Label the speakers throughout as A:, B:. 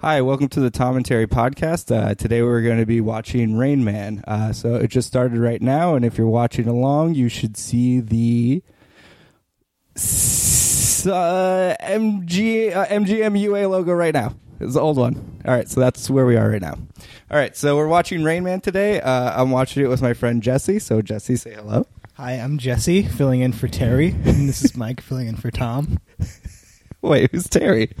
A: Hi, welcome to the Tom and Terry podcast. Uh, today we're going to be watching Rain Man. Uh, so it just started right now, and if you're watching along, you should see the s- uh, MG uh, MGMUA logo right now. It's the old one. All right, so that's where we are right now. All right, so we're watching Rain Man today. Uh, I'm watching it with my friend Jesse. So Jesse, say hello.
B: Hi, I'm Jesse, filling in for Terry, and this is Mike filling in for Tom.
A: Wait, who's Terry?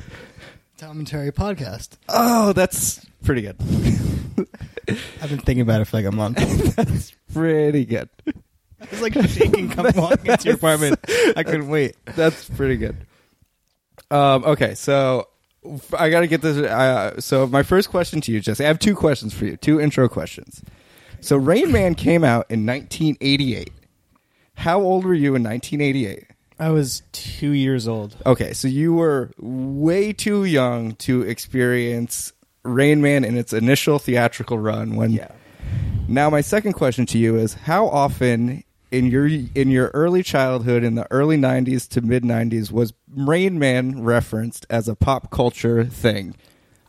B: Tom and Terry podcast.
A: Oh, that's pretty good.
B: I've been thinking about it for like a month.
A: that's pretty good.
B: It's like shaking, coming walking into your apartment. I couldn't wait.
A: That's pretty good. Um, okay, so f- I got to get this. Uh, so my first question to you, Jesse, I have two questions for you, two intro questions. So Rain Man came out in 1988. How old were you in 1988?
B: I was two years old.
A: Okay, so you were way too young to experience Rain Man in its initial theatrical run. When
B: Yeah.
A: now, my second question to you is: How often in your in your early childhood, in the early '90s to mid '90s, was Rain Man referenced as a pop culture thing?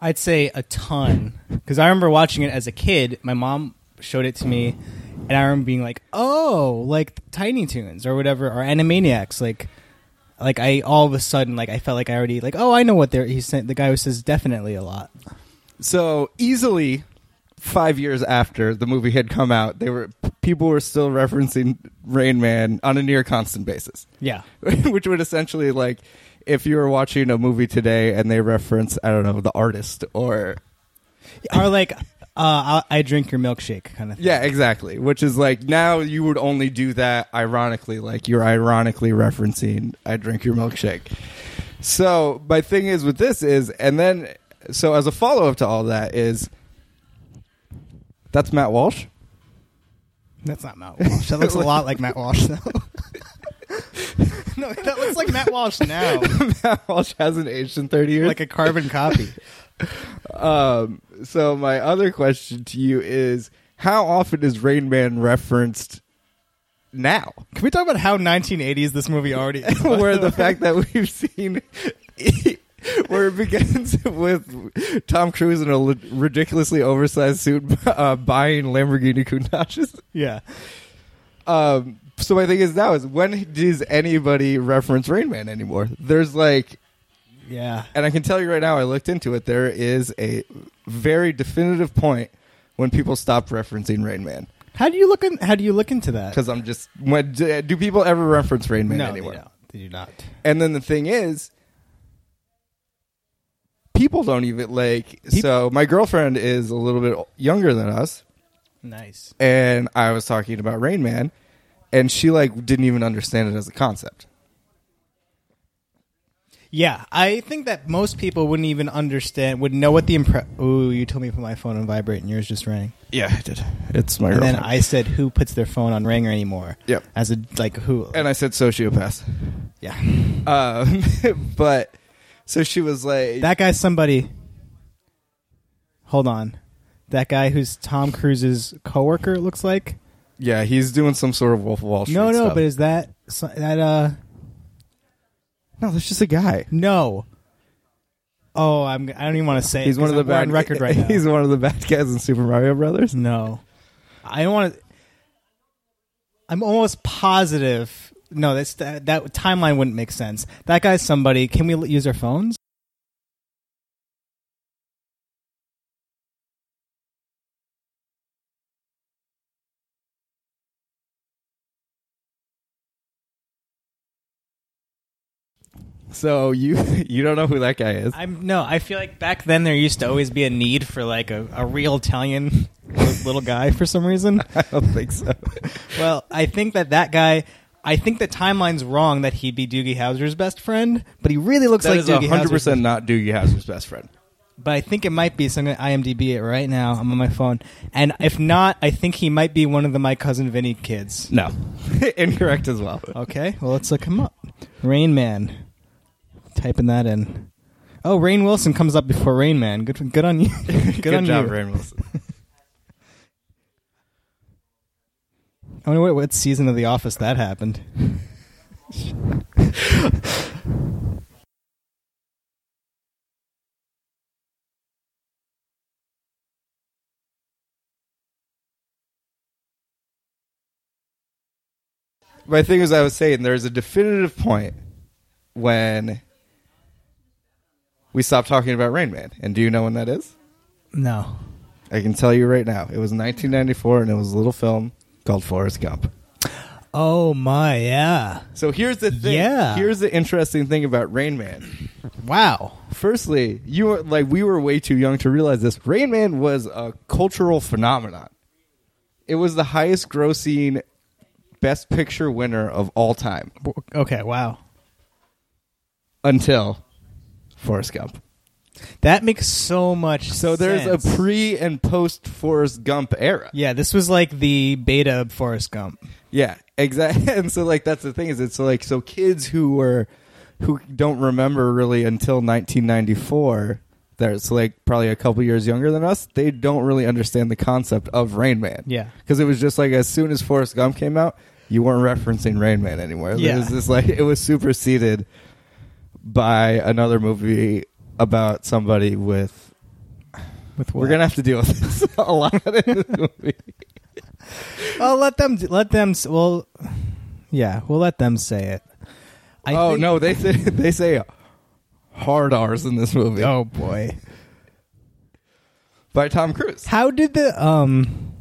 B: I'd say a ton because I remember watching it as a kid. My mom showed it to me, and I remember being like, "Oh, like Tiny Toons or whatever, or Animaniacs." Like, like I all of a sudden like I felt like I already like, "Oh, I know what they're." He said the guy who says definitely a lot.
A: So easily, five years after the movie had come out, they were people were still referencing Rain Man on a near constant basis.
B: Yeah,
A: which would essentially like if you were watching a movie today and they reference I don't know the artist or
B: or like. Uh, I, I drink your milkshake kind of thing.
A: yeah exactly which is like now you would only do that ironically like you're ironically referencing I drink your milkshake so my thing is with this is and then so as a follow up to all that is that's Matt Walsh
B: That's not Matt Walsh. That looks a lot like Matt Walsh, though. no, that looks like Matt Walsh now,
A: Matt Walsh hasn't aged in 30 years
B: like a carbon copy.
A: Um, so my other question to you is how often is Rain Man referenced now?
B: Can we talk about how 1980s this movie already is?
A: Where the fact that we've seen where it begins with Tom Cruise in a li- ridiculously oversized suit uh, buying Lamborghini Countach's.
B: yeah,
A: Um, so my thing is now is when does anybody reference Rain Man anymore? There's like
B: yeah.
A: and I can tell you right now, I looked into it. There is a very definitive point when people stop referencing Rain Man
B: How do you look? In, how do you look into that?
A: because I'm just when do do people ever reference Rain Man
B: no,
A: anymore?
B: they don't. They do not.
A: And then the thing is, people don't even like. so my girlfriend is a little bit younger than us,
B: Nice.
A: and I was talking about Rain Man, and she like didn't even understand it as a concept.
B: Yeah, I think that most people wouldn't even understand, would know what the impre- Ooh, you told me to put my phone on vibrate, and yours just rang.
A: Yeah, I did. It's my
B: And
A: girlfriend.
B: then I said, "Who puts their phone on ringer anymore?"
A: Yep.
B: As a like who?
A: and I said sociopath.
B: yeah.
A: Um, but so she was like,
B: That guy's somebody. Hold on. That guy who's Tom Cruise's coworker, it looks like.
A: Yeah, he's doing some sort of Wolf of Wall Street.
B: No, no,
A: stuff.
B: but is that so- that uh
A: no, that's just a guy.
B: no. Oh, I'm I don't even want to say it
A: He's one of
B: 'cause
A: the bad
B: I'm- we're on record right now.
A: He's one of the bad guys in Super Mario Brothers.
B: no. I don't want to I'm almost positive. No, that's that, that timeline wouldn't make sense. That guy's somebody. Can we l- use our phones?
A: So you you don't know who that guy is.
B: I'm no. I feel like back then there used to always be a need for like a, a real Italian little guy for some reason.
A: I don't think so.
B: Well, I think that that guy. I think the timeline's wrong that he'd be Doogie Howser's best friend, but he really looks
A: That
B: like
A: is
B: Doogie
A: hundred
B: 100%.
A: percent not Doogie Howser's best friend.
B: But I think it might be. So I'm going to IMDb it right now. I'm on my phone, and if not, I think he might be one of the my cousin Vinny kids.
A: No, incorrect as well.
B: Okay, well let's look him up. Rain Man. Typing that in. Oh, Rain Wilson comes up before Rain Man. Good, good on you. good, on
A: job,
B: you.
A: Rain Wilson.
B: I wonder what, what season of The Office that happened.
A: my thing is, I was saying there's a definitive point when we stopped talking about Rain Man. And do you know when that is?
B: No.
A: I can tell you right now. It was 1994, and it was a little film called Forrest Gump.
B: Oh my, yeah.
A: So here's the thing.
B: Yeah.
A: Here's the interesting thing about Rain Man.
B: Wow.
A: Firstly, you were, like we were way too young to realize this. Rain Man was a cultural phenomenon. It was the highest grossing best picture winner of all time
B: W- Okay, wow.
A: until Forrest Gump.
B: That makes so much
A: So there's a
B: sense.
A: pre and post Forrest Gump era.
B: Yeah, this was like the beta of Forrest Gump.
A: Yeah, exactly. And so like that's the thing is it's like so kids who were who don't remember really until 1994 that's like probably a couple years younger than us they don't really understand the concept of Rain Man.
B: Yeah.
A: because it was just like as soon as Forrest Gump came out, you weren't referencing Rain Man anymore.
B: Yeah.
A: It was just like it was superseded by another movie about somebody with.
B: With what?
A: We're gonna have to deal with this a lot in this movie.
B: Oh, let them. Let them. s- Well, yeah, we'll let them say it. I
A: oh
B: think-
A: no, they say, they say hard R's in this movie
B: Oh boy.
A: by Tom Cruise.
B: How did the um?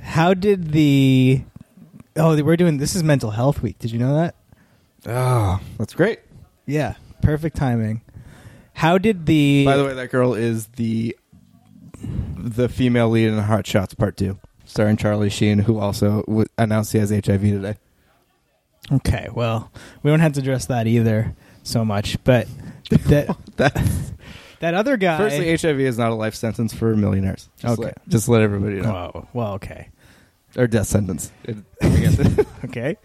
B: How did the? Oh, we're doing. This is Mental Health Week. Did you know that?
A: Oh, that's great.
B: Yeah, perfect timing. How did the?
A: By the way, that girl is the the female lead in Hot Shots Part Two, starring Charlie Sheen, who also w- announced he has HIV today.
B: okay, well, we don't have to address that either so much, but that
A: That
B: that other guy.
A: Firstly, HIV is not a life sentence for millionaires. Just
B: Okay.
A: Let, just let everybody know.
B: oh, well, okay,
A: Or death sentence. It, I
B: okay.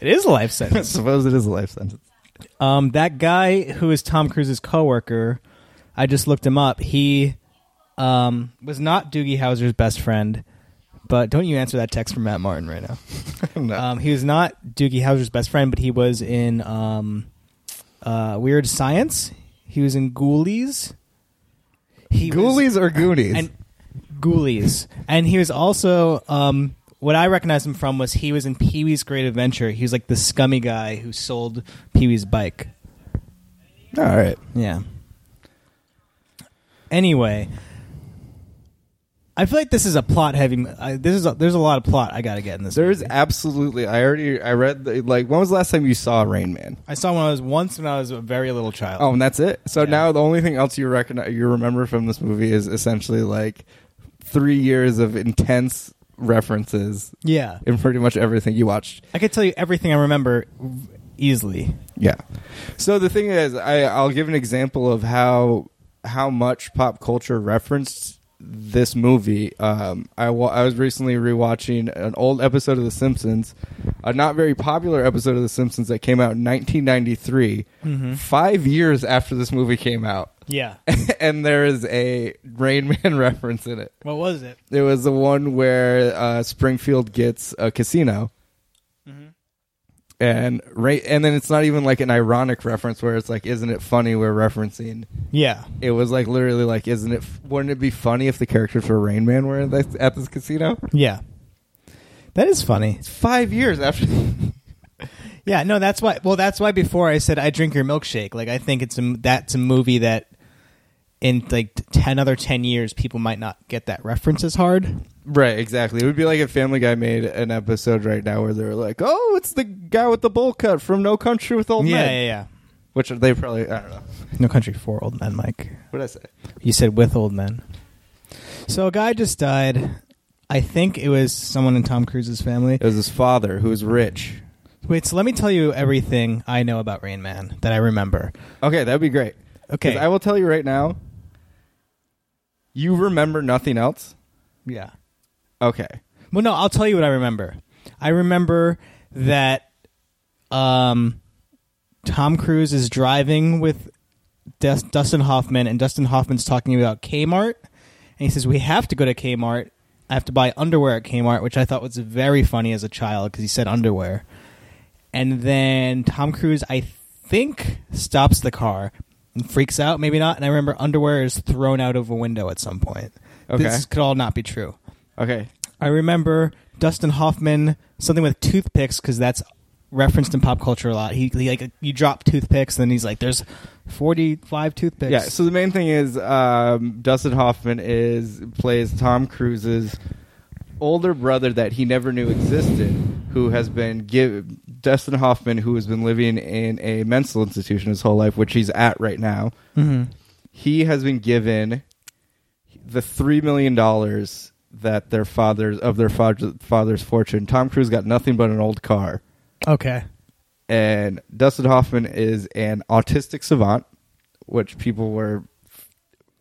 B: It is a life sentence.
A: suppose it is a life sentence.
B: Um, that guy who is Tom Cruise's coworker, I just looked him up. He um, was not Doogie Howser's best friend, but don't you answer that text from Matt Martin right now.
A: no.
B: Um, he was not Doogie Howser's best friend, but he was in um, uh, Weird Science. He was in Ghoulies. He was-
A: Ghoulies or Goonies?
B: and Ghoulies, and he was also um, what I recognized him from was he was in Pee Wee's Great Adventure. He was like the scummy guy who sold Pee Wee's bike.
A: All right.
B: Yeah. Anyway, I feel like this is a plot heavy. I, this is a, there's a lot of plot I got to get in this.
A: There is
B: movie.
A: absolutely. I already. I read. The, like, when was the last time you saw Rain Man?
B: I saw when I was once when I was a very little child.
A: Oh, and that's it. So
B: Yeah.
A: now the only thing else you recognize, you remember from this movie is essentially like three years of intense references
B: yeah,
A: in pretty much everything you watched.
B: I could tell you everything I remember easily.
A: Yeah. So the thing is, I, I'll give an example of how how much pop culture referenced this movie. Um, I wa- I was recently rewatching an old episode of The Simpsons, a not very popular episode of The Simpsons that came out in 1993, five years after this movie came out,
B: Yeah.
A: and there is a Rain Man reference in it.
B: what was it?
A: There was the one where uh, Springfield gets a casino, Mm-hmm. and Ra- and then it's not even like an ironic reference where it's like, isn't it funny we're referencing?
B: Yeah.
A: It was like literally like, isn't it? F- wouldn't it be funny if the characters for Rain Man were in this, at this casino?
B: Yeah. That is funny.
A: It's five years after.
B: Yeah, no, that's why. Well, that's why before I said I drink your milkshake. Like I think it's a, that's a movie that in like t- ten other ten years people might not get that reference as hard.
A: Right, exactly. It would be like if Family Guy made an episode right now where they were like, "Oh, it's the guy with the bowl cut from No Country with Old
B: yeah,
A: Men,"
B: yeah, yeah.
A: which they probably I don't know.
B: Oh, No Country for Old Men, Mike.
A: What did I say?
B: You said with old men. So a guy just died. I think it was someone in Tom Cruise's family.
A: It was his father who was rich.
B: Wait, so let me tell you everything I know about Rain Man that I remember.
A: Okay, that'd be great. 'Cause
B: Okay.
A: I will tell you right now. You remember nothing else?
B: yeah.
A: Okay.
B: Well, no, I'll tell you what I remember. I remember that um, Tom Cruise is driving with Des- Dustin Hoffman, and Dustin Hoffman's talking about Kmart, and he says we have to go to Kmart. I have to buy underwear at Kmart, which I thought was very funny as a child because he said underwear. And then Tom Cruise, I think, stops the car and freaks out. Maybe not. And I remember underwear is thrown out of a window at some point.
A: Okay.
B: This could all not be true.
A: Okay.
B: I remember Dustin Hoffman something with toothpicks because that's referenced in pop culture a lot. He, he like you drop toothpicks, and then he's like, "There's 45 toothpicks."
A: Yeah. So the main thing is um, Dustin Hoffman is plays Tom Cruise's older brother that he never knew existed, who has been give Dustin Hoffman, who has been living in a mental institution his whole life, which he's at right now.
B: Mm-hmm.
A: He has been given the three million dollars that their father's of their father, father's fortune. Tom Cruise got nothing but an old car
B: okay,
A: and Dustin Hoffman is an autistic savant, which people were f-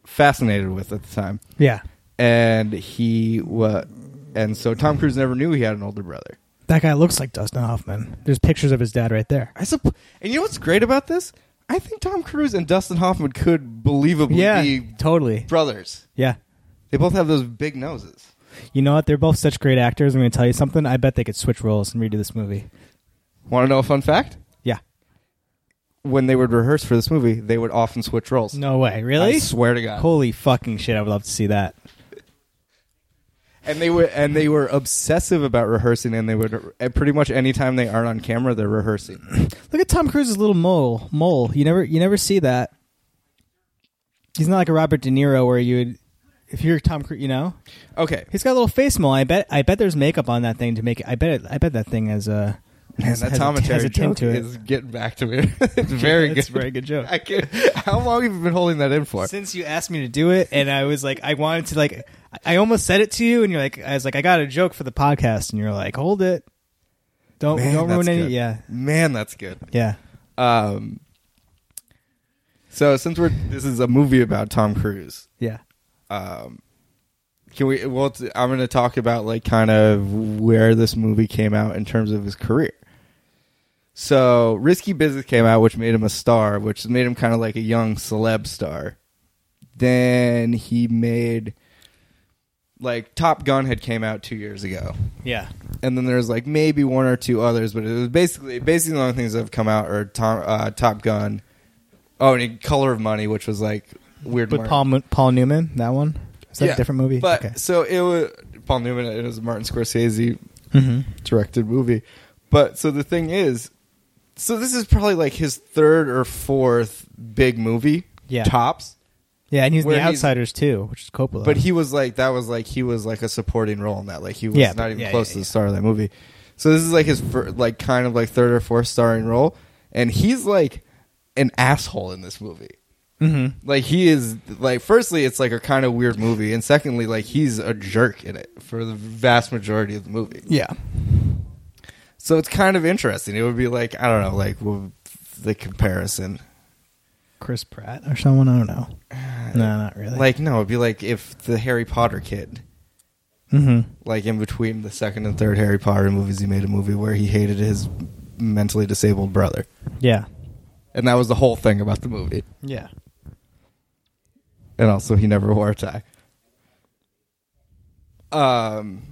A: fascinated with at the time.
B: yeah,
A: And he was, and so Tom Cruise never knew he had an older brother.
B: that guy looks like Dustin Hoffman. There's pictures of his dad right there.
A: I supp- and you know what's great about this? I think Tom Cruise and Dustin Hoffman could believably
B: Yeah,
A: be
B: totally.
A: brothers.
B: Yeah,
A: They both have those big noses.
B: you know what? They're both such great actors. I'm going to tell you something. I bet they could switch roles and redo this movie.
A: Want to know a fun fact?
B: Yeah,
A: When they would rehearse for this movie, they would often switch roles.
B: no way, really?
A: I swear to God.
B: Holy fucking shit! I would love to see that.
A: and they were and they were obsessive about rehearsing and they would and pretty much anytime they aren't on camera they're rehearsing
B: Look at Tom Cruise's little mole. Mole. You never you never see that. He's not like a Robert De Niro where you would if you're Tom Cruise, you know.
A: okay
B: He's got a little face mole. I bet I bet there's makeup on that thing to make it I bet it, I bet that thing has a
A: man
B: has,
A: that
B: has
A: Tom
B: a,
A: and
B: has
A: Terry
B: a
A: joke
B: tint to it.
A: is getting back to me it's very
B: That's
A: good
B: a very good joke.
A: I can't, how long have you been holding that in for
B: Since you asked me to do it and I was like I wanted to like I almost said it to you and you're like I was like I got a joke for the podcast and you're like hold it. Don't
A: Man,
B: don't ruin
A: that's
B: any
A: good.
B: yeah.
A: man that's good
B: Yeah.
A: um so since we're this is a movie about Tom Cruise
B: Yeah.
A: can we well it's- I'm going to talk about like kind of where this movie came out in terms of his career So Risky Business came out, which made him a star, which made him kind of like a young celeb star. Then he made like Top Gun had came out two years ago,
B: Yeah.
A: and then there's like maybe one or two others, but it was basically basically the only things that have come out are Tom, uh, Top Gun. Oh, and Color of Money, which was like weird.
B: But
A: Martin-
B: Paul Mo- Paul Newman, that one? Is that
A: Yeah.
B: a different movie?
A: But
B: okay.
A: so it was Paul Newman. It was a Martin Scorsese
B: Mhm.
A: directed movie. But so the thing is, so this is probably like his third or fourth big movie,
B: Yeah.
A: tops.
B: Yeah, and he's in
A: Where
B: the
A: he's-
B: Outsiders too, which is Coppola.
A: But he was like that was like he was like a supporting role in that. Like he was
B: Yeah,
A: not even
B: yeah,
A: close
B: yeah,
A: to the
B: yeah.
A: star of that movie. So this is like his fir- like kind of like third or fourth starring role, and he's like an asshole in this movie.
B: Mhm.
A: Like he is like firstly it's like a kind of weird movie, and secondly like he's a jerk in it for the vast majority of the movie.
B: yeah,
A: So it's kind of interesting. It would be like I don't know, like w- the comparison.
B: Chris Pratt or someone I don't know. No, not really.
A: Uh, Like no, it'd be like if the Harry Potter kid,
B: Mhm.
A: like in between the second and third Harry Potter movies, he made a movie where he hated his mentally disabled brother,
B: yeah,
A: and that was the whole thing about the movie.
B: yeah.
A: And also, he never wore a tie. Um.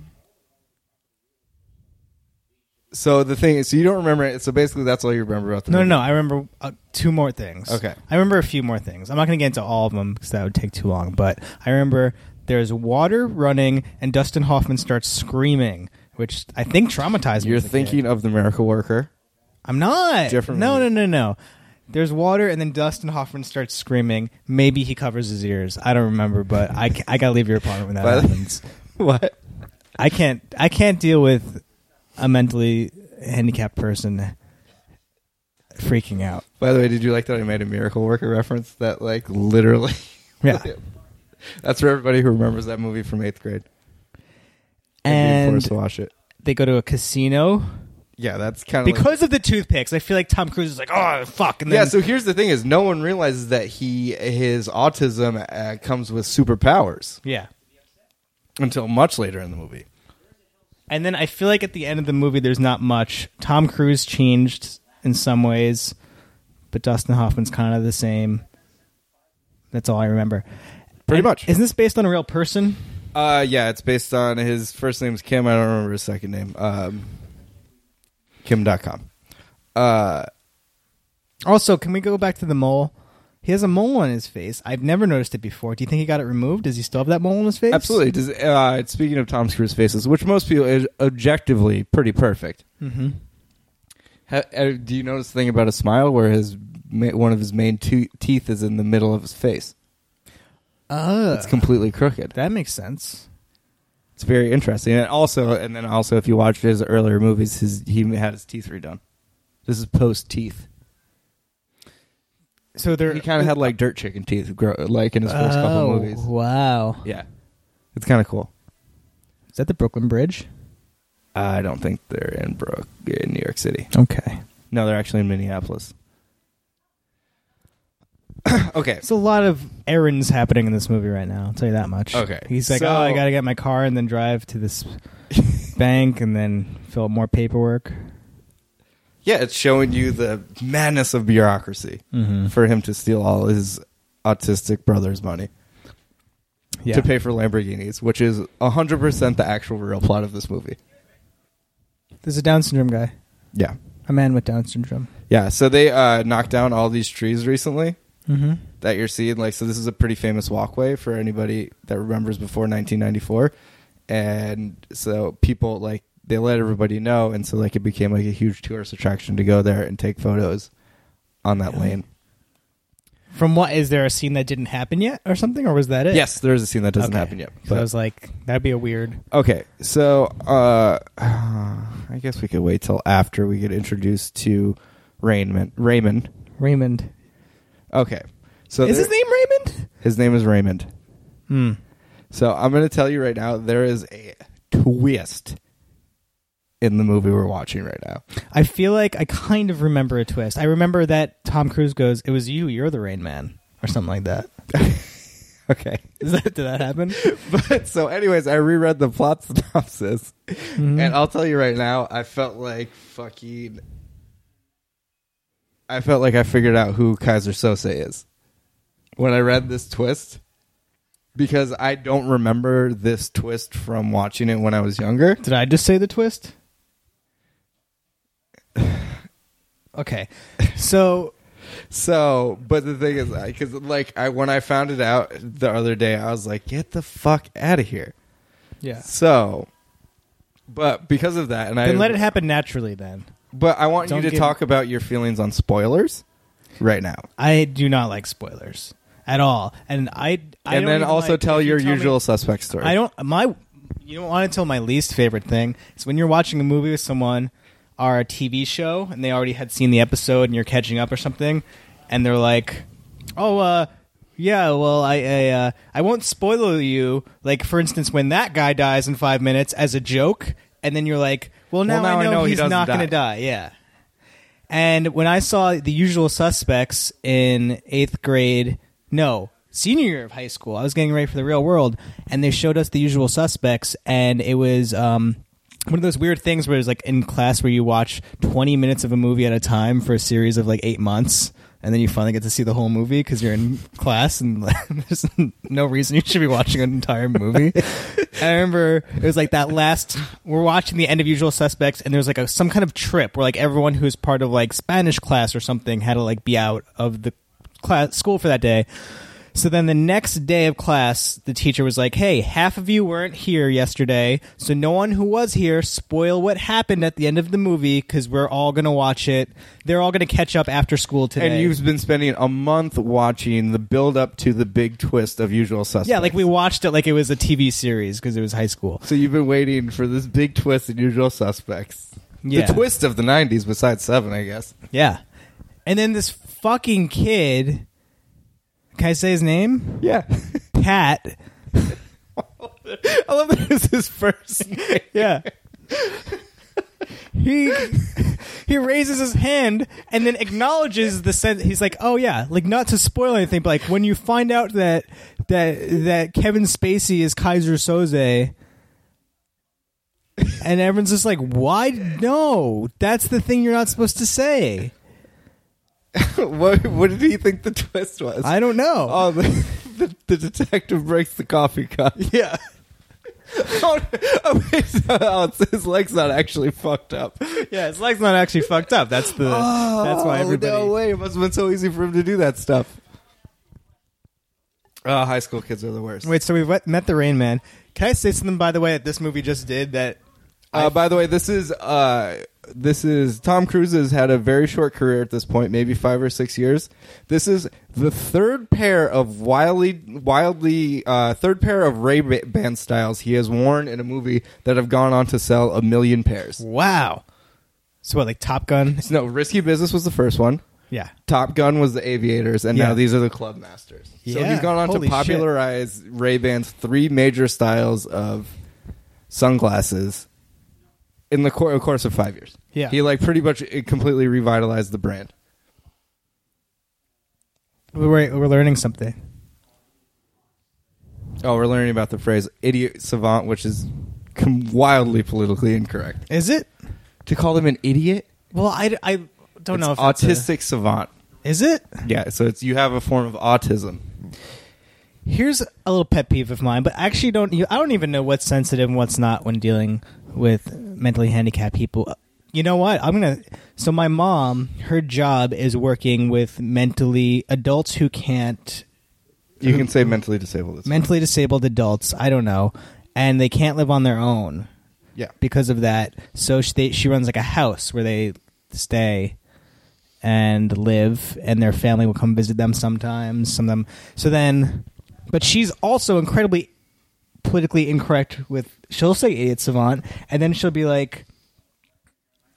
A: So the thing is, so you don't remember it. So basically, that's all you remember about the
B: No, no,
A: movie.
B: no. I remember uh, two more things.
A: Okay.
B: I remember a few more things. I'm not going to get into all of them because that would take too long. But I remember there's water running, and Dustin Hoffman starts screaming, which I think traumatized me.
A: You're
B: as a kid.
A: thinking of the Miracle Worker.
B: I'm not.
A: Different
B: No,
A: movie.
B: no, no, no. There's water, and then Dustin Hoffman starts screaming. Maybe he covers his ears. I don't remember, but I, I gotta leave your apartment when that
A: By the-
B: happens.
A: What?
B: I can't I can't deal with a mentally handicapped person freaking out.
A: By the way, did you like that I made a miracle worker reference that like literally
B: Yeah.
A: That's for everybody who remembers that movie from eighth grade. being
B: And
A: forced to watch it.
B: they go to a casino
A: Yeah, that's kind of
B: because of the toothpicks. I feel like Tom Cruise is like, oh fuck, and
A: yeah.
B: then
A: So here's the thing: is no one realizes that he his autism uh, comes with superpowers
B: yeah.
A: until much later in the movie.
B: And then I feel like at the end of the movie, there's not much. Tom Cruise changed in some ways, but Dustin Hoffman's kind of the same. That's all I remember.
A: Pretty
B: And
A: much.
B: Isn't this based on a real person?
A: Uh, yeah, it's based on his first name's Kim. I don't remember his second name. Um, Kim.com. Uh,
B: Also, can we go back to the mole? He has a mole on his face. I've never noticed it before. Do you think he got it removed? Does he still have that mole on his face?
A: Absolutely. Does, uh, speaking of Tom Cruise faces, which most people is objectively pretty perfect.
B: Mm-hmm.
A: Ha, uh, do you notice the thing about a smile where his ma- one of his main two teeth is in the middle of his face?
B: Oh,
A: It's completely crooked.
B: that makes sense.
A: It's very interesting. And also, and then also, if you watch his earlier movies, his he had his teeth redone. This is post teeth.
B: So there,
A: He kind of had like dirt chicken teeth, grow, like in his first couple
B: uh, Oh,
A: movies.
B: Wow,
A: Yeah, it's kind of cool.
B: is that the Brooklyn Bridge?
A: I don't think they're in Brook in New York City.
B: Okay,
A: No, they're actually in Minneapolis. okay.
B: it's a lot of errands happening in this movie right now. I'll tell you that much.
A: Okay.
B: he's like,
A: So-
B: oh, I gotta get my car and then drive to this bank and then fill out more paperwork.
A: Yeah, it's showing you the madness of bureaucracy
B: Mm-hmm.
A: for him to steal all his autistic brother's money
B: Yeah,
A: to pay for Lamborghinis, which is 100% the actual real plot of this movie.
B: there's a Down syndrome guy,
A: Yeah.
B: a man with Down syndrome.
A: Yeah, so they uh, knocked down all these trees recently
B: Mm-hmm.
A: that you're seeing. Like, so this is a pretty famous walkway for anybody that remembers before 1994, and so people like they let everybody know, and so like it became like a huge tourist attraction to go there and take photos on that
B: Really?
A: lane.
B: From what is there a scene that didn't happen yet or something, or was that it?
A: Yes, there is a scene that doesn't
B: Okay.
A: happen yet.
B: So I
A: but-
B: was like, that'd be a weird.
A: Okay, so uh, I guess we could wait till after we get introduced to Raymond. Raymond.
B: Raymond.
A: Okay, so
B: is
A: there-
B: his name Raymond?
A: His name is Raymond.
B: Hmm.
A: So I'm going to tell you right now, there is a twist in the movie we're watching right now.
B: I feel like I kind of remember a twist. I remember that Tom Cruise goes, "It was you. You're the Rain Man," or something like that.
A: Okay.
B: Is that did that happen?
A: But so, anyways, I reread the plot synopsis,
B: Mhm.
A: and I'll tell you right now, I felt like fucking. I felt like I figured out who Kaiser Sosa is when I read this twist because I don't remember this twist from watching it when I was younger.
B: Did I just say the twist? Okay, so
A: So, but the thing is, because like I when I found it out the other day, I was like, "Get the fuck out of here!"
B: yeah,
A: So, but because of that, and I
B: then let it happen naturally. Then
A: But I want you
B: Don't
A: to
B: give-
A: talk about your feelings on spoilers right now,
B: I do not like spoilers at all, and I, I
A: and
B: don't
A: then
B: even
A: also
B: like-
A: tell
B: if you
A: your
B: me-
A: usual suspect story.
B: I don't my you don't want to tell my least favorite thing. It's when you're watching a movie with someone or a TV show and they already had seen the episode and you're catching up or something and they're like, "Oh, uh yeah, well, I I, uh, I won't spoil you. Like for instance, when that guy dies in 5 minutes as a joke and then you're like, "Well, now, I, know
A: he
B: he's
A: doesn't
B: not
A: die."
B: going to die." Yeah. And when I saw the usual suspects in eighth grade, no, senior year of high school, I was getting ready for the real world, and they showed us the usual suspects, and it was um, one of those weird things where it was like in class where you watch 20 minutes of a movie at a time for a series of like eight months. And then you finally get to see the whole movie because you're in class and there's no reason you should be watching an entire movie. I remember it was like that last we're watching the end of Usual Suspects, and there was like a, some kind of trip where like everyone who was part of like Spanish class or something had to like be out of the class school for that day. So then the next day of class, the teacher was like, "Hey, half of you weren't here yesterday, so no one who was here spoil what happened at the end of the movie because we're all gonna watch it. They're all gonna catch up after school today."
A: and you've been spending a month watching the build up to the big twist of Usual Suspect.
B: yeah, like we watched it like it was a TV series because it was high school.
A: So you've been waiting for this big twist in Usual Suspects.
B: Yeah.
A: The twist of the '90s, besides Seven, I guess.
B: Yeah. And then this fucking kid, can I say his name?
A: Yeah,
B: Pat.
A: I love that it's his first name.
B: Yeah. he he raises his hand and then acknowledges the sense he's like, "Oh yeah, like not to spoil anything, but like when you find out that that that Kevin Spacey is Kaiser Soze, and everyone's just like, "Why? No, that's the thing you're not supposed to say."
A: what, what did he think the twist was?
B: I don't know.
A: oh, the, the, the detective breaks the coffee cup.
B: yeah.
A: oh, oh, wait, so- oh, it's- his leg's not actually fucked up. Oh,
B: Yeah, his leg's Oh. not actually fucked up. That's the. that's why everybody.
A: No way! It must have been so easy for him to do that stuff. Oh, high school kids are the worst.
B: Wait, so we've wet- met the Rain Man. Can I say something, by the way, that this movie just did that?
A: Uh, by the way, this is uh, this is Tom Cruise has had a very short career at this point, maybe five or six years. This is the third pair of wildly, wildly uh, third pair of Ray Ban styles he has worn in a movie that have gone on to sell a million pairs.
B: Wow. So what, like Top Gun?
A: So, no, Risky Business was the first one.
B: Yeah.
A: Top Gun was the Aviators, and
B: Yeah.
A: now these are the Club Masters. So
B: Yeah.
A: he's gone on
B: Holy
A: to
B: shit.
A: popularize Ray Ban's three major styles of sunglasses in the cour- course of five years.
B: Yeah.
A: he like pretty much it completely revitalized the brand.
B: We're, we're learning something.
A: Oh, we're learning about the phrase "idiot savant," which is com- wildly politically incorrect.
B: Is it?
A: To call him an idiot,
B: Well, I, I don't
A: it's
B: know if that's a-
A: autistic savant.
B: is it?
A: Yeah, so it's you have a form of autism.
B: Here's a little pet peeve of mine, but I actually don't. I don't even know what's sensitive and what's not when dealing with mentally handicapped people. You know what? I'm gonna. So my mom, her job is working with mentally adults who can't
A: You can say mentally disabled. It's fine.
B: mentally disabled adults. I don't know, and they can't live on their own
A: yeah,
B: because of that. So she they, she runs like a house where they stay and live, and their family will come visit them sometimes. Some of them. So then, but she's also incredibly politically incorrect with. She'll say idiot savant, and then she'll be like,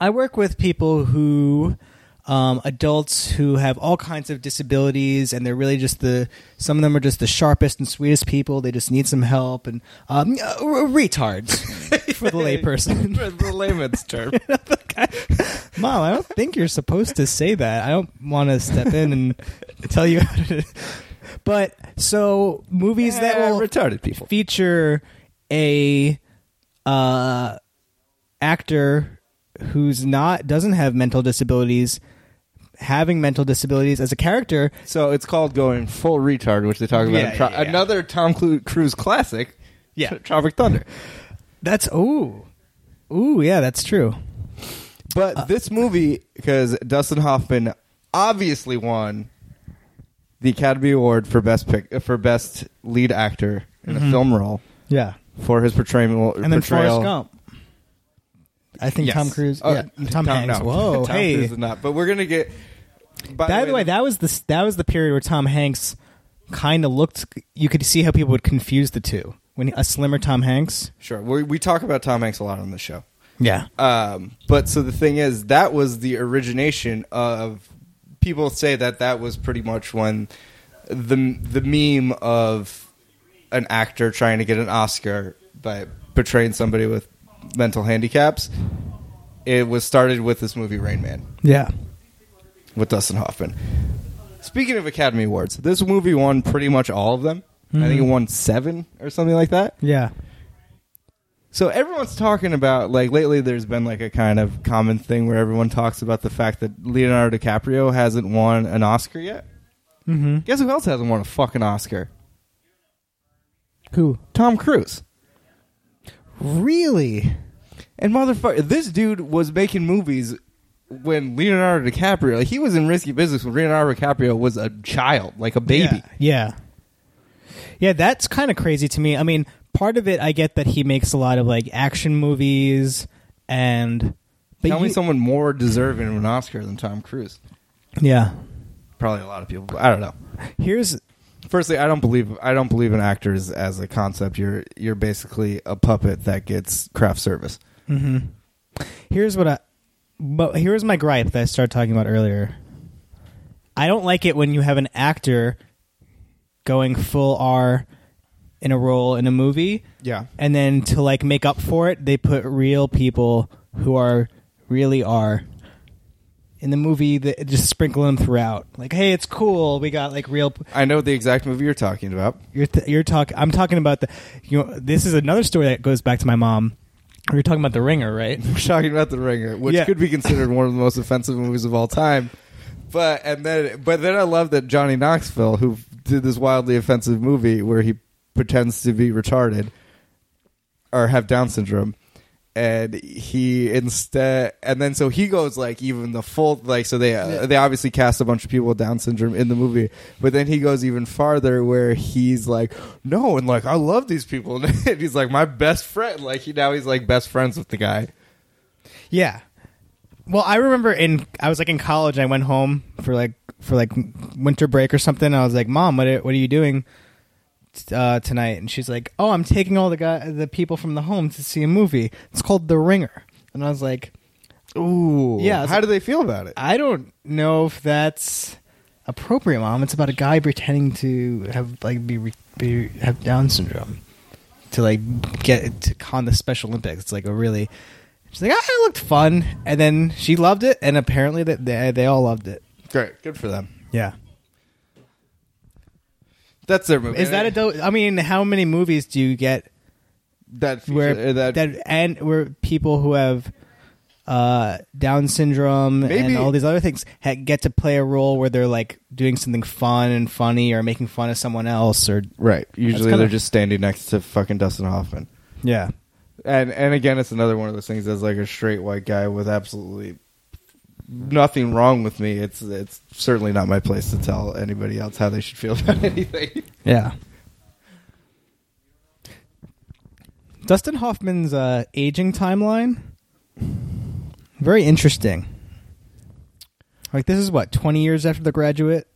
B: "I work with people who." Um, adults who have all kinds of disabilities, and they're really just the some of them are just the sharpest and sweetest people. They just need some help, and um, uh, retards for the layperson.
A: the layman's term.
B: Mom, I don't think you're supposed to say that. I don't want to step in and tell you how to. But so movies that
A: Eh,
B: will
A: retarded people.
B: feature a uh, actor who's not doesn't have mental disabilities having mental disabilities as a character
A: So it's called going full retard, which they talk about.
B: Yeah,
A: in Tro-
B: yeah, yeah.
A: Another Tom Clu- Cruise classic.
B: Yeah.
A: Tro- Tropic Thunder.
B: that's ooh ooh yeah that's true
A: But
B: Uh,
A: this movie, because Dustin Hoffman obviously won the Academy Award for best pick for best lead actor in a film role
B: yeah
A: for his portrayal.
B: Mm-hmm. and then
A: portrayal.
B: Forrest Gump I think
A: Yes.
B: Tom Cruise
A: Oh,
B: yeah, Tom, Hanks
A: no.
B: whoa
A: Tom
B: hey
A: Cruise is not. But we're gonna get. By
B: By the way, that was the that was the period where Tom Hanks kind of looked. You could see how people would confuse the two when a slimmer Tom Hanks.
A: sure we, we talk about Tom Hanks a lot on the show.
B: Yeah,
A: Um, but so the thing is, that was the origination of people say that that was pretty much when the the meme of an actor trying to get an Oscar by portraying somebody with mental handicaps. It was started with this movie Rain Man
B: yeah.
A: with Dustin Hoffman. Speaking of Academy Awards, this movie won pretty much all of them. I think it won seven or something like that.
B: Yeah.
A: So everyone's talking about like lately. There's been like a kind of common thing where everyone talks about the fact that Leonardo DiCaprio hasn't won an Oscar yet.
B: Mm-hmm.
A: Guess who else hasn't won a fucking Oscar?
B: Who?
A: Tom Cruise.
B: Really?
A: And motherfucker, this dude was making movies when Leonardo DiCaprio. Like, he was in Risky Business when Leonardo DiCaprio was a child, like a baby.
B: Yeah. Yeah, Yeah, that's kind of crazy to me. I mean, part of it I get that he makes a lot of like action movies and.
A: Tell me
B: you-
A: someone more deserving of an Oscar than Tom Cruise.
B: Yeah.
A: Probably a lot of people. But I don't know.
B: Here's
A: Firstly, I don't believe I don't believe in actors as a concept. You're you're basically a puppet that gets craft service.
B: here's what I but here's my gripe that I started talking about earlier. I don't like it when you have an actor going full R in a role in a movie
A: Yeah.
B: and then to like make up for it they put real people who are really are in the movie that just sprinkle them throughout. Like, hey, it's cool. We got like real
A: I know the exact movie you're talking about.
B: you're th- you're talking. I'm talking about the. You know, this is another story that goes back to my mom. We were talking about The Ringer, right?
A: We're talking about The Ringer, which
B: Yeah.
A: could be considered one of the most offensive movies of all time. But and then but then I love that Johnny Knoxville, who did this wildly offensive movie where he pretends to be retarded or have Down syndrome, and he instead and then so he goes like even the full like so they uh, they obviously cast a bunch of people with down syndrome in the movie but then he goes even farther where he's like no and like i love these people and he's like my best friend like he now he's like best friends with the guy
B: Yeah. Well, I remember in I was like in college. I went home for like for like winter break or something. And I was like, "Mom, what are, what are you doing t- uh, tonight?" And she's like, "Oh, I'm taking all the guy, the people from the home to see a movie. It's called The Ringer." And I was like,
A: ooh
B: Yeah,
A: yeah
B: it's
A: how
B: like-
A: do they feel about it
B: "I don't know if that's appropriate, Mom. It's about a guy pretending to have like be, re- be have Down syndrome to like get to con the Special Olympics. It's like a really." She's like, "Ah, it looked fun," and then she loved it, and apparently that they they all loved it.
A: great good for them
B: Yeah.
A: that's their movie
B: Is that a do- I mean, how many movies do you get
A: that feature,
B: where
A: uh, that,
B: that, and where people who have uh, Down syndrome
A: Maybe-
B: and all these other things ha- get to play a role where they're like doing something fun and funny or making fun of someone else or
A: right usually
B: kinda-
A: they're just standing next to fucking dustin hoffman
B: yeah.
A: and and again, it's another one of those things as like a straight white guy with absolutely nothing wrong with me. It's it's certainly not my place to tell anybody else how they should feel about anything.
B: Yeah. Dustin Hoffman's uh, aging timeline. Very interesting. Like this is what, 20 years after The Graduate?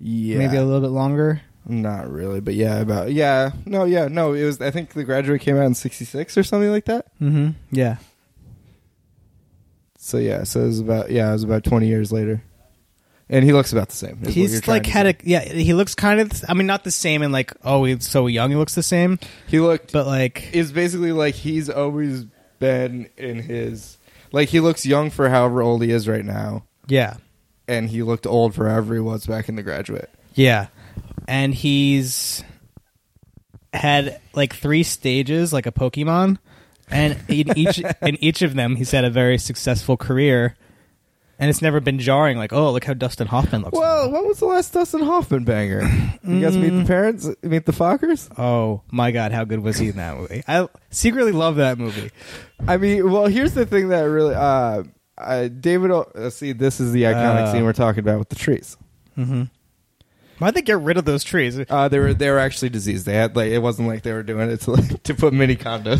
A: Yeah,
B: Maybe a little bit longer.
A: not really, but yeah, about yeah, no, yeah, no. It was I think The Graduate came out in '66 or something like that.
B: Mhm. Yeah.
A: So yeah, so it was about yeah, it was about 20 years later, and he looks about the same. is what you're
B: He's
A: trying
B: like
A: to
B: had
A: say.
B: a yeah. He looks kind of. I mean, not the same and like oh, he's so young. He looks the same,
A: he looked
B: but like
A: is basically like he's always been in his like he looks young for however old he is right now.
B: yeah,
A: and he looked old for however he was back in The Graduate.
B: yeah. And he's had like three stages, like a Pokemon, and in each in each of them, he's had a very successful career, and it's never been jarring. Like oh, look how Dustin Hoffman looks.
A: Well, what was the last Dustin Hoffman banger? You guys meet the
B: Mm.
A: parents, meet the Fockers.
B: Oh my God! How good was he in that movie? I secretly love that movie.
A: I mean, well, here's the thing that really, uh, uh David. O- uh, see, this is the iconic
B: Uh.
A: scene we're talking about with the trees.
B: Why'd they get rid of those trees?
A: Uh, they were they were actually diseased. They had like it wasn't like they were doing it to like, to put mini condos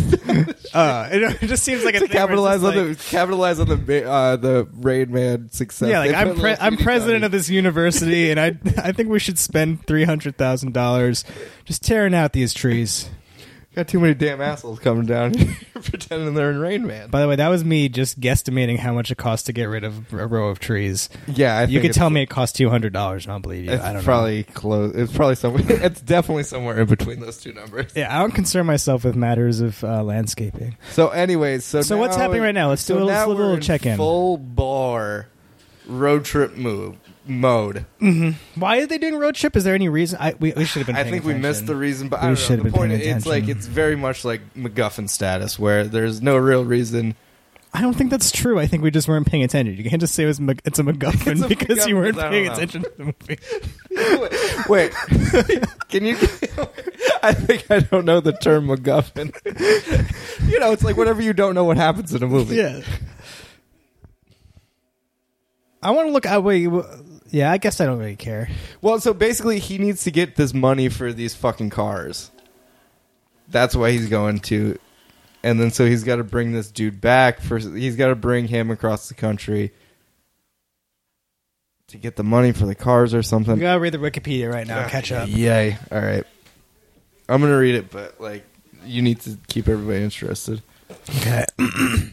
B: Uh, it just seems like a
A: to
B: thing where it's
A: capitalize
B: just
A: on
B: like-
A: the capitalize on the ba- uh, the Rain Man success.
B: yeah, like
A: They
B: I'm
A: put
B: pre-
A: little
B: I'm
A: teeny
B: president
A: tiny-
B: of this university, and I I think we should spend three hundred thousand dollars just tearing out these trees.
A: Got too many damn assholes coming down here pretending they're in Rain Man.
B: By the way, that was me just guesstimating how much it costs to get rid of a row of trees.
A: yeah, I
B: You
A: think
B: could
A: it's-
B: tell me it cost two hundred dollars, and I'll believe you.
A: It's
B: I don't
A: probably close. It's probably somewhere. It's definitely somewhere in between those two numbers.
B: know. Yeah, I don't concern myself with matters of uh, landscaping.
A: So, anyways, so
B: So what's happening right now? Let's do a little-
A: now
B: little
A: we're in
B: check-in.
A: Full bar road trip move mode.
B: Why are they doing road trip? Is there any reason? I, we, we should have been.
A: I
B: paying
A: think we missed the
B: attention.
A: reason, but
B: We
A: I
B: should
A: don't know.
B: have
A: The
B: been
A: point
B: paying
A: it's like
B: attention.
A: it's very much like MacGuffin status, where there's no real reason.
B: I don't think that's true. I think we just weren't paying attention. You can't just say it was, Mac- it's a MacGuffin
A: It's a
B: because you
A: MacGuffin,
B: weren't
A: I don't
B: paying
A: know.
B: attention to the movie.
A: Wait, can you? I think I don't know the term MacGuffin. you know, it's like whenever you don't know what happens in a movie.
B: yeah. I want to look. I wait. w- Yeah, I guess I don't really care.
A: Well, so basically, he needs to get this money for these fucking cars. That's why he's going to, and then so he's got to bring this dude back. For he's got to bring him across the country to get the money for the cars or
B: We
A: something.
B: gotta read the Wikipedia right now. Catch up.
A: Yay! All right, I'm gonna read it, but like, you need to keep everybody interested.
B: Okay.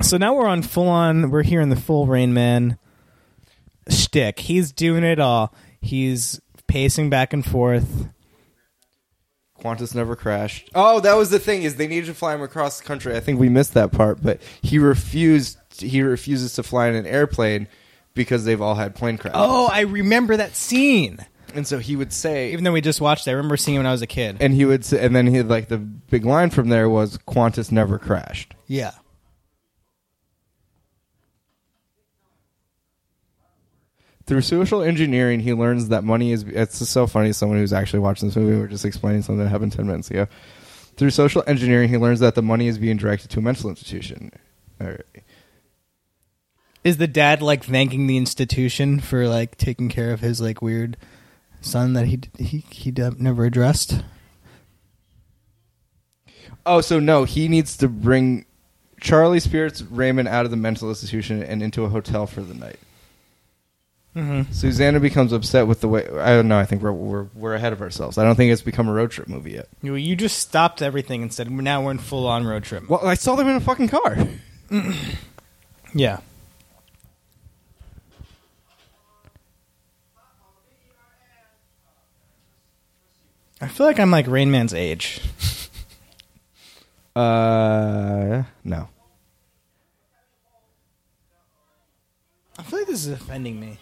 B: so now we're on full on. We're here in the full Rain Man shtick. He's doing it all. He's pacing back and forth.
A: Qantas never crashed. Oh, that was the thing is they needed to fly him across the country. I think we missed that part, but he refused. He refuses to fly in an airplane because they've all had plane crashes.
B: Oh, I remember that scene.
A: and so he would say,
B: Even though we just watched it, I remember seeing it when I was a kid.
A: and he would, say, and then he had like the big line from there was Qantas never crashed.
B: Yeah.
A: Through social engineering, he learns that money is. It's so funny. Someone who's actually watching this movie, we were just explaining something that happened ten minutes ago. Through social engineering, he learns that the money is being directed to a mental institution. All right.
B: Is the dad like thanking the institution for like taking care of his like weird son that he he he d- never addressed?
A: Oh, so no, he needs to bring Charlie spirits Raymond out of the mental institution and into a hotel for the night.
B: Mm-hmm.
A: Susanna becomes upset with the way. I don't know. I think we're we're, we're ahead of ourselves. I don't think it's become a road trip movie yet.
B: You, you just stopped everything and said now we're in full on road trip.
A: Well, I saw them in a fucking car.
B: Yeah. I feel like I'm like Rain Man's age.
A: Uh, no.
B: I feel like this is offending me.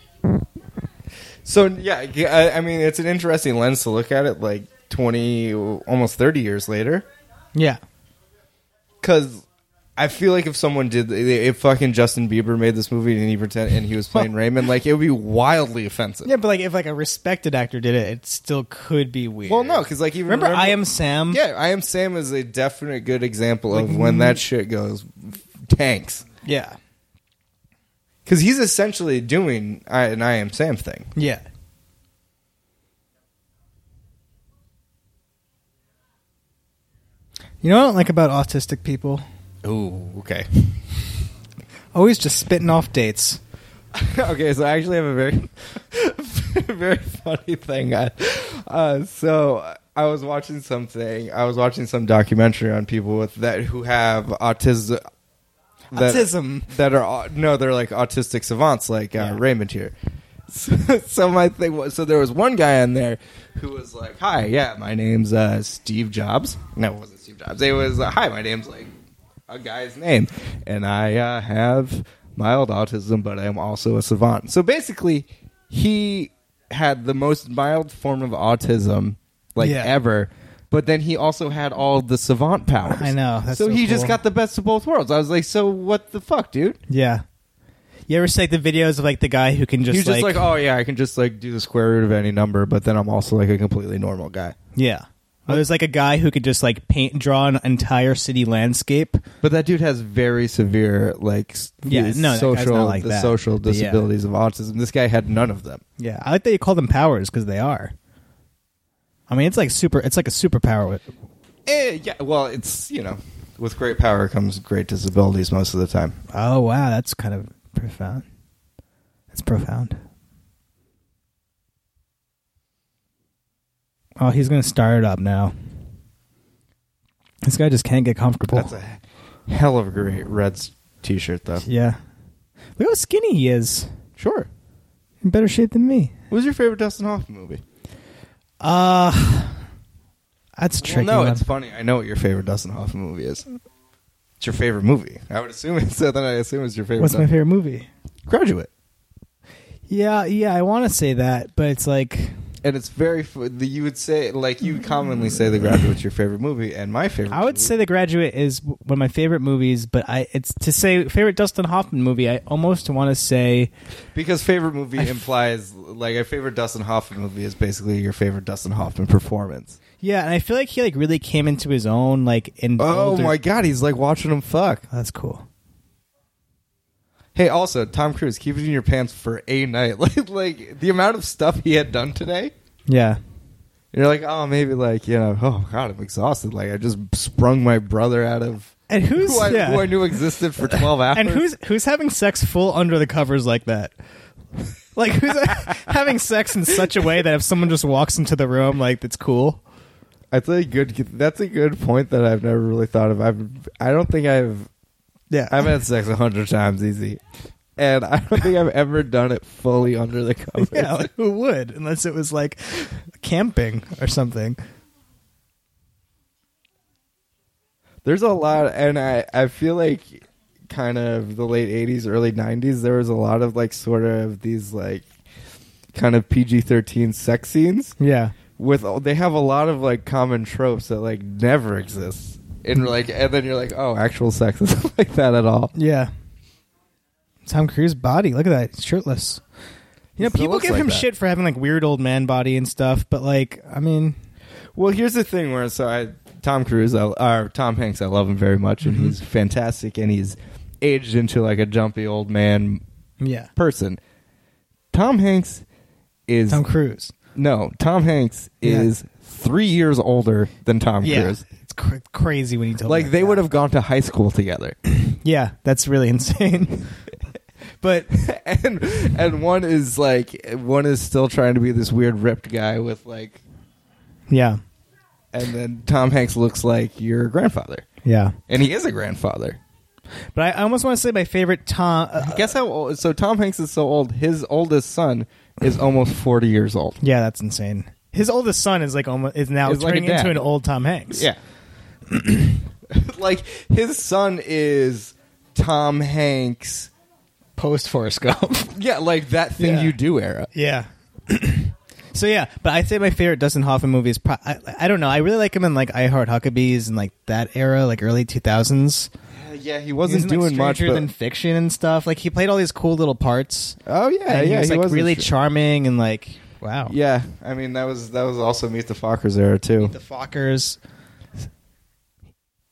A: So yeah, I, I mean, it's an interesting lens to look at it. Like twenty, almost thirty years later,
B: Yeah.
A: because I feel like if someone did, if fucking Justin Bieber made this movie and he pretend and he was playing Raymond, like it would be wildly offensive.
B: Yeah, but like if like a respected actor did it, it still could be weird.
A: Well, no, because like even
B: remember, I am Sam.
A: Yeah, I am Sam is a definite good example of when that shit goes tanks.
B: Yeah.
A: Because he's essentially doing I, an I am Sam thing.
B: Yeah. You know what I don't like about autistic people?
A: Ooh, okay.
B: Always just spitting off dates.
A: okay, so I actually have a very, very funny thing. I, uh, so I was watching something. I was watching some documentary on people with that who have autism.
B: Autism.
A: that are au- no, they're like autistic savants, like uh,
B: Yeah.
A: Raymond here. So, so my thing was, so there was one guy on there who was like, "Hi, yeah, my name's uh, Steve Jobs." No, it wasn't Steve Jobs. It was, uh, "Hi, my name's like a guy's name, and I uh, have mild autism, but I'm also a savant." So basically, he had the most mild form of autism like
B: Yeah.
A: ever. But then he also had all the savant powers.
B: I know, that's
A: so,
B: so
A: he just
B: cool.
A: got the best of both worlds. I was like, so what the fuck, dude?
B: Yeah. You ever see like the videos of like the guy who can just,
A: He's just like, oh yeah, I can just like do the square root of any number, but then I'm also like a completely normal guy.
B: yeah. Well, there's like a guy who could just like paint draw an entire city landscape.
A: But that dude has very severe like s-
B: Yeah,
A: the
B: no, that guy's not
A: social
B: like
A: the
B: that.
A: social
B: But, yeah.
A: disabilities of autism. This guy had none of them.
B: Yeah, I like that you call them powers because they are. I mean, it's like super. It's like a superpower. With,
A: Eh, yeah, well, it's you know, with great power comes great disabilities most of the time.
B: oh wow, that's kind of profound. That's profound. Oh, he's gonna start it up now. This guy just can't get comfortable.
A: That's a hell of a great Reds t-shirt though.
B: yeah. Look how skinny he is.
A: Sure.
B: In better shape than me.
A: What was your favorite Dustin Hoffman movie?
B: Uh that's a
A: Well,
B: tricky.
A: no,
B: one.
A: it's funny. I know what your favorite Dustin Hoffman movie is. It's your favorite movie. I would assume it. So then I assume it's your favorite.
B: What's my favorite movie?
A: Graduate.
B: Yeah, yeah, I want to say that, but it's like
A: And it's very. f- the- You would say like you commonly say The Graduate's your favorite movie, and my favorite.
B: I would
A: movie-
B: say The Graduate is w- one of my favorite movies, but I it's to say favorite Dustin Hoffman movie. I almost want to say
A: because favorite movie implies like a favorite Dustin Hoffman movie is basically your favorite Dustin Hoffman performance.
B: yeah, and I feel like he like really came into his own like in
A: Oh
B: older-
A: my god, he's like watching him fuck.
B: that's cool.
A: Hey, also Tom Cruise, keep it in your pants for a night. Like like the amount of stuff he had done today.
B: Yeah,
A: You're like, oh, maybe like you know, oh god, I'm exhausted. Like I just sprung my brother out of
B: and who's
A: who I,
B: yeah.
A: who I knew existed for 12 hours.
B: and who's who's having sex full under the covers like that? Like who's having sex in such a way that if someone just walks into the room, like that's cool.
A: That's a good. That's a good point that I've never really thought of. I've. I don't think I've.
B: Yeah,
A: I've had sex a hundred times easy, and I don't think I've ever done it fully under the covers.
B: yeah, like, who would unless it was like camping or something.
A: There's a lot, and I. I feel like kind of the late '80s, early '90s. There was a lot of like sort of these like kind of PG-13 sex scenes
B: Yeah,
A: with. all- They have a lot of like common tropes that like never exist. And like, and then you're like, oh, actual sex isn't like that at all.
B: Yeah. Tom Cruise's body. Look at that. He's shirtless. You
A: He
B: know,
A: still
B: people
A: looks
B: give
A: like
B: him
A: that.
B: shit for having like weird old man body and stuff, but like, I mean,
A: Well, here's the thing where so I Tom Cruise, I, or Tom Hanks, I love him very much,
B: Mm-hmm.
A: and he's fantastic, and he's aged into like a jumpy old man
B: Yeah.
A: person. Tom Hanks is
B: Tom Cruise.
A: no, Tom Hanks
B: Yeah.
A: is three years older than Tom
B: yeah. Oh
A: Cruise.
B: It's cr- crazy when you tell
A: Like
B: me
A: they
B: that.
A: would have gone to high school together,
B: Yeah, that's really insane. but
A: and and one is like one is still trying to be this weird ripped guy with like,
B: yeah.
A: and then Tom Hanks looks like your grandfather,
B: Yeah.
A: and he is a grandfather.
B: But I, I almost want to say my favorite Tom. Uh,
A: Guess how old? So Tom Hanks is so old. His oldest son is almost forty years old.
B: yeah, that's insane. His oldest son is like almost is now
A: Is like a
B: turning
A: dad.
B: into an old Tom Hanks.
A: Yeah, like his son is Tom Hanks.
B: Post Forrest Gump.
A: Yeah, like that thing
B: Yeah.
A: you do era.
B: yeah. so yeah, but I say my favorite Dustin Hoffman movie is pro- I, I don't know. I really like him in like I Heart Huckabees and like that era, like early two thousands.
A: Yeah, he
B: Uh, He was
A: wasn't
B: in, like,
A: doing much.
B: Stranger
A: But,
B: Than Fiction and stuff. Like he played all these cool little parts.
A: oh yeah,
B: and
A: yeah,
B: he was like
A: wasn't
B: really
A: sure.
B: charming and like wow.
A: yeah, I mean that was that was also Meet the Fockers era too.
B: the Fockers.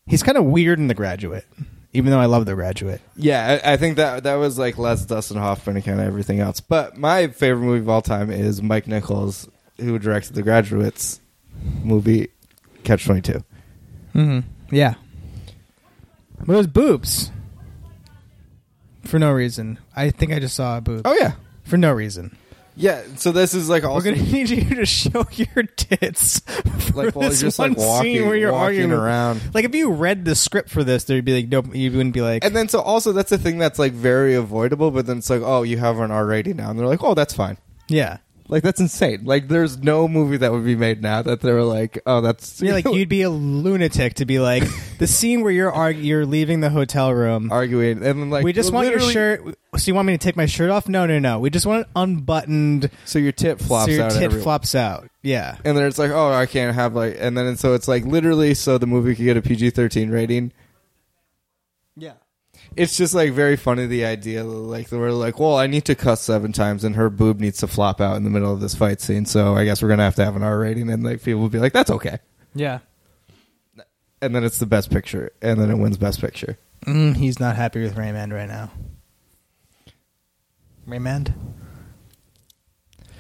B: He's kind of weird in The Graduate, even though I love The Graduate.
A: Yeah, I, I think that that was like less Dustin Hoffman and kind of everything else. But my favorite movie of all time is Mike Nichols, who directed The Graduates movie Catch Twenty Two.
B: Mm-hmm. Yeah. But it was boobs. For no reason. I think I just saw a boob.
A: Oh yeah,
B: For no reason.
A: yeah. So this is like
B: We're
A: also
B: going to need you to show your tits for
A: like while you're
B: this
A: just
B: one
A: like walking,
B: scene where you're
A: walking
B: arguing.
A: around.
B: Like, if you read the script for this, there'd be like, nope, you wouldn't be like,
A: And then so also that's a thing that's like very avoidable. But then it's like, oh, you have an R rating now, and they're like, oh, that's fine.
B: yeah.
A: Like that's insane. Like there's no movie that would be made now that they were like, oh, that's
B: Yeah, like you'd be a lunatic to be like the scene where you're arg- you're leaving the hotel room.
A: arguing, and then like
B: we just want your
A: literally-
B: shirt. So you want me to take my shirt off? No, no, no. We just want it unbuttoned.
A: So your tit flops
B: so your
A: out.
B: tit
A: everywhere.
B: flops out. Yeah,
A: And then it's like, oh, I can't have like, and then and so it's like literally, so the movie could get a PG thirteen rating.
B: yeah.
A: It's just like very funny the idea, like they we're like, well, I need to cuss seven times, and her boob needs to flop out in the middle of this fight scene, so I guess we're gonna have to have an R rating, and like people will be like, that's okay,
B: Yeah.
A: and then it's the best picture, and then it wins best picture.
B: Mm, he's not happy with Raymond right now. Raymond.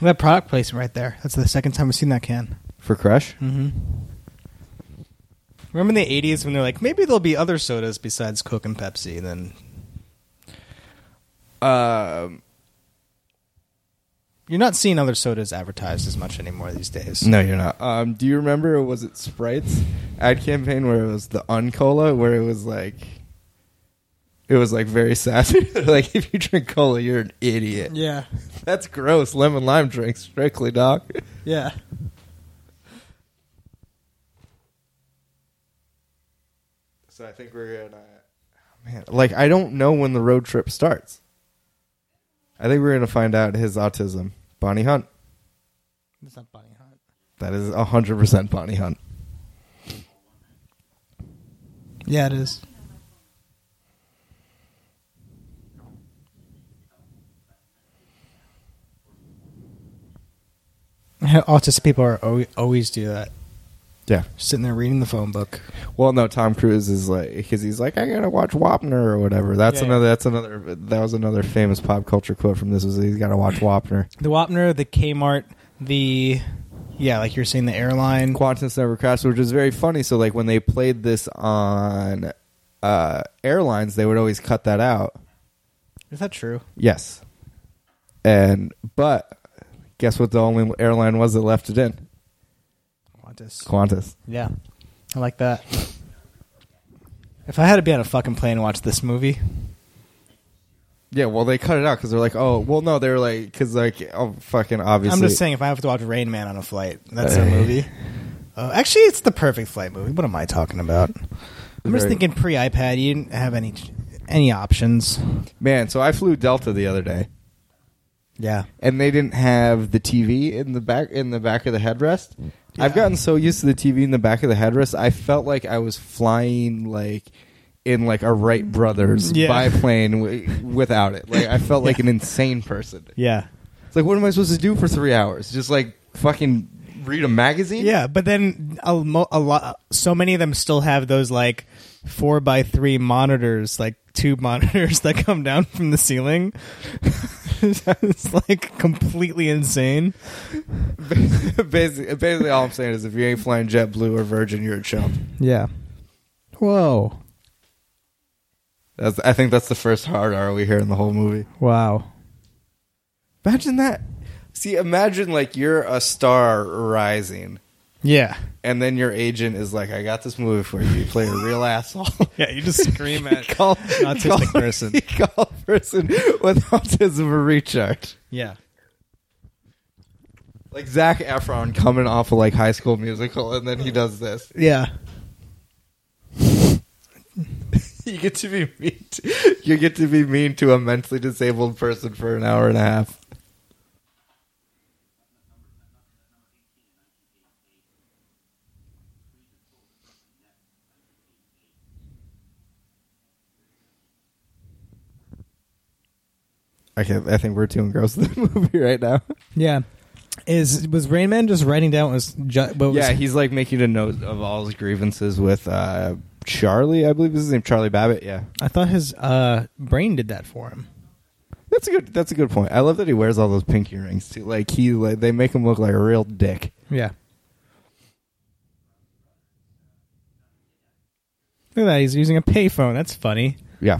B: That product placement right there. That's the second time we've seen that can.
A: For Crush,
B: Mm-hmm. Remember in the '80s when they're like, maybe there'll be other sodas besides Coke and Pepsi. Then
A: um,
B: you're not seeing other sodas advertised as much anymore these days.
A: no, you're not. Um, do you remember? or Was it Sprite's ad campaign where it was the Uncola, where it was like, it was like very sassy, like if you drink cola, you're an idiot.
B: Yeah.
A: That's gross. Lemon lime drinks, strictly, dog.
B: Yeah.
A: So I think we're gonna, oh, man. Like I don't know when the road trip starts. I think we're gonna find out his autism. Bonnie Hunt.
B: That's not Bonnie Hunt.
A: That is hundred percent Bonnie Hunt.
B: Yeah, it is. Autistic people are al- always do that.
A: Yeah.
B: Sitting there reading the phone book.
A: Well, no, Tom Cruise is like because he's like I gotta watch Wapner or whatever. That's
B: Yeah, yeah.
A: another. That's another. That was another famous pop culture quote from this. Was he's gotta watch Wapner.
B: The Wapner, the Kmart, the yeah, like you're saying, the airline.
A: Qantas never crashed, which is very funny. So like when they played this on uh, airlines, they would always cut that out.
B: Is that true?
A: Yes. And but guess what? The only airline was that left it in
B: Qantas.
A: Qantas.
B: Yeah, I like that. If I had to be on a fucking plane and watch this movie,
A: Yeah, well, they cut it out because they're like, oh, well, no, they're like, because like, oh, fucking obviously.
B: I'm just saying, if I have to watch Rain Man on a flight, that's a movie. Uh, actually, it's the perfect flight movie. What am I talking about? I'm just
A: Very-
B: thinking pre iPad. You didn't have any any options.
A: man. So I flew Delta the other day,
B: Yeah,
A: and they didn't have the TV in the back in the back of the headrest. I've
B: Yeah.
A: gotten so used to the TV in the back of the headrest, I felt like I was flying like in like a Wright Brothers
B: Yeah.
A: biplane w- without it. Like I felt like an insane person.
B: yeah,
A: It's like, what am I supposed to do for three hours? Just like fucking read a magazine.
B: Yeah, but then a, mo- a lot, so many of them still have those like four by three monitors, like tube monitors that come down from the ceiling. it's like completely insane.
A: basically, basically, all I'm saying is if you ain't flying JetBlue or Virgin, you're a chump.
B: Yeah. Whoa!
A: That's, I think that's the first hard R we hear in the whole movie.
B: Wow.
A: Imagine that. See, imagine like you're a star rising,
B: Yeah.
A: and then your agent is like, "I got this movie for you. You play a real asshole."
B: Yeah, you just scream at
A: call
B: an autistic person.
A: You call a person with autism a recharge.
B: Yeah.
A: Like Zach Efron coming off of like High School Musical, and then he does this.
B: Yeah.
A: You get to be mean. To, you get to be mean to a mentally disabled person for an hour and a half. Okay, I think we're too engrossed in the movie right now.
B: Yeah. Is was Rain Man just writing down what was ju- what was
A: Yeah, he's like making a note of all his grievances with uh, Charlie. I believe is his name Charlie Babbitt. Yeah,
B: I thought his uh, brain did that for him.
A: that's a good. That's a good point. I love that he wears all those pinky rings too. Like he, like they make him look like a real dick.
B: Yeah. Look at that. He's using a payphone. That's funny.
A: Yeah.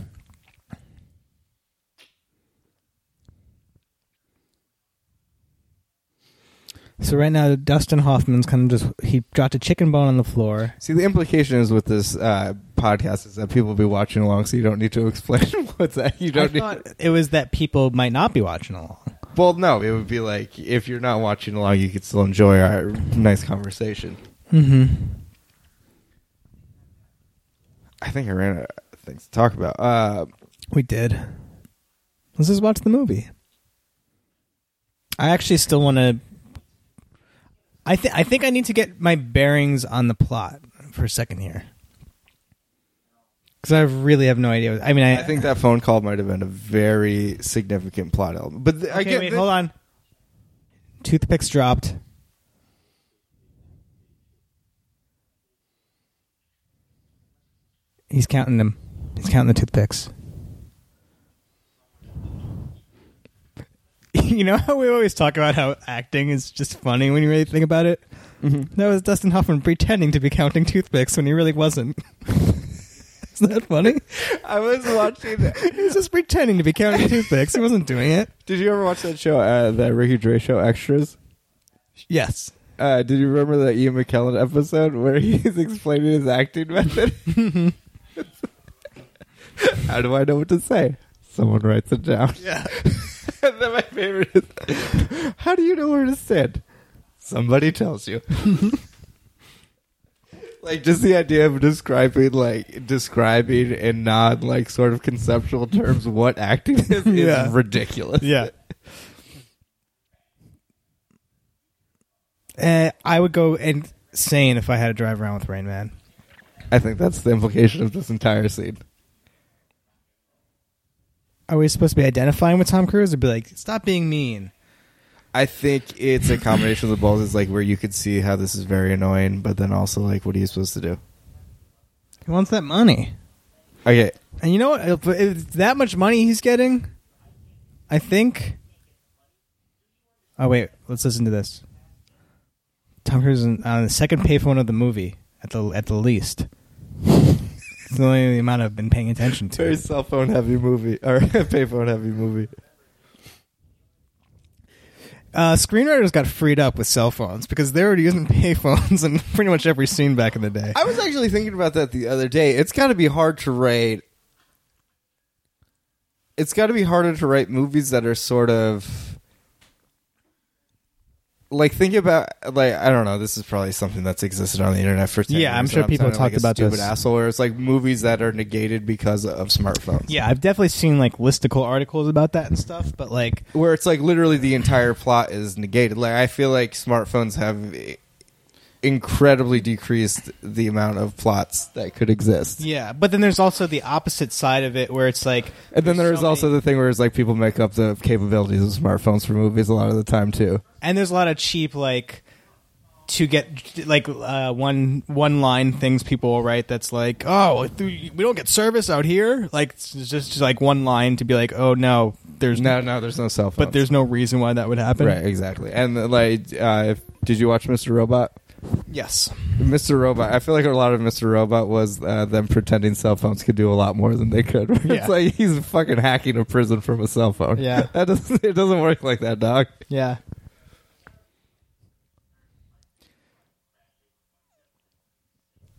B: So right now, Dustin Hoffman's kind of just he dropped a chicken bone on the floor.
A: See, the implication is with this uh, podcast is that people will be watching along, so you don't need to explain what's that. You
B: I
A: don't.
B: thought it was that people might not be watching along.
A: need, well, no, it would be like if you're not watching along, you could still enjoy our nice conversation.
B: Mm-hmm.
A: I think I ran out of things to talk about. Uh,
B: We did. Let's just watch the movie. I actually still want to. I think I think I need to get my bearings on the plot for a second here, because I really have no idea. what- I mean, I,
A: I think that phone call might have been a very significant plot element. But th- I
B: Okay,
A: get
B: wait,
A: thi-
B: hold on. Toothpicks dropped. He's counting them. He's counting the toothpicks. You know how we always talk about how acting is just funny when you really think about it?
A: Mm-hmm.
B: That was Dustin Hoffman pretending to be counting toothpicks when he really wasn't. Isn't that funny?
A: I was watching.
B: He was just pretending to be counting toothpicks. He wasn't doing it.
A: Did you ever watch that show, uh, that Ricky Dre show, Extras?
B: Yes.
A: Uh, did you remember that Ian McKellen episode where he's explaining his acting method? How do I know what to say? Someone writes it down.
B: Yeah.
A: and then my favorite is, how do you know where to sit? Somebody tells you. like just the idea of describing, like describing in non like sort of conceptual terms what acting is
B: Yeah.
A: is ridiculous.
B: Yeah. Uh, I would go insane if I had to drive around with Rain Man.
A: I think that's the implication of this entire scene.
B: Are we supposed to be identifying with Tom Cruise or be like, stop being mean?
A: I think it's a combination of the balls. It's like where you could see how this is very annoying, but then also like, what are you supposed to do?
B: He wants that money.
A: Okay,
B: And you know what? If if it's that much money he's getting, I think. Oh, wait. Let's listen to this. Tom Cruise is on the second payphone of the movie, at the at the least. it's the only amount I've been paying attention to.
A: very cell phone heavy movie or payphone heavy movie.
B: Uh, screenwriters got freed up with cell phones because they were using payphones in pretty much every scene back in the day.
A: I was actually thinking about that the other day. It's got to be hard to write. It's got to be harder to write movies that are sort of like think about like I don't know. This is probably something that's existed on the internet for 10
B: Yeah, I'm
A: years,
B: sure
A: and
B: people
A: sounding like
B: talked
A: a
B: about
A: stupid
B: this.
A: asshole. Or it's like movies that are negated because of smartphones.
B: yeah, I've definitely seen like listicle articles about that and stuff, but like,
A: where it's like literally the entire plot is negated. Like I feel like smartphones have i- incredibly decreased the amount of plots that could exist.
B: yeah. But then there's also the opposite side of it where it's like,
A: And then there's
B: so
A: also
B: many-
A: the thing where it's like people make up the capabilities of smartphones for movies a lot of the time too.
B: and there's a lot of cheap like to get like uh, one one line things people will write that's like oh if we we don't get service out here like it's just, just like one line to be like oh no there's
A: No, no, there's no cell phone.
B: but there's no reason why that would happen
A: right, exactly. And uh, like, uh, if, did you watch Mr. Robot?
B: yes
A: Mr. Robot. I feel like a lot of Mr. Robot was uh, them pretending cell phones could do a lot more than they could.
B: Yeah.
A: it's like he's fucking hacking a prison from a cell phone.
B: Yeah.
A: that doesn't it doesn't work like that, dog.
B: yeah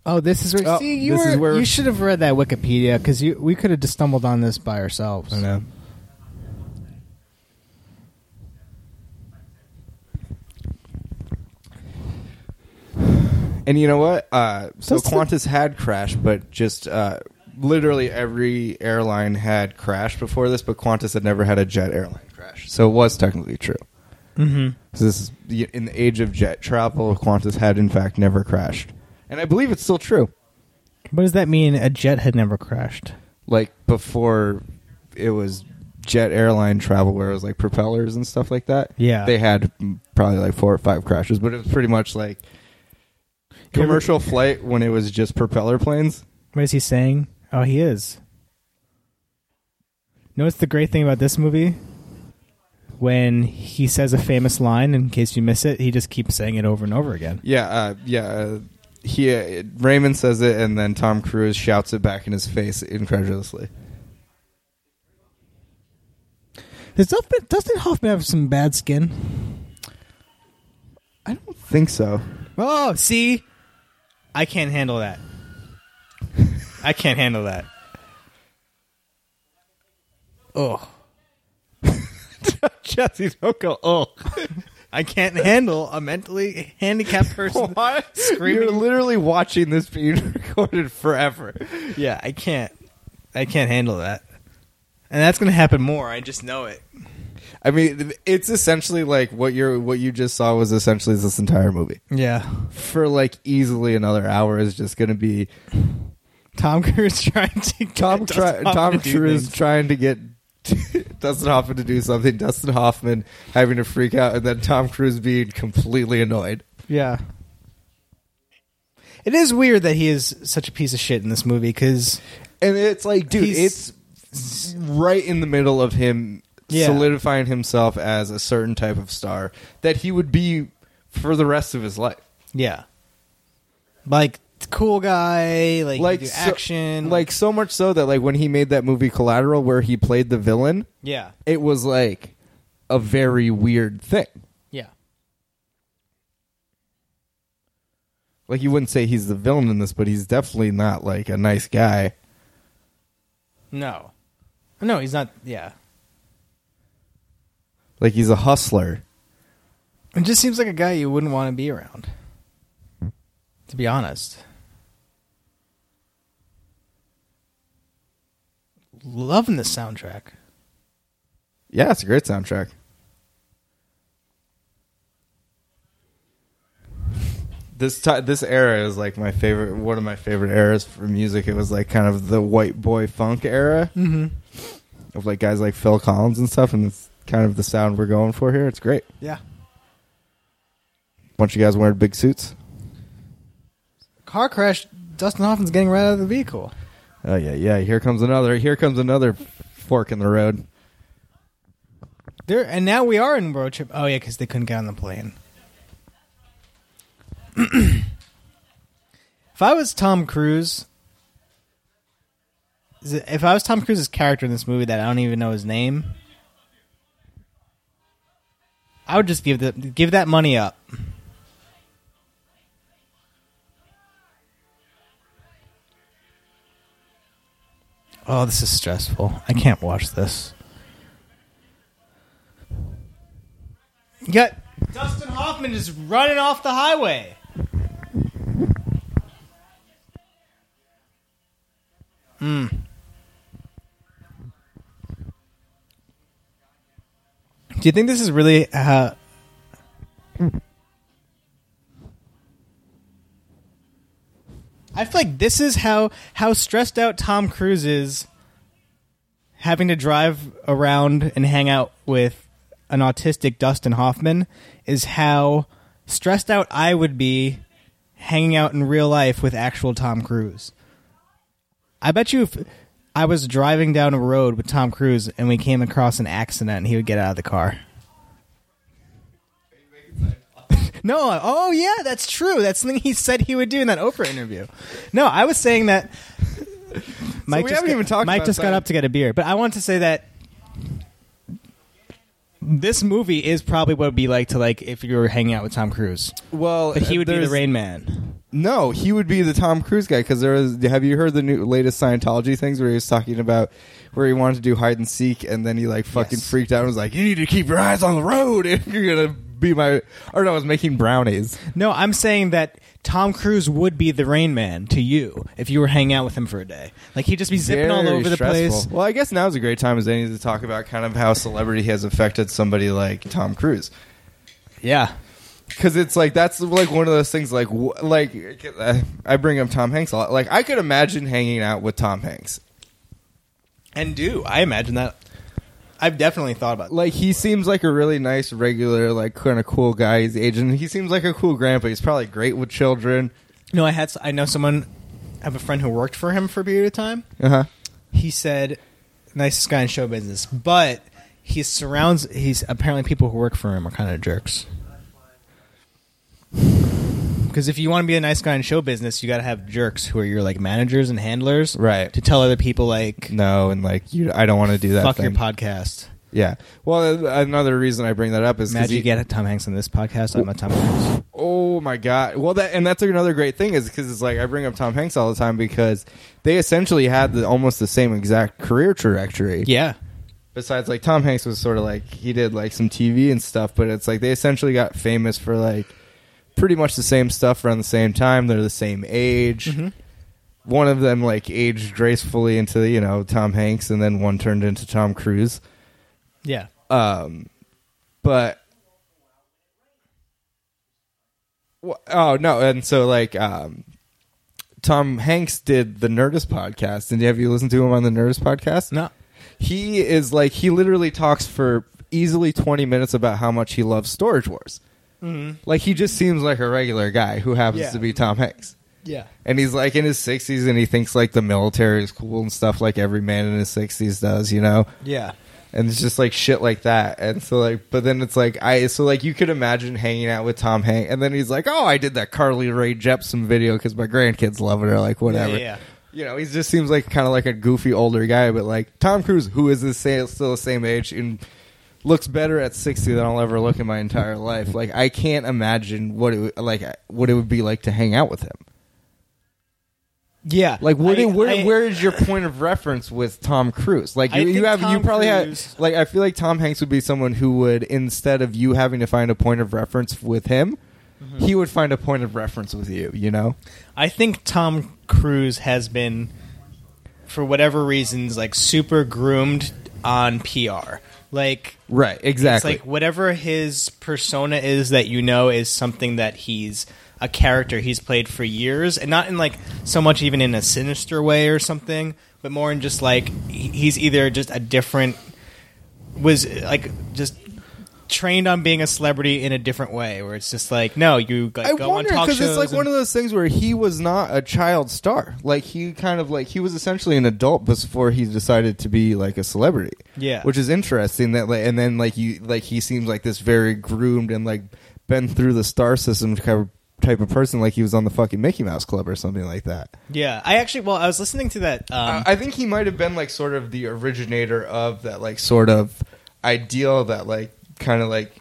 B: oh this is where
A: Oh,
B: see you
A: this is
B: were,
A: where-
B: you should have read that Wikipedia because you we could have just stumbled on this by ourselves
A: know. And you know what? Uh, so
B: That's the-
A: Qantas had crashed, but just uh, literally every airline had crashed before this, but Qantas had never had a jet airline crash. So it was technically true.
B: mm-hmm.
A: So this is the- in the age of jet travel, Qantas had in fact never crashed, and I believe it's still true.
B: what does that mean a jet had never crashed
A: Like before, it was jet airline travel where it was like propellers and stuff like that.
B: Yeah.
A: they had mm, probably like four or five crashes, but it was pretty much like
B: You ever-
A: commercial flight when it was just propeller planes.
B: What is he saying? Oh, he is. Notice the great thing about this movie? When he says a famous line, in case you miss it, he just keeps saying it over and over again.
A: Yeah, uh, yeah. Uh, he uh, Raymond says it, and then Tom Cruise shouts it back in his face incredulously.
B: Does Hoffman, doesn't Hoffman have some bad skin?
A: I don't think so.
B: Oh, see? I can't handle that. I can't handle that. Oh.
A: Jesse, don't go. Oh.
B: I can't handle a mentally handicapped person.
A: What?
B: Screaming.
A: You're literally watching this being recorded forever.
B: Yeah, I can't. I can't handle that. And that's going to happen more. I just know it.
A: I mean, it's essentially like what you're what you just saw was essentially this entire movie
B: Yeah.
A: for like easily another hour is just going to be
B: Tom Cruise trying to get
A: Tom
B: Dustin
A: try,
B: Hoffman
A: Tom
B: to do
A: Cruise
B: things.
A: trying to get Dustin Hoffman to do something, Dustin Hoffman having to freak out, and then Tom Cruise being completely annoyed.
B: Yeah. It is weird that he is such a piece of shit in this movie because
A: And it's like, dude,
B: He's-
A: it's right in the middle of him
B: Yeah.
A: solidifying himself as a certain type of star that he would be for the rest of his life.
B: yeah, like cool guy, like,
A: Like
B: like
A: so-
B: action,
A: like so much so that like when he made that movie Collateral where he played the villain,
B: yeah,
A: it was like a very weird thing.
B: yeah,
A: Like you wouldn't say he's the villain in this, but he's definitely not like a nice guy.
B: no, no, he's not. Yeah,
A: Like he's a hustler.
B: it just seems like a guy you wouldn't want to be around. To be honest, loving the soundtrack.
A: Yeah, it's a great soundtrack. This ti this era is like my favorite, one of my favorite eras for music. It was like kind of the white boy funk era
B: Mm-hmm.
A: of like guys like Phil Collins and stuff, and it's kind of the sound we're going for here. It's great.
B: Yeah.
A: Bunch of guys wearing big suits.
B: car crash, Dustin Hoffman's getting right out of the vehicle.
A: Oh yeah, yeah. Here comes another. Here comes another fork in the road.
B: There and now we are in road trip. Oh yeah, because they couldn't get on the plane. if I was Tom Cruise, is it- if I was Tom Cruise's character in this movie that I don't even know his name, I would just give the give that money up. Oh, this is stressful. I can't watch this. You got Dustin Hoffman just running off the highway. Hmm. Do you think this is really uh I feel like this is how how stressed out Tom Cruise is having to drive around and hang out with an autistic Dustin Hoffman is how stressed out I would be hanging out in real life with actual Tom Cruise. I bet you if I was driving down a road with Tom Cruise and we came across an accident, he would get out of the car. No, oh yeah, that's true. That's something he said he would do in that Oprah interview. No, I was saying that. Mike
A: we
B: just
A: haven't
B: got,
A: even talked
B: Mike
A: about
B: just got
A: science.
B: up to get a beer, but I want to say that this movie is probably what it'd be like to like if you were hanging out with Tom Cruise,
A: Well,
B: but he would be the
A: there's-
B: Rain Man.
A: No, he would be the Tom Cruise guy because there is. Have you heard the new latest Scientology things where he was talking about where he wanted to do hide and seek and then he like fucking
B: Yes.
A: freaked out and was like, "You need to keep your eyes on the road if you're gonna be my." Or no, I was making brownies.
B: No, I'm saying that Tom Cruise would be the Rain Man to you if you were hanging out with him for a day. Like he'd just be zipping all
A: Very
B: over the
A: stressful.
B: place.
A: Well, I guess now's a great time as any to talk about kind of how celebrity has affected somebody like Tom Cruise.
B: Yeah,
A: because it's like that's like one of those things like wh- like uh, I bring up Tom Hanks a lot. Like I could imagine hanging out with Tom Hanks.
B: and do I imagine that? I've definitely thought about.
A: Like he seems like a really nice, regular, like kind of cool guy. He's agent. He seems like a cool grandpa. He's probably great with children.
B: No, I had. s- I know someone. I have a friend who worked for him for a period of time.
A: Uh huh.
B: He said, "Nicest guy in show business," but he surrounds. He's apparently people who work for him are kind of jerks. Because if you want to be a nice guy in show business, you got to have jerks who are your like managers and handlers,
A: Right.
B: To tell other people like,
A: No, and like you, I don't want to do that.
B: "Fuck your
A: thing.
B: podcast."
A: Yeah. Well, uh, another reason I bring that up is 'cause
B: Imagine
A: he-
B: you get Tom Hanks on this podcast. I'm a Tom Hanks.
A: Oh my god! Well, that and that's another great thing is because it's like I bring up Tom Hanks all the time because they essentially had the, almost the same exact career trajectory.
B: Yeah,
A: besides like Tom Hanks was sort of like he did like some TV and stuff, but it's like they essentially got famous for like pretty much the same stuff around the same time. They're the same age. One of them like aged gracefully into you know Tom Hanks, and then one turned into Tom Cruise.
B: yeah.
A: Um, but Wha- oh no, and so like um, Tom Hanks did the Nerdist podcast, and have you listened to him on the Nerdist podcast?
B: No.
A: he is like he literally talks for easily twenty minutes about how much he loves Storage Wars.
B: mm-hmm.
A: Like he just seems like a regular guy who happens
B: Yeah.
A: to be Tom Hanks.
B: Yeah.
A: And he's like in his 60s and he thinks like the military is cool and stuff like every man in his 60s does, you know?
B: Yeah.
A: and it's just like shit like that and so like but then it's like i so like you could imagine hanging out with tom hanks and then he's like oh i did that carly ray jepsen video because my grandkids love it or like whatever
B: Yeah, yeah, yeah.
A: you know he just seems like kind of like a goofy older guy but like tom cruise who is the same, still the same age and looks better at 60 than i'll ever look in my entire life like i can't imagine what it would- like what it would be like to hang out with him
B: Yeah.
A: like what?
B: I-
A: where,
B: I-
A: where is your point of reference with Tom Cruise? Like
B: I
A: you, you
B: think
A: have you
B: Tom
A: probably
B: Cruise-
A: had like I feel like Tom Hanks would be someone who would instead of you having to find a point of reference with him,
B: Mm-hmm.
A: he would find a point of reference with you. You know?
B: I think Tom Cruise has been, for whatever reasons, like super groomed on PR. Like
A: Right?
B: it's
A: Exactly.
B: like whatever his persona is that you know is something that he's a character he's played for years, and not in like so much even in a sinister way or something, but more in just like he- he's either just a different was like just trained on being a celebrity in a different way, where it's just like no, you like,
A: I
B: go
A: wonder
B: on talk
A: because
B: shows.
A: it's like
B: and-
A: one of those things where he was not a child star. Like he kind of like he was essentially an adult before he decided to be like a celebrity.
B: Yeah.
A: which is interesting. That like, and then like you like he seems like this very groomed and like been through the star system type of, type of person. Like he was on the fucking Mickey Mouse Club or something like that.
B: Yeah, I actually. Well, I was listening to that. Um,
A: Uh, I I think he might have been like sort of the originator of that like sort of ideal that like kind of like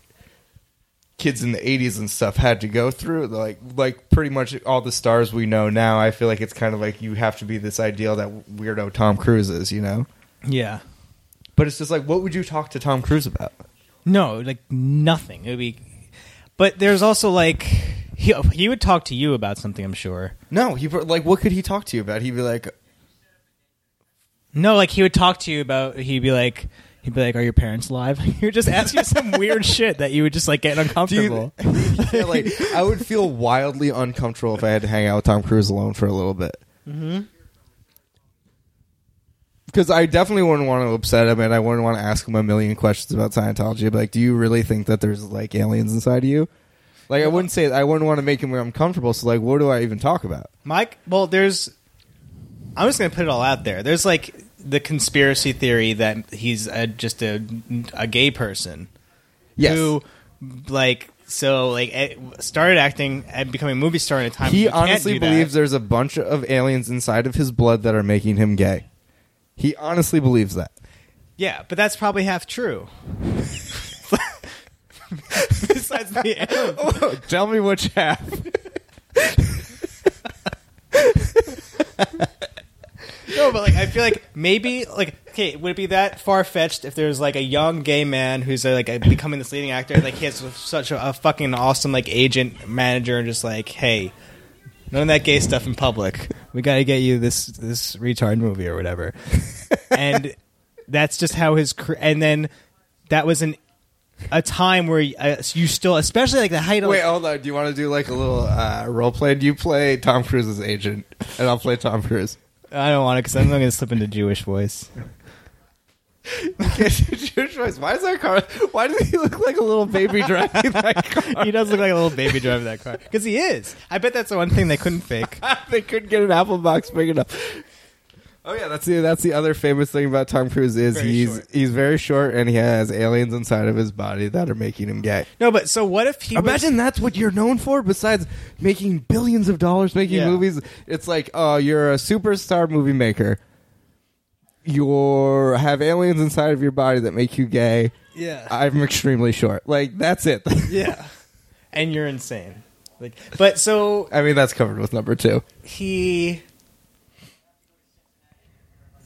A: kids in the 80s and stuff had to go through like like pretty much all the stars we know now I feel like it's kind of like you have to be this ideal that weirdo Tom Cruise is, you know.
B: yeah.
A: But it's just like what would you talk to Tom Cruise about?
B: No, like nothing. It would be. But there's also like he he would talk to you about something. I'm sure.
A: No, he like what could he talk to you about? He'd be like
B: No, like he would talk to you about. He'd be like. He'd be like, "Are your parents alive?" He would just ask you some weird shit that you would just like get uncomfortable.
A: Yeah, like I would feel wildly uncomfortable if I had to hang out with Tom Cruise alone for a little bit.
B: Mm-hmm.
A: Because I definitely wouldn't want to upset him, and I wouldn't want to ask him a million questions about Scientology. I'd be like, do you really think that there's like aliens inside of you? Like I wouldn't say I wouldn't want to make him uncomfortable. So like, what do I even talk about?
B: Mike, well, there's. I'm just gonna put it all out there. There's like the conspiracy theory that he's uh just a a gay person
A: Yes,
B: who, like, so like eh, started acting and becoming a movie star in a time
A: he
B: Um, you can't
A: honestly
B: do that.
A: believes there's a bunch of aliens inside of his blood that are making him gay. He honestly believes that.
B: Yeah, but that's probably half true. Besides the end.
A: Tell me which half.
B: No, but like I feel like maybe like okay, would it be that far fetched if there's like a young gay man who's uh, like a, becoming this leading actor, like he has such a, a fucking awesome like agent manager and just like, hey, none of that gay stuff in public. We got to get you this this retard movie or whatever, and that's just how his cr- and then that was an a time where uh, you still especially like the height of
A: Wait, hold on. Do you want to do like a little uh, role play? Do you play Tom Cruise's agent, and I'll play Tom Cruise.
B: I don't want it because I'm going to slip into Jewish voice.
A: Can't you choose choice? Why does that car? Why does he look like a little baby driving that car?
B: He does look like a little baby driving that car because he is. I bet that's the one thing they couldn't fake.
A: they couldn't get an apple box big enough. Oh yeah, that's the that's the other famous thing about Tom Cruise is
B: Very
A: he's
B: short.
A: he's very short and he has aliens inside of his body that are making him gay.
B: No, but so what if he?
A: Imagine that's what you're known for besides making billions of dollars making
B: Yeah.
A: movies. It's like, oh, you're a superstar movie maker. You have aliens inside of your body that make you gay.
B: Was, yeah,
A: I'm extremely short. Like that's it.
B: yeah, and you're insane. Like, but so
A: I mean, that's covered with number two.
B: he.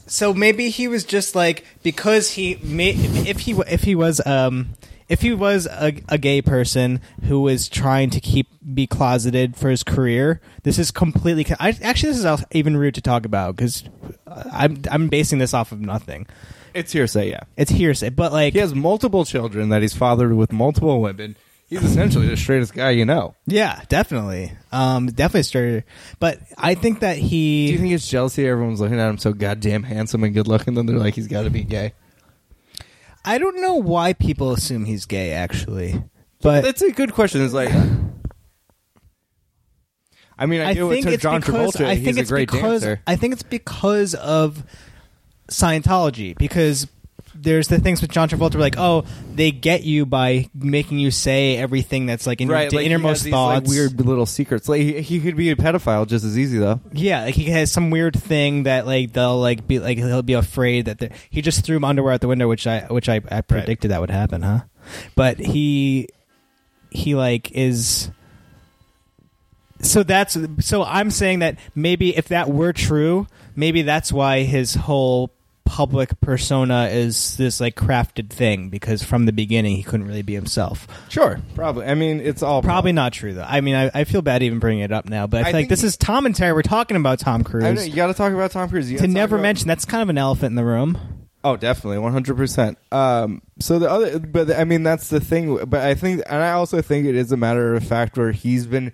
B: So maybe he was just like because he may, if he wa- if he was um if he was a, a gay person who was trying to keep be closeted for his career this is completely I, actually this is al- even rude to talk about because I'm I'm basing this off of nothing
A: It's hearsay, yeah.
B: it's hearsay but like
A: He has multiple children that he's fathered with multiple women. He's essentially the straightest guy you know.
B: Yeah, definitely. Um, definitely straighter. But I think that he.
A: Do you think it's jealousy? Everyone's looking at him so goddamn handsome and good looking, then they're like, he's got to be gay.
B: I don't know why people assume he's gay. Actually, but
A: That's a good question. It's like, I mean, I,
B: I
A: knew it
B: think
A: took
B: it's
A: John
B: because
A: Travolta.
B: I
A: he's
B: think it's
A: a great
B: because
A: dancer.
B: I think it's because of Scientology because. There's the things with John Travolta, where like, oh, they get you by making you say everything that's like in your d-
A: like, he has
B: innermost
A: these,
B: thoughts.
A: like, weird little secrets. Like he, he could be a pedophile just as easy though.
B: Yeah, like he has some weird thing that like they'll like be like he'll be afraid that they're- he just threw underwear out the window, which I which I, I predicted that would happen, huh? But he he like is so that's so I'm saying that maybe if that were true, maybe that's why his whole public persona is this like crafted thing because from the beginning he couldn't really be himself.
A: Sure, probably. I mean, it's all
B: Probably not true though. I mean, I, I feel bad even bringing it up now, but I
A: I
B: feel like
A: think
B: this
A: he-
B: is Tom and Terry. We're talking about Tom Cruise
A: I know, you got to talk about Tom Cruise. You
B: to
A: gotta talk
B: never
A: about-
B: mention that's kind of an elephant in the room
A: Oh, definitely, one hundred percent. Um, so the other, but I mean, that's the thing. But I think, and I also think it is a matter of fact where he's been.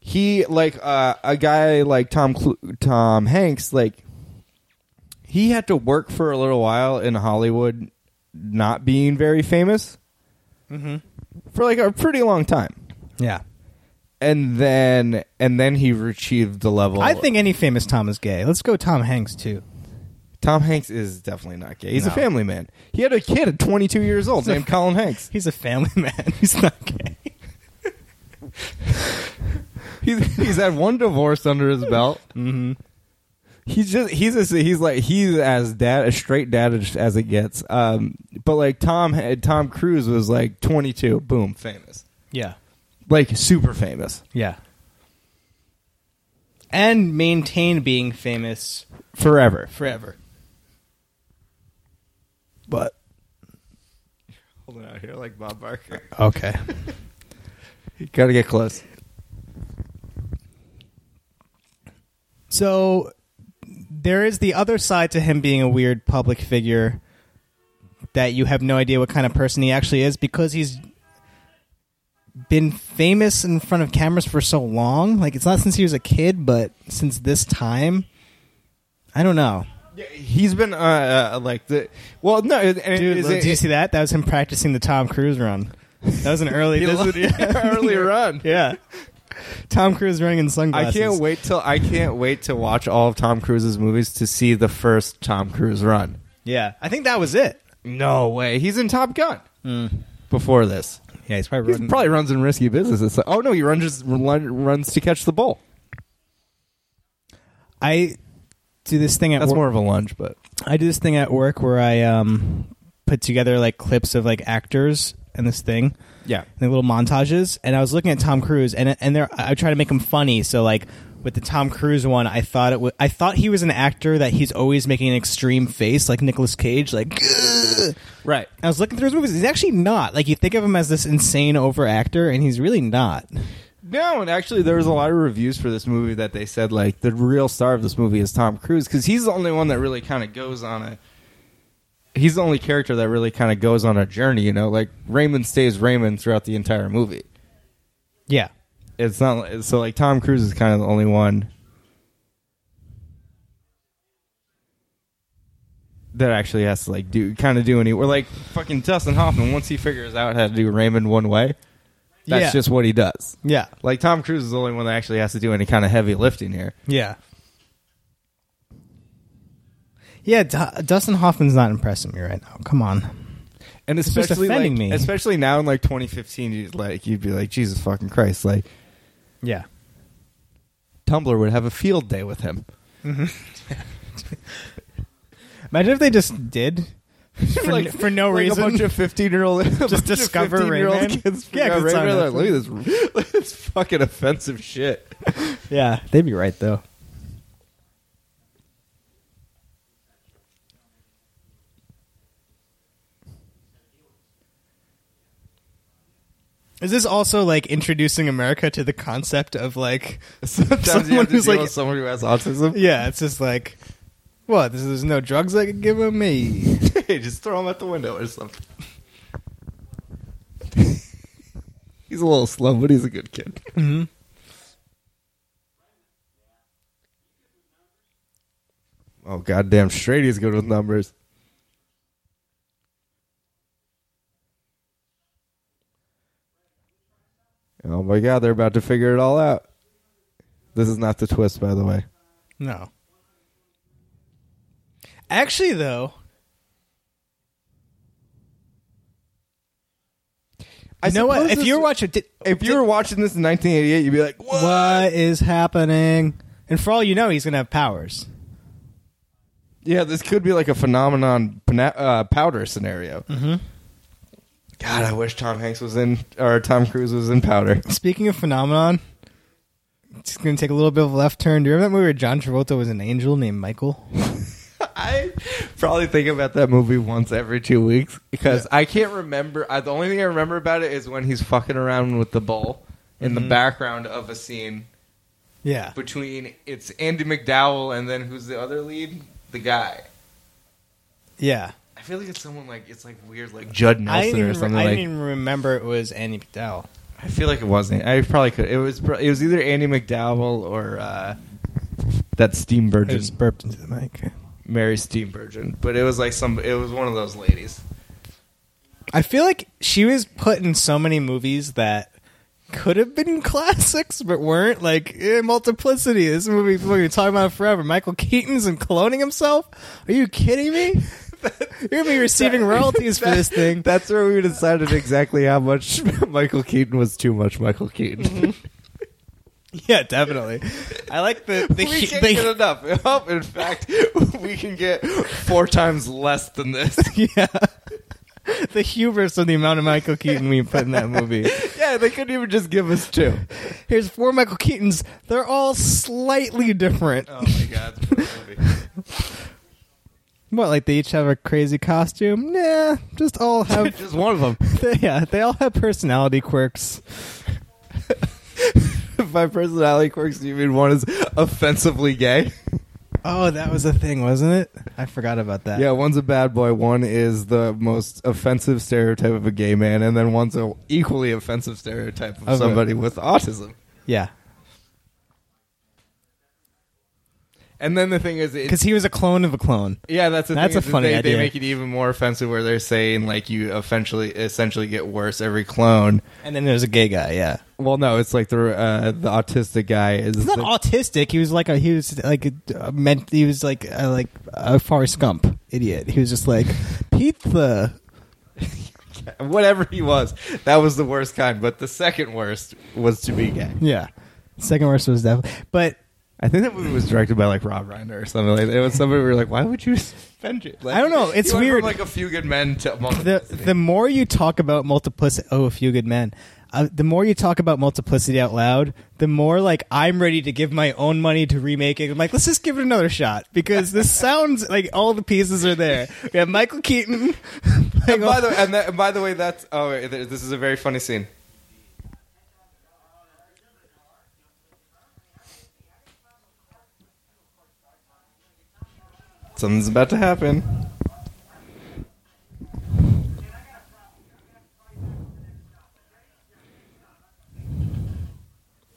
A: He like uh, a guy like Tom Clu Tom Hanks like. He had to work for a little while in Hollywood, not being very famous,
B: Mm-hmm.
A: for like a pretty long time,
B: yeah
A: and then and then he achieved the level.
B: i think any famous tom is gay let's go tom hanks too
A: Tom Hanks is definitely not gay. He's a
B: No.
A: family man. He had a kid at 22 years old named Colin Hanks.
B: he's a family man he's not gay
A: He's he's had one divorce under his belt. Mm-hmm. He's just he's a, he's like he's as dad a straight dad as, as it gets. Um, but like Tom had- Tom Cruise was like 22, boom, famous,
B: yeah
A: like super famous
B: yeah and maintain being famous
A: forever.
B: forever
A: But holding out here like Bob Barker.
B: okay
A: Got to get close.
B: so there is the other side to him being a weird public figure that you have no idea what kind of person he actually is because he's been famous in front of cameras for so long. Like it's not since he was a kid, but since this time, I don't know.
A: Yeah, he's been uh, uh like the well no. it- And it-
B: Dude,
A: is
B: look,
A: it-
B: did you see that? That was him practicing the Tom Cruise run. That was an early.
A: He
B: this
A: loved
B: was-
A: the early run.
B: yeah. Tom Cruise running in
A: I
B: sunglasses.
A: can't wait till I can't wait to watch all of Tom Cruise's movies to see the first Tom Cruise run.
B: Yeah, I think that was it.
A: No way. He's in Top Gun before this.
B: Yeah, he's probably
A: He
B: running.
A: probably runs in risky business. It's like, oh no, he runs just run, runs to catch the ball.
B: I do this thing at
A: That's
B: work.
A: more of a lunge, but
B: I do this thing at work where I um, put together like clips of like actors and this thing.
A: yeah,
B: like little montages, and I was looking at Tom Cruise, and and there I try to make him funny. So like with the Tom Cruise one, I thought it was I thought he was an actor that he's always making an extreme face, like Nicolas Cage, like. "Gah."
A: right.
B: I was looking through his movies. He's actually not like you think of him as this insane over actor, and he's really not.
A: No, and actually, there was a lot of reviews for this movie that they said like the real star of this movie is Tom Cruise because he's the only one that really kind of goes on a. He's the only character that really kind of goes on a journey, you know. Like Raymond stays Raymond throughout the entire movie.
B: Yeah,
A: It's not so like Tom Cruise is kind of the only one that actually has to like do kind of do any. We're like fucking Dustin Hoffman. Once he figures out how to do Raymond one way, that's
B: Yeah.
A: just what he does.
B: yeah,
A: Like Tom Cruise is the only one that actually has to do any kind of heavy lifting here.
B: yeah, yeah. D- Dustin Hoffman's not impressing me right now. Come on,
A: And
B: just
A: especially like,
B: offending me.
A: especially now in like 2015, you'd like you'd be like Jesus fucking Christ, like
B: yeah.
A: Tumblr would have a field day with him.
B: Imagine if they just did for, for no
A: like
B: reason.
A: A bunch of fifteen-year-old just
B: discover Rayman?
A: kids.
B: Yeah,
A: Yeah,
B: 'cause it's on
A: Rayman, like, look at this, look at this fucking offensive shit.
B: Yeah, they'd be right though. Is this also like introducing America to the concept of like
A: Sometimes you
B: Someone
A: have to
B: who's
A: deal
B: like-
A: with someone who has autism.
B: yeah, it's just like what? This is no drugs I could give him me.
A: hey, just throw him out the window or something. he's a little slow, but he's a good kid. Oh goddamn, straight he's good with numbers. Oh my god, they're about to figure it all out. This is not the twist, by the way.
B: No. Actually, though,
A: I
B: you know what?
A: suppose
B: If
A: this-
B: you were watching, did,
A: If you were watching this in 1988, you'd be like, "What?"
B: what is happening? And for all you know, he's gonna have powers.
A: Yeah, this could be like a phenomenon pana- uh, powder scenario. Mm-hmm. God, I wish Tom Hanks was in or Tom Cruise was in powder.
B: Speaking of phenomenon, it's going to take a little bit of a left turn. Do you remember that movie where John Travolta was an angel named Michael?
A: I probably think about that movie once every two weeks because I can't remember. I, the only thing I remember about it is when he's fucking around with the bowl in
B: Mm-hmm.
A: the background of a scene
B: Yeah.
A: between it's Andy McDowell and then who's the other lead? The guy.
B: Yeah.
A: I feel like it's someone like it's like weird like Judd
B: I didn't,
A: Nelson
B: even,
A: or something
B: I
A: like.
B: didn't even remember it was Andy McDowell.
A: I feel like it wasn't. I probably could. It was. pro- It was either Andy McDowell or uh, that steam
B: I
A: virgin,
B: just burped into the mic.
A: Mary Steam Virgin. But it was like some. It was one of those ladies.
B: I feel like she was put in so many movies that could have been classics but weren't. Like, eh, Multiplicity, this movie we were talking about forever. Michael Keaton's and cloning himself? Are you kidding me? You're going to be receiving royalties for this thing.
A: That's where we decided exactly how much Michael Keaton was too much Michael Keaton.
B: Yeah, definitely. Mm-hmm. I like the the,
A: we
B: he-
A: can't
B: the-
A: get enough. Oh, in fact, we can get four times less than this.
B: yeah. The hubris of the amount of Michael Keaton we put in that movie.
A: yeah, they couldn't even just give us two.
B: Here's four Michael Keatons. They're all slightly different.
A: Oh my god, it's a great movie.
B: What, like they each have a crazy costume? Nah, just all have.
A: just one of them.
B: they, yeah, they all have personality quirks.
A: By personality quirks, do you mean one is offensively gay?
B: Oh, that was a thing, wasn't it? I forgot about that.
A: Yeah, one's a bad boy, one is the most offensive stereotype of a gay man, and then one's an equally offensive stereotype of
B: Of a-
A: somebody with autism.
B: Yeah.
A: And then the thing is, it's
B: because he was a clone of a clone.
A: Yeah, that's the
B: That's
A: thing
B: a
A: is that
B: funny
A: they, They
B: idea.
A: make it even more offensive where they're saying like you essentially essentially get worse every clone.
B: And then there's a gay guy. Yeah,
A: Well, no, it's like the uh, the autistic guy is
B: he's not
A: the-
B: autistic. He was like a he was like a, a meant. He was like a, like a Forrest Gump idiot. He was just like pizza.
A: whatever he was. That was the worst kind, but the second worst was to be gay.
B: Yeah, second worst was definitely. But
A: I think that movie was directed by like Rob Reiner or something like that. It was somebody we were like, why would you spend it? Like,
B: I don't know. It's
A: you went from,
B: weird.
A: like a few good men to
B: the the more you talk about multiplicity, oh, a few good men. Uh, the more you talk about multiplicity out loud, the more like I'm ready to give my own money to remake it. I'm like, let's just give it another shot because this sounds like all the pieces are there. We have Michael Keaton.
A: and by the and, that, and by the way, that's oh, wait, th- this is a very funny scene. Something's about to happen.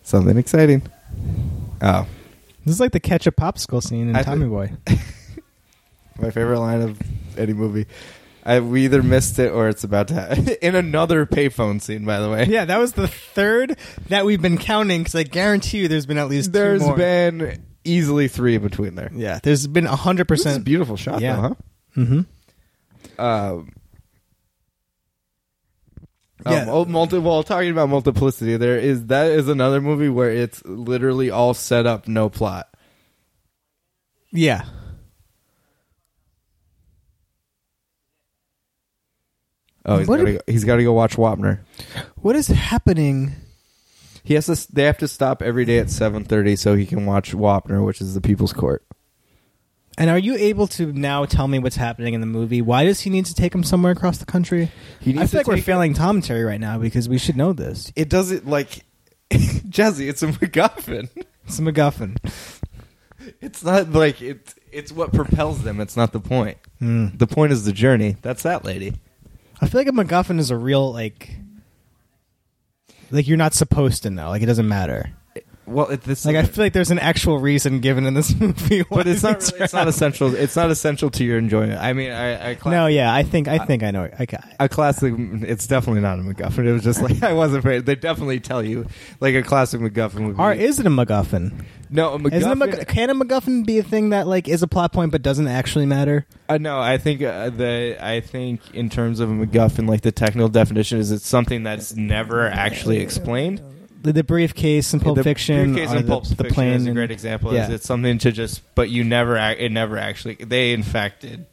A: Something exciting. Oh,
B: this is like the catch a popsicle scene in
A: I thi-
B: Tommy Boy.
A: my favorite line of any movie. I, we either missed it or it's about to happen. In another payphone scene, by the way.
B: yeah, that was the third that we've been counting because I guarantee you, there's been at least
A: There's
B: two more.
A: been easily three in between there.
B: yeah, there's been hundred
A: This is a
B: percent.
A: beautiful shot,
B: Yeah.
A: though,
B: Mm-hmm.
A: huh? Um,
B: Yeah.
A: um, oh, multi- well, talking about multiplicity, there is that is another movie where it's literally all set up, no plot.
B: Yeah.
A: Oh, he's
B: What
A: got to
B: if-
A: go, he's got to go watch Wapner.
B: What is happening?
A: He has to. s- They have to stop every day at seven thirty so he can watch Wapner, which is the People's Court.
B: And are you able to now tell me what's happening in the movie? Why does he need to take him somewhere across the country?
A: He
B: I
A: needs to
B: feel like we're
A: take-
B: failing Tom Terry right now because we should know this.
A: It doesn't like Jesse. It's a MacGuffin.
B: It's a MacGuffin.
A: It's not like it's it's what propels them. It's not the point.
B: Hmm.
A: The point is the journey. That's that lady.
B: I feel like a MacGuffin is a real like, like you're not supposed to know. Like it doesn't matter.
A: Well, it, this
B: Like I feel like there's an actual reason given in this movie, why
A: but it's not
B: these
A: really, it's
B: are
A: not
B: happening.
A: essential. It's not essential to your enjoyment. I mean, I, I cla-
B: No, yeah, I think I think I, know. I, ca-
A: A classic, it's definitely not a MacGuffin. It was just like I wasn't. Afraid. They definitely tell you, like a classic MacGuffin would be.
B: or is it a MacGuffin?
A: no, a MacGuffin.
B: Isn't a Mac- can a MacGuffin be a thing that like is a plot point but doesn't actually matter?
A: Uh, no, I think uh, the I think in terms of a MacGuffin, like the technical definition is it's something that's never actually explained.
B: The, the briefcase in Pulp
A: the
B: Fiction,
A: briefcase
B: or
A: in
B: the,
A: Pulp
B: the
A: Fiction
B: plane
A: is a
B: and-
A: great example. Is
B: yeah.
A: it's something to just, but you never, ac- it never actually. They in fact did.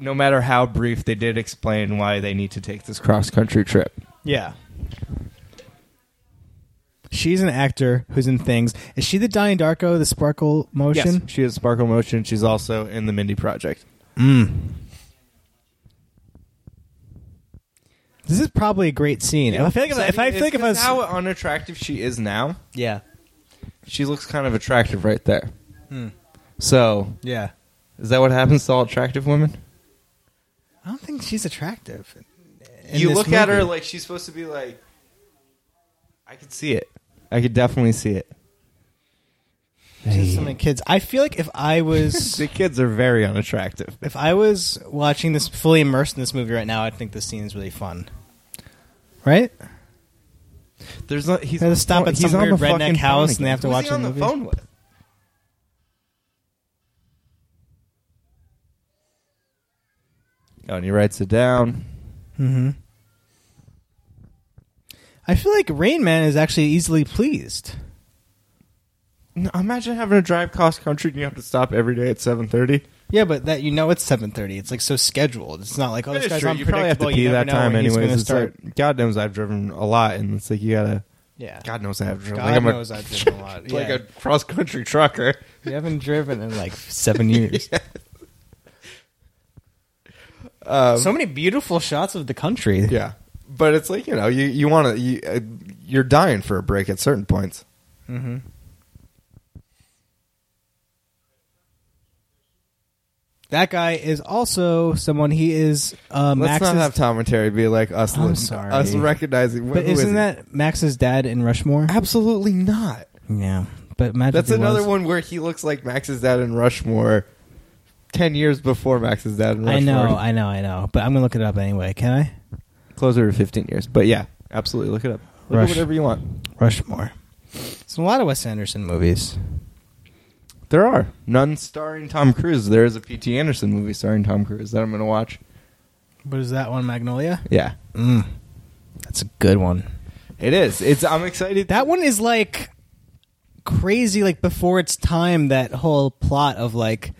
A: No matter how brief, they did explain why they need to take this cross country trip.
B: Yeah. She's an actor who's in things. Is she the Donnie Darko, the Sparkle
A: Yes,
B: Motion?
A: she is Sparkle Motion. She's also in the Mindy Project.
B: This is probably a great scene. I feel like if, I- if I feel like if I was
A: how unattractive she is now,
B: yeah
A: she looks kind of attractive right there. Hmm. So,
B: yeah.
A: is that what happens to all attractive women?
B: I don't think she's attractive. in
A: you
B: this
A: look at her
B: movie.
A: like she's supposed to be like. I could see it. I could definitely see it.
B: She has so many kids. I feel like if I was
A: The kids are very unattractive.
B: if I was watching this fully immersed in this movie right now, I'd think this scene is really fun. Right?
A: There's not. He's
B: They have to stop at
A: he's
B: some
A: on
B: weird
A: the
B: redneck
A: fucking
B: house
A: phone
B: and they have to
A: again.
B: watch
A: Who's
B: a
A: he on
B: movie?
A: the phone with? Oh, and he writes it down.
B: I feel like Rain Man is actually easily pleased.
A: No, imagine having to drive cross country and you have to stop every day at seven thirty.
B: Yeah, but that you know it's seven thirty. It's like so scheduled. It's not like oh this guy's
A: You probably have to
B: unpredictable.
A: pee
B: you never
A: that
B: know
A: time
B: when he's
A: anyways.
B: gonna
A: It's
B: start.
A: like, God knows I've driven a lot, and it's like you gotta.
B: yeah,
A: God knows I've driven.
B: God
A: like I'm a-
B: knows I've driven a lot.
A: like
B: yeah.
A: a cross country trucker.
B: you haven't driven in like seven years. so many beautiful shots of the country.
A: Yeah, but it's like you know you you want to you, uh, you're dying for a break at certain points.
B: That guy is also someone. He is uh,
A: Let's
B: Max's.
A: not have Tom and Terry be like us.
B: I'm
A: li-
B: sorry.
A: us recognizing. wh-
B: but
A: who is
B: isn't
A: he?
B: that Max's dad in Rushmore?
A: absolutely not?
B: Yeah, but imagine
A: That's
B: if he
A: another
B: was.
A: one where he looks like Max's dad in Rushmore, ten years before Max's dad in Rushmore.
B: I know, I know, I know. But I'm gonna look it up anyway. Can I?
A: closer to fifteen years, but yeah, absolutely. Look it up. Look
B: Rush.
A: at whatever you want.
B: Rushmore. It's a lot of Wes Anderson movies.
A: There are none starring Tom Cruise. There is a P.T. Anderson movie starring Tom Cruise that I'm going to watch.
B: But is that one Magnolia?
A: Yeah,
B: Mm. That's a good one.
A: it is. It's. I'm excited.
B: That one is like crazy, like before its time. That whole plot of like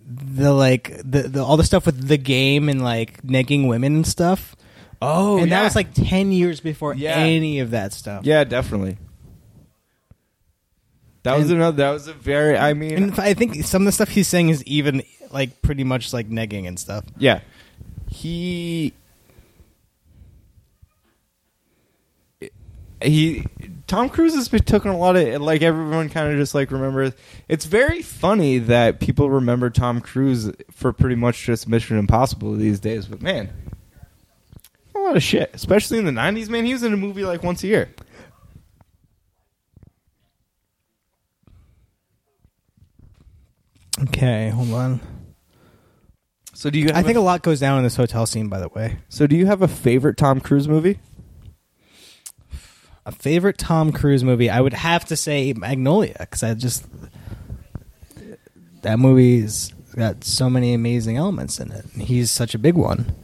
B: the like the, the all the stuff with the game and like negging women and stuff.
A: oh,
B: and
A: yeah.
B: that was like ten years before
A: Yeah.
B: any of that stuff.
A: Yeah, definitely. That was
B: And-
A: another. That was a very. I mean,
B: And I think some of the stuff he's saying is even like pretty much like negging and stuff.
A: yeah, he he Tom Cruise has been taking a lot of like everyone kind of just like remembers. It's very funny that people remember Tom Cruise for pretty much just Mission Impossible these days. But man, a lot of shit, especially in the '90s. Man, he was in a movie like once a year.
B: Okay, hold on.
A: So do you? Have
B: I think a lot goes down in this hotel scene, by the way.
A: so do you have a favorite Tom Cruise movie?
B: A favorite Tom Cruise movie, I would have to say Magnolia, because I just that movie's got so many amazing elements in it. And he's such a big one.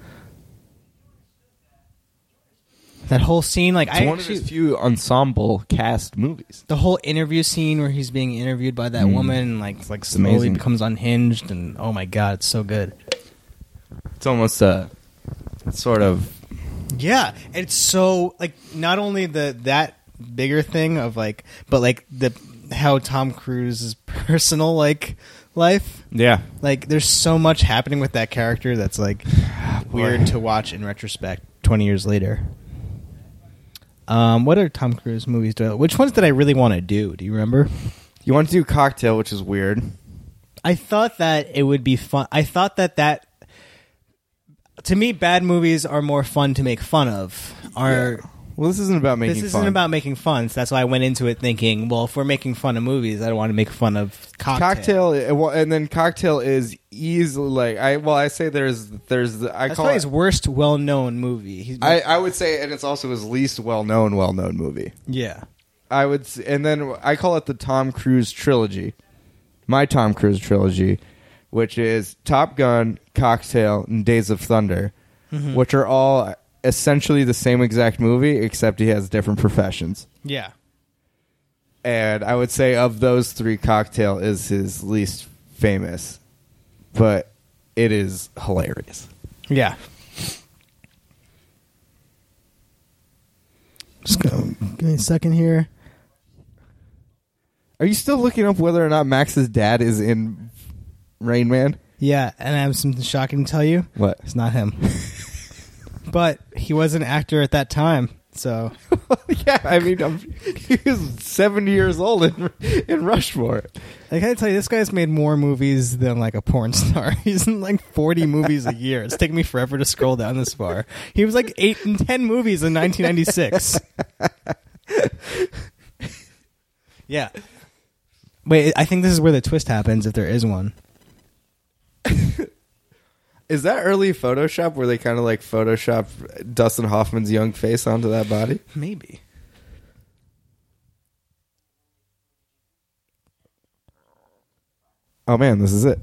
B: That whole scene, like
A: It's
B: I
A: one
B: actually,
A: of his few ensemble cast movies.
B: the whole interview scene where he's being interviewed by that woman, and like like slowly
A: Mm. amazing.
B: becomes unhinged, and oh my god, it's so good.
A: It's almost a sort of
B: Yeah, it's so like not only the that bigger thing of like, but like the how Tom Cruise's personal like life.
A: yeah.
B: Like, there's so much happening with that character that's like weird to watch in retrospect, 20 years later. Um, what are Tom Cruise movies? Do I, which ones did I really want to do? Do you remember?
A: You want to do cocktail, which is weird.
B: I thought that it would be fun. I thought that that to me, bad movies are more fun to make fun of. Are
A: Well, this isn't about making.
B: this isn't
A: fun.
B: about making fun. So that's why I went into it thinking, well, if we're making fun of movies, I don't want to make fun of cocktail.
A: cocktail, eh, well, and then cocktail is easily like I. Well, I say there's there's I
B: That's
A: call
B: probably
A: it.
B: his worst well-known movie. He's,
A: I, I would say, and it's also his least well known well known movie.
B: yeah,
A: I would, s- and then I call it the Tom Cruise trilogy, my Tom Cruise trilogy, which is Top Gun, Cocktail, and Days of Thunder, which are all essentially the same exact movie, except he has different professions.
B: yeah.
A: And I would say of those three, Cocktail is his least famous, but it is hilarious.
B: Yeah. Just go, give me a second here.
A: Are you still looking up whether or not Max's dad is in Rain Man?
B: Yeah, and I have something shocking to tell you.
A: What?
B: It's not him. but he was an actor at that time, so
A: yeah, I mean, I'm, he was 70 years old in, in Rushmore.
B: I gotta tell you, this guy's made more movies than like a porn star. He's in like 40 movies a year. It's taking me forever to scroll down this far. He was like eight and 10 movies in 1996. yeah. Wait, I think this is where the twist happens if there is one.
A: Is that early Photoshop where they kind of like Photoshop Dustin Hoffman's young face onto that body?
B: Maybe.
A: Oh man, this is it.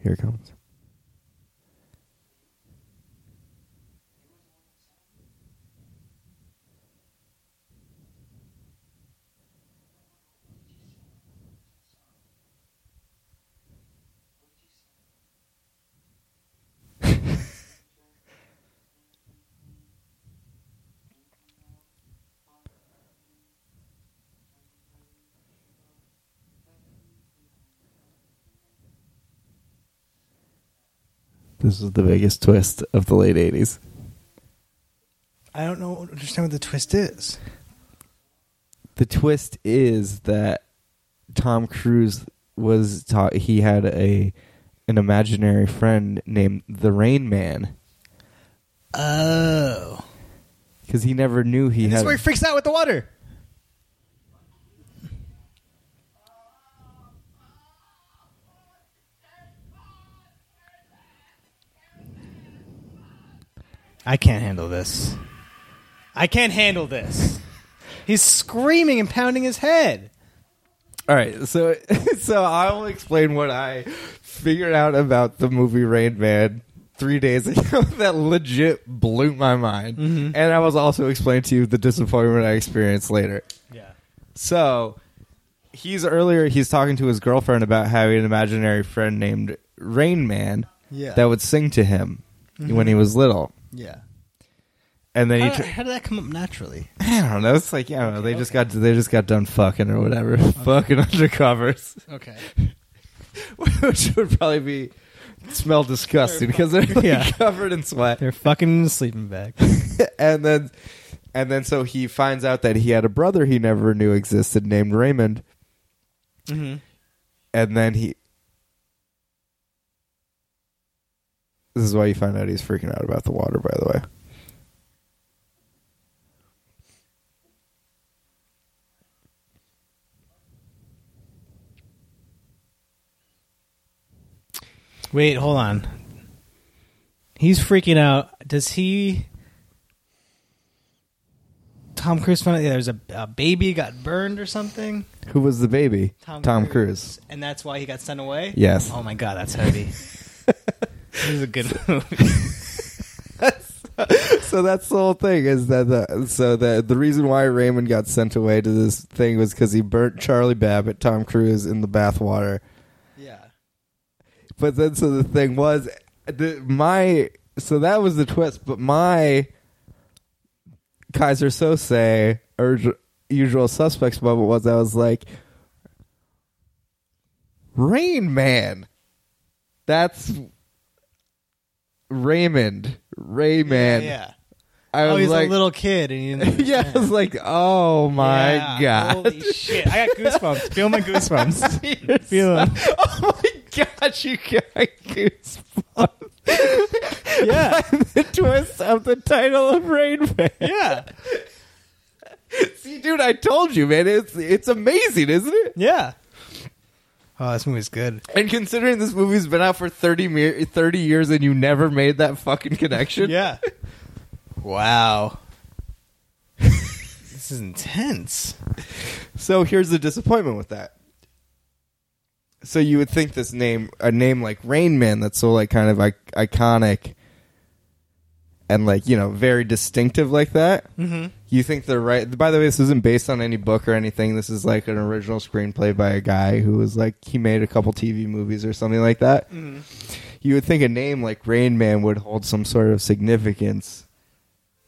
A: Here it comes. This was the biggest twist of the late '80s.
B: I don't know understand what the twist is.
A: The twist is that Tom Cruise was taught he had a an imaginary friend named the Rain Man
B: Oh.
A: because he never knew he
B: And this
A: had.
B: is where he freaks out with the water. I can't handle this. I can't handle this. He's screaming and pounding his head.
A: All right, so so I will explain what I figured out about the movie Rain Man three days ago that legit blew my mind, and I was also explaining to you the disappointment I experienced later.
B: Yeah.
A: So he's earlier he's talking to his girlfriend about having an imaginary friend named Rain Man
B: Yeah. Mm-hmm.
A: that would sing to him when he was little,
B: Yeah.
A: and then he.
B: How,
A: Tr-
B: how did that come up naturally?
A: I don't know. It's like yeah, they just got they just got done fucking or whatever, fucking undercovers.
B: Okay.
A: which would probably be smell disgusting because they're like,
B: Yeah.
A: covered in sweat.
B: They're fucking in the sleeping bag.
A: and then, and then, so he finds out that he had a brother he never knew existed named Raymond,
B: mm-hmm.
A: and then he. This is why you find out he's freaking out about the water. By the way,
B: Wait, hold on. He's freaking out. Does he? Tom Cruise found out yeah, there's a, a baby got burned or something.
A: who was the baby? Cruise.
B: and that's why he got sent away.
A: Yes.
B: Oh my god, that's heavy. this is a good movie.
A: so that's the whole thing is that the so the the reason why Raymond got sent away to this thing was because he burnt Charlie Babbitt, Tom Cruise, in the bathwater.
B: yeah.
A: But then, so the thing was, the, my so that was the twist. But my Kaiser Sose or Ju- usual suspects moment was I was like, Rain Man. That's Raymond. Rayman.
B: yeah.
A: I
B: oh,
A: was
B: he's
A: like,
B: a little kid, and he didn't
A: yeah, I was like, oh my
B: Yeah.
A: god.
B: Holy shit! I got goosebumps. Feel my goosebumps. Feel 'em.
A: Oh my god, you got goosebumps.
B: Yeah.
A: the twist of the title of Rain Man.
B: Yeah.
A: See, dude, I told you, man. It's it's amazing, isn't it?
B: Yeah. Oh, this movie's good.
A: And considering this movie's been out for 30, me- 30 years and you never made that fucking connection.
B: Yeah. Wow. this is intense.
A: So here's the disappointment with that. So you would think this name, a name like Rain Man, that's so like kind of I- iconic and like you know very distinctive like that. Mm-hmm. You think they're right? By the way, this isn't based on any book or anything. This is like an original screenplay by a guy who was like he made a couple TV movies or something like that. You would think a name like Rain Man would hold some sort of significance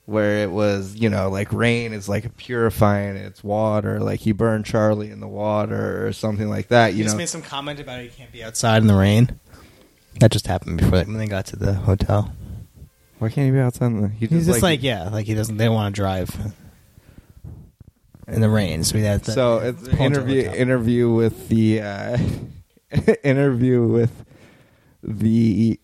A: where it was, you know, like rain is like purifying, it's water, like he burned Charlie in the water or something like that, you
B: You just
A: know.
B: made some comment about you can't be outside in the rain. That just happened before like, when they got to the hotel.
A: Why can't he be outside? in the- He
B: He's just like, yeah, like he doesn't. They don't want to drive in the rain. So that's
A: so it's interview interview with the uh, interview with the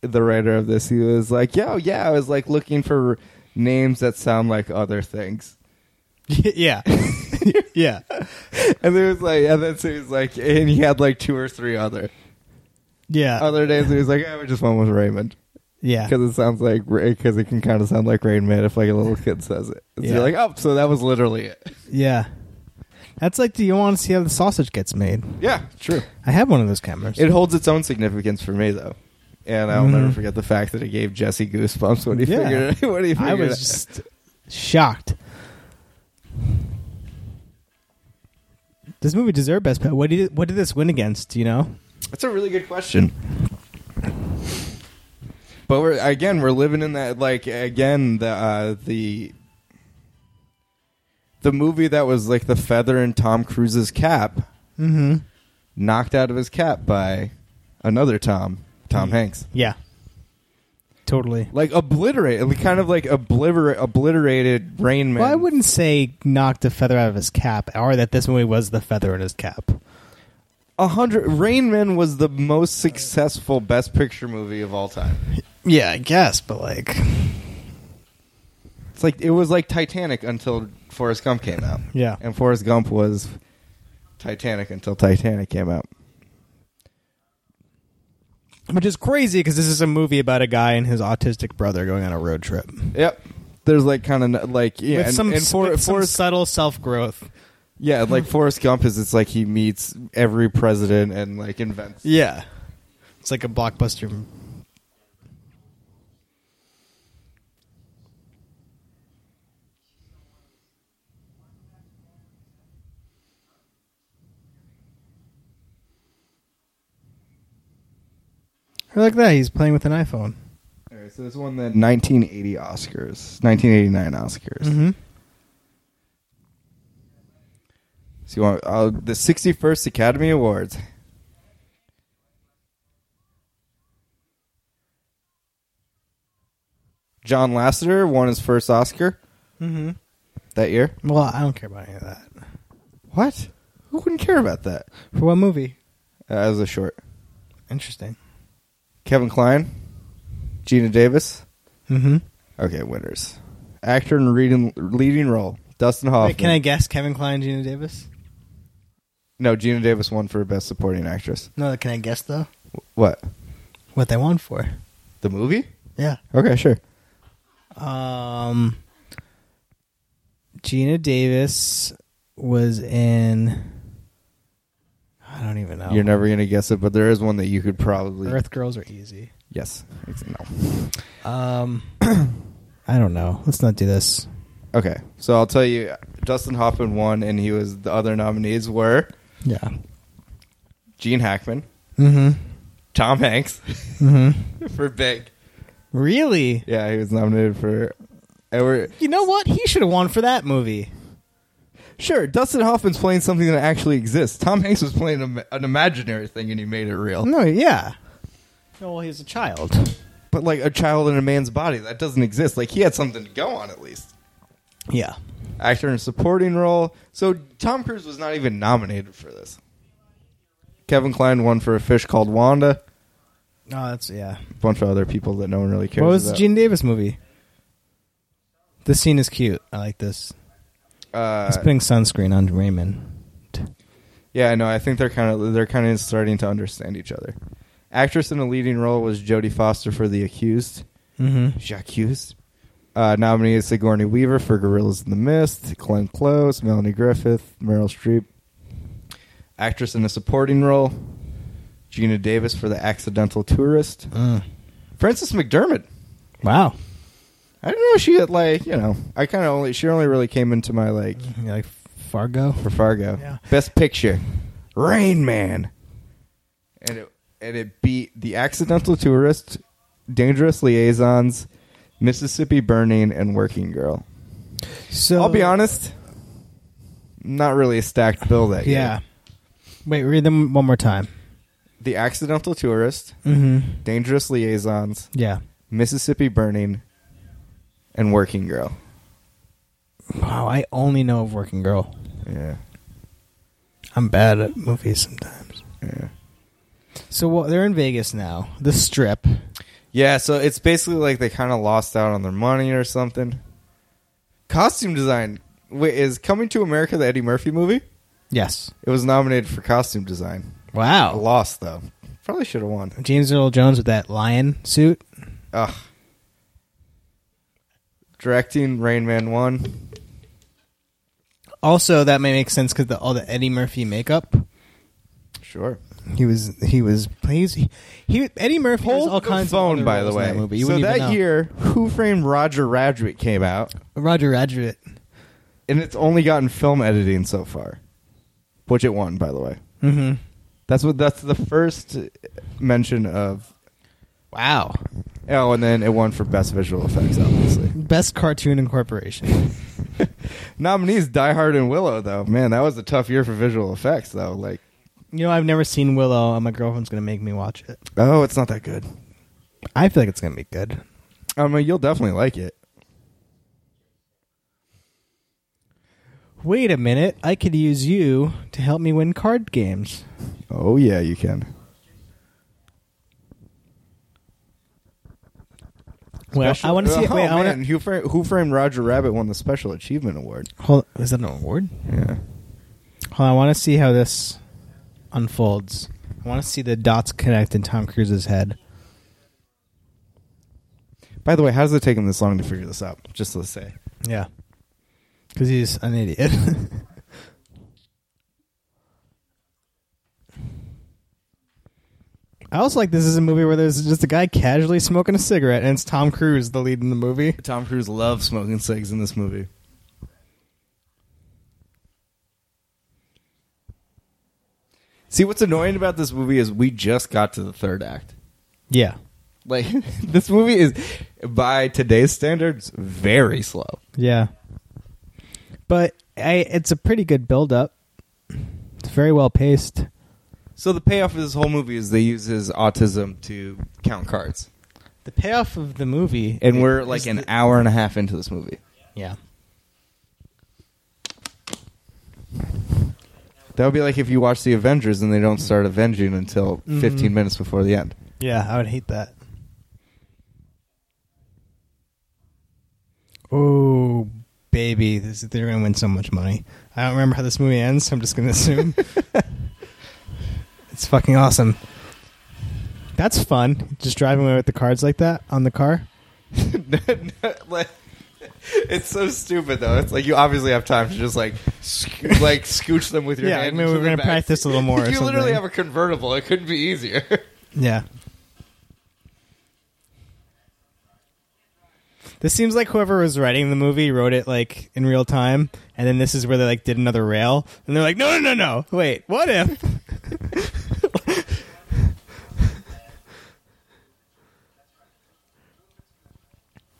A: the writer of this. He was like, "Yo, yeah, I was like looking for names that sound like other things."
B: yeah, yeah.
A: And then it was like, and then so he was like, and he had like two or three other
B: Yeah,
A: other names. And he was like, "I would just one with Raymond."
B: yeah.
A: because it sounds like because it can kind of sound like Rain Man if like a little kid says it. So
B: Yeah.
A: You're like, oh, so that was literally it.
B: Yeah. That's like, do you want to see how the sausage gets made?
A: Yeah, true.
B: I have one of those cameras.
A: It holds its own significance for me though, and I'll
B: Mhm.
A: never forget the fact that it gave Jesse goosebumps when he
B: Yeah.
A: figured it. When he figured
B: I was
A: it.
B: just shocked. This movie deserved best. Picture. What did what did this win against? Do you know?
A: That's a really good question. But we're again, we're living in that like again the uh, the the movie that was like the feather in Tom Cruise's cap.
B: Mm-hmm.
A: knocked out of his cap by another Tom, Tom Hanks.
B: Yeah. totally.
A: like obliterate, like, kind of like obliterate, obliterated Rain Man.
B: Well, I wouldn't say knocked a feather out of his cap, or that this movie was the feather in his cap.
A: a hundred. Rain Man was the most successful Best Picture movie of all time.
B: Yeah, I guess, but like,
A: It's like it was like Titanic until Forrest Gump came out.
B: yeah,
A: and Forrest Gump was Titanic until Titanic came out.
B: which is crazy because this is a movie about a guy and his autistic brother going on a road trip
A: Yep. There's like kind of like yeah,
B: with
A: and,
B: some,
A: and For-
B: with some
A: Forrest-
B: subtle self growth.
A: yeah, like Forrest Gump is it's like he meets every president and like invents.
B: Yeah, it's like a blockbuster. m- Or like that, he's playing with an iPhone.
A: All right, so this won the 1980 Oscars, 1989 Oscars.
B: Mm-hmm.
A: So you want uh, the 61st Academy Awards? John Lasseter won his first Oscar
B: Mm-hmm.
A: that year.
B: Well, I don't care about any of that.
A: What? Who wouldn't care about that?
B: For what movie?
A: Uh, as a short.
B: Interesting.
A: Kevin Klein, Gina Davis.
B: Mm-hmm.
A: Okay, winners. Actor and reading, leading role, Dustin Hoffman.
B: Wait, can I guess Kevin Klein, Gina Davis?
A: No, Gina Davis won for Best Supporting Actress.
B: No, can I guess though?
A: What?
B: What they won for?
A: The movie?
B: Yeah.
A: Okay, sure.
B: Um, Gina Davis was in. I don't even know.
A: You're never gonna guess it, but there is one that you could probably.
B: Earth Girls are easy.
A: Yes. It's- No.
B: Um, I don't know. Let's not do this.
A: Okay, so I'll tell you. Dustin Hoffman won, and he was the other nominees were
B: Yeah.
A: Gene Hackman,
B: Mm
A: Tom Hanks
B: hmm. Mm
A: for Big.
B: hmm. Really?
A: Yeah, he was nominated for. Edward.
B: You know what? He should have won for that movie.
A: Sure, Dustin Hoffman's playing something that actually exists. Tom Hanks was playing a, an imaginary thing, and he made it real.
B: No, yeah. No, Oh, well, he's a child.
A: But like a child in a man's body, that doesn't exist. Like he had something to go on at least.
B: Yeah.
A: actor in a supporting role. So Tom Cruise was not even nominated for this. Kevin Klein won for a fish called Wanda.
B: No, that's yeah.
A: A bunch of other people that no one really cares
B: What was the
A: about.
B: Gene Davis movie? This scene is cute. I like this.
A: uh,
B: He's putting sunscreen on Raymond.
A: yeah, I know. I think they're kind of they're kind of starting to understand each other. Actress in a leading role was Jodie Foster for The Accused.
B: Mm-hmm.
A: She accused. Uh, nominee is Sigourney Weaver for Gorillas in the Mist, Glenn Close, Melanie Griffith, Meryl Streep. Actress in a supporting role, Gina Davis for The Accidental Tourist.
B: Mm.
A: Frances McDermott.
B: Wow.
A: I didn't know she had like you know. I kind of only she only really came into my like
B: You like Fargo?
A: for Fargo.
B: Yeah.
A: Best Picture, Rain Man, and it and it beat The Accidental Tourist, Dangerous Liaisons, Mississippi Burning, and Working Girl.
B: So
A: I'll be honest, not really a stacked bill that year.
B: Yeah. Wait, read them one more time.
A: The Accidental Tourist,
B: Mm-hmm.
A: Dangerous Liaisons,
B: Yeah.
A: Mississippi Burning, and Working Girl.
B: Wow. I only know of Working Girl.
A: Yeah,
B: I'm bad at movies sometimes.
A: yeah.
B: So well, they're in Vegas now. The Strip.
A: Yeah, so it's basically like they kind of lost out on their money or something. Costume design Wait, is coming to America the Eddie Murphy movie.
B: Yes.
A: It was nominated for costume design. I
B: Wow.
A: lost though. Probably should have won.
B: James Earl Jones with that lion suit.
A: Ugh. Directing Rain Man one.
B: Also, that may make sense because all the Eddie Murphy makeup.
A: Sure.
B: He was he was plays he, he Eddie Murphy has
A: Hold
B: all
A: the
B: kinds of
A: phone,
B: other
A: by the
B: roles in
A: way.
B: That movie. You
A: so
B: wouldn't even
A: that
B: know.
A: year, Who Framed Roger Rabbit came out,
B: Roger Rabbit.
A: and it's only gotten film editing so far, which it won, by the way.
B: Mm-hmm.
A: That's what. That's the first mention of
B: Wow.
A: Oh, and then it won for best visual effects, obviously.
B: Best cartoon in corporation.
A: Nominees: Die Hard and Willow. Though, man, that was a tough year for visual effects. Though, like,
B: you know, I've never seen Willow, and my girlfriend's gonna make me watch it.
A: oh, it's not that good.
B: I feel like it's gonna be good.
A: I mean, you'll definitely like it.
B: Wait a minute, I could use you to help me win card games.
A: Oh yeah, you can.
B: Well, I want to see.
A: Oh,
B: wait, I
A: man,
B: want to.
A: Who, Fra- Who Framed Roger Rabbit won the Special Achievement Award.
B: Hold. Is that an award?
A: Yeah.
B: Hold. On, I want to see how this unfolds. I want to see the dots connect in Tom Cruise's head.
A: By the way, how's it taking this long to figure this out? Just let's say.
B: Yeah, because he's an idiot. I also like this is a movie where there's just a guy casually smoking a cigarette, and it's Tom Cruise the lead in the movie.
A: Tom Cruise loves smoking cigs in this movie. See, what's annoying about this movie is we just got to the third act.
B: Yeah,
A: Like, this movie is, by today's standards, very slow.
B: yeah. But I, it's a pretty good build up. It's very well paced.
A: So the payoff of this whole movie is they use his autism to count cards,
B: The payoff of the movie,
A: and we're like an hour and a half into this movie.
B: yeah.
A: That would be like if you watch the Avengers and they don't start avenging until 15 minutes before the end.
B: Yeah, I would hate that. Oh, baby, this, they're going to win so much money. I don't remember how this movie ends, so I'm just going to assume. it's fucking awesome. That's fun. Just driving away with the cards like that on the car.
A: Like, it's so stupid though. It's like you obviously have time to just like sc- like scooch them with your
B: Yeah,
A: hand.
B: maybe
A: into
B: we're
A: the
B: gonna
A: back.
B: practice a little more or
A: you literally
B: something.
A: have a convertible. It couldn't be easier.
B: Yeah. This seems like whoever was writing the movie wrote it like in real time, and then this is where they like did another rail, and they're like, no, no, no, no, wait, what if?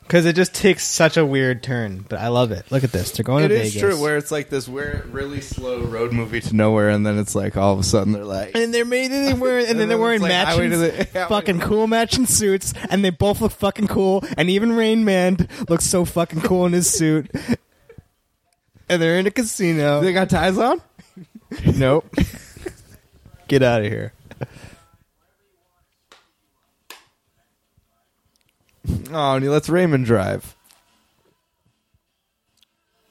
B: Because it just takes such a weird turn, but I love it. Look at this; they're going
A: it
B: to
A: is
B: Vegas,
A: true. Where it's like this weird, really slow road movie to nowhere, and then it's like all of a sudden they're like,
B: and they're made, and they were, and,
A: And
B: then they're
A: then
B: wearing
A: it's like, highway
B: matching,
A: to the- highway
B: fucking cool matching suits, and they both look fucking cool. And even Rain Man looks so fucking cool in his suit. And they're in a casino.
A: they got ties on.
B: nope. Get out of here.
A: Oh, and he lets Raymond drive.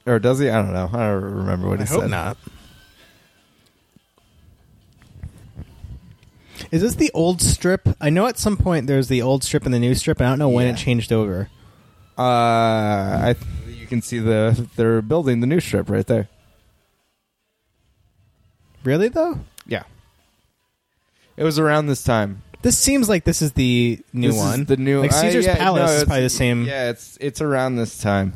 A: Or does he? I don't know. I don't remember what he said.
B: Is this the old strip? I know at some point there's the old strip and the new strip, and I don't know when
A: Yeah.
B: it changed over.
A: Uh, I th- you can see the they're building the new strip right there.
B: Really though,
A: Yeah. It was around this time.
B: this seems like this is the new
A: This is
B: one.
A: the new
B: like
A: I-
B: Caesar's
A: yeah,
B: Palace
A: no,
B: is
A: it's-
B: probably the same.
A: Yeah, it's it's around this time.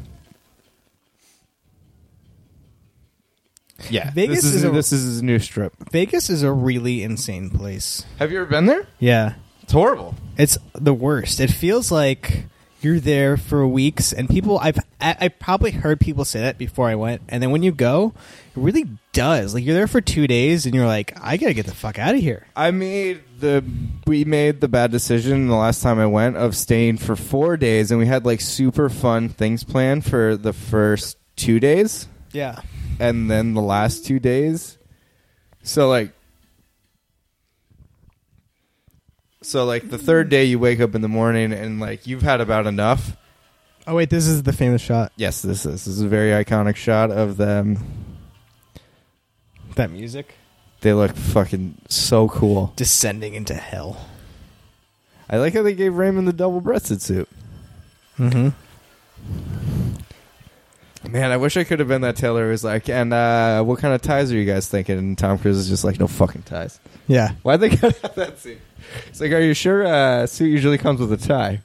A: Yeah,
B: Vegas
A: this is,
B: is a-
A: this is his new strip.
B: Vegas is a really insane place.
A: Have you ever been there?
B: Yeah.
A: It's horrible.
B: It's the worst. It feels like you're there for weeks and people I've I, I probably heard people say that before I went and then when you go, it really does. Like you're there for 2 days and you're like, I got to get the fuck out of here.
A: I made the we made the bad decision the last time I went of staying for four days, and we had like super fun things planned for the first two days.
B: Yeah.
A: and then the last two days. So like So like the third day you wake up in the morning and like you've had about enough.
B: Oh wait, this is the famous shot.
A: Yes, this is. This is a very iconic shot of them.
B: That music
A: They look fucking so cool.
B: descending into hell.
A: I like how they gave Raymond the double breasted suit.
B: Mhm.
A: Man, I wish I could have been that tailor who was like, and uh, what kind of ties are you guys thinking? And Tom Cruise is just like, no fucking ties.
B: Yeah.
A: Why'd they cut out that scene? It's like, are you sure uh, suit usually comes with a tie?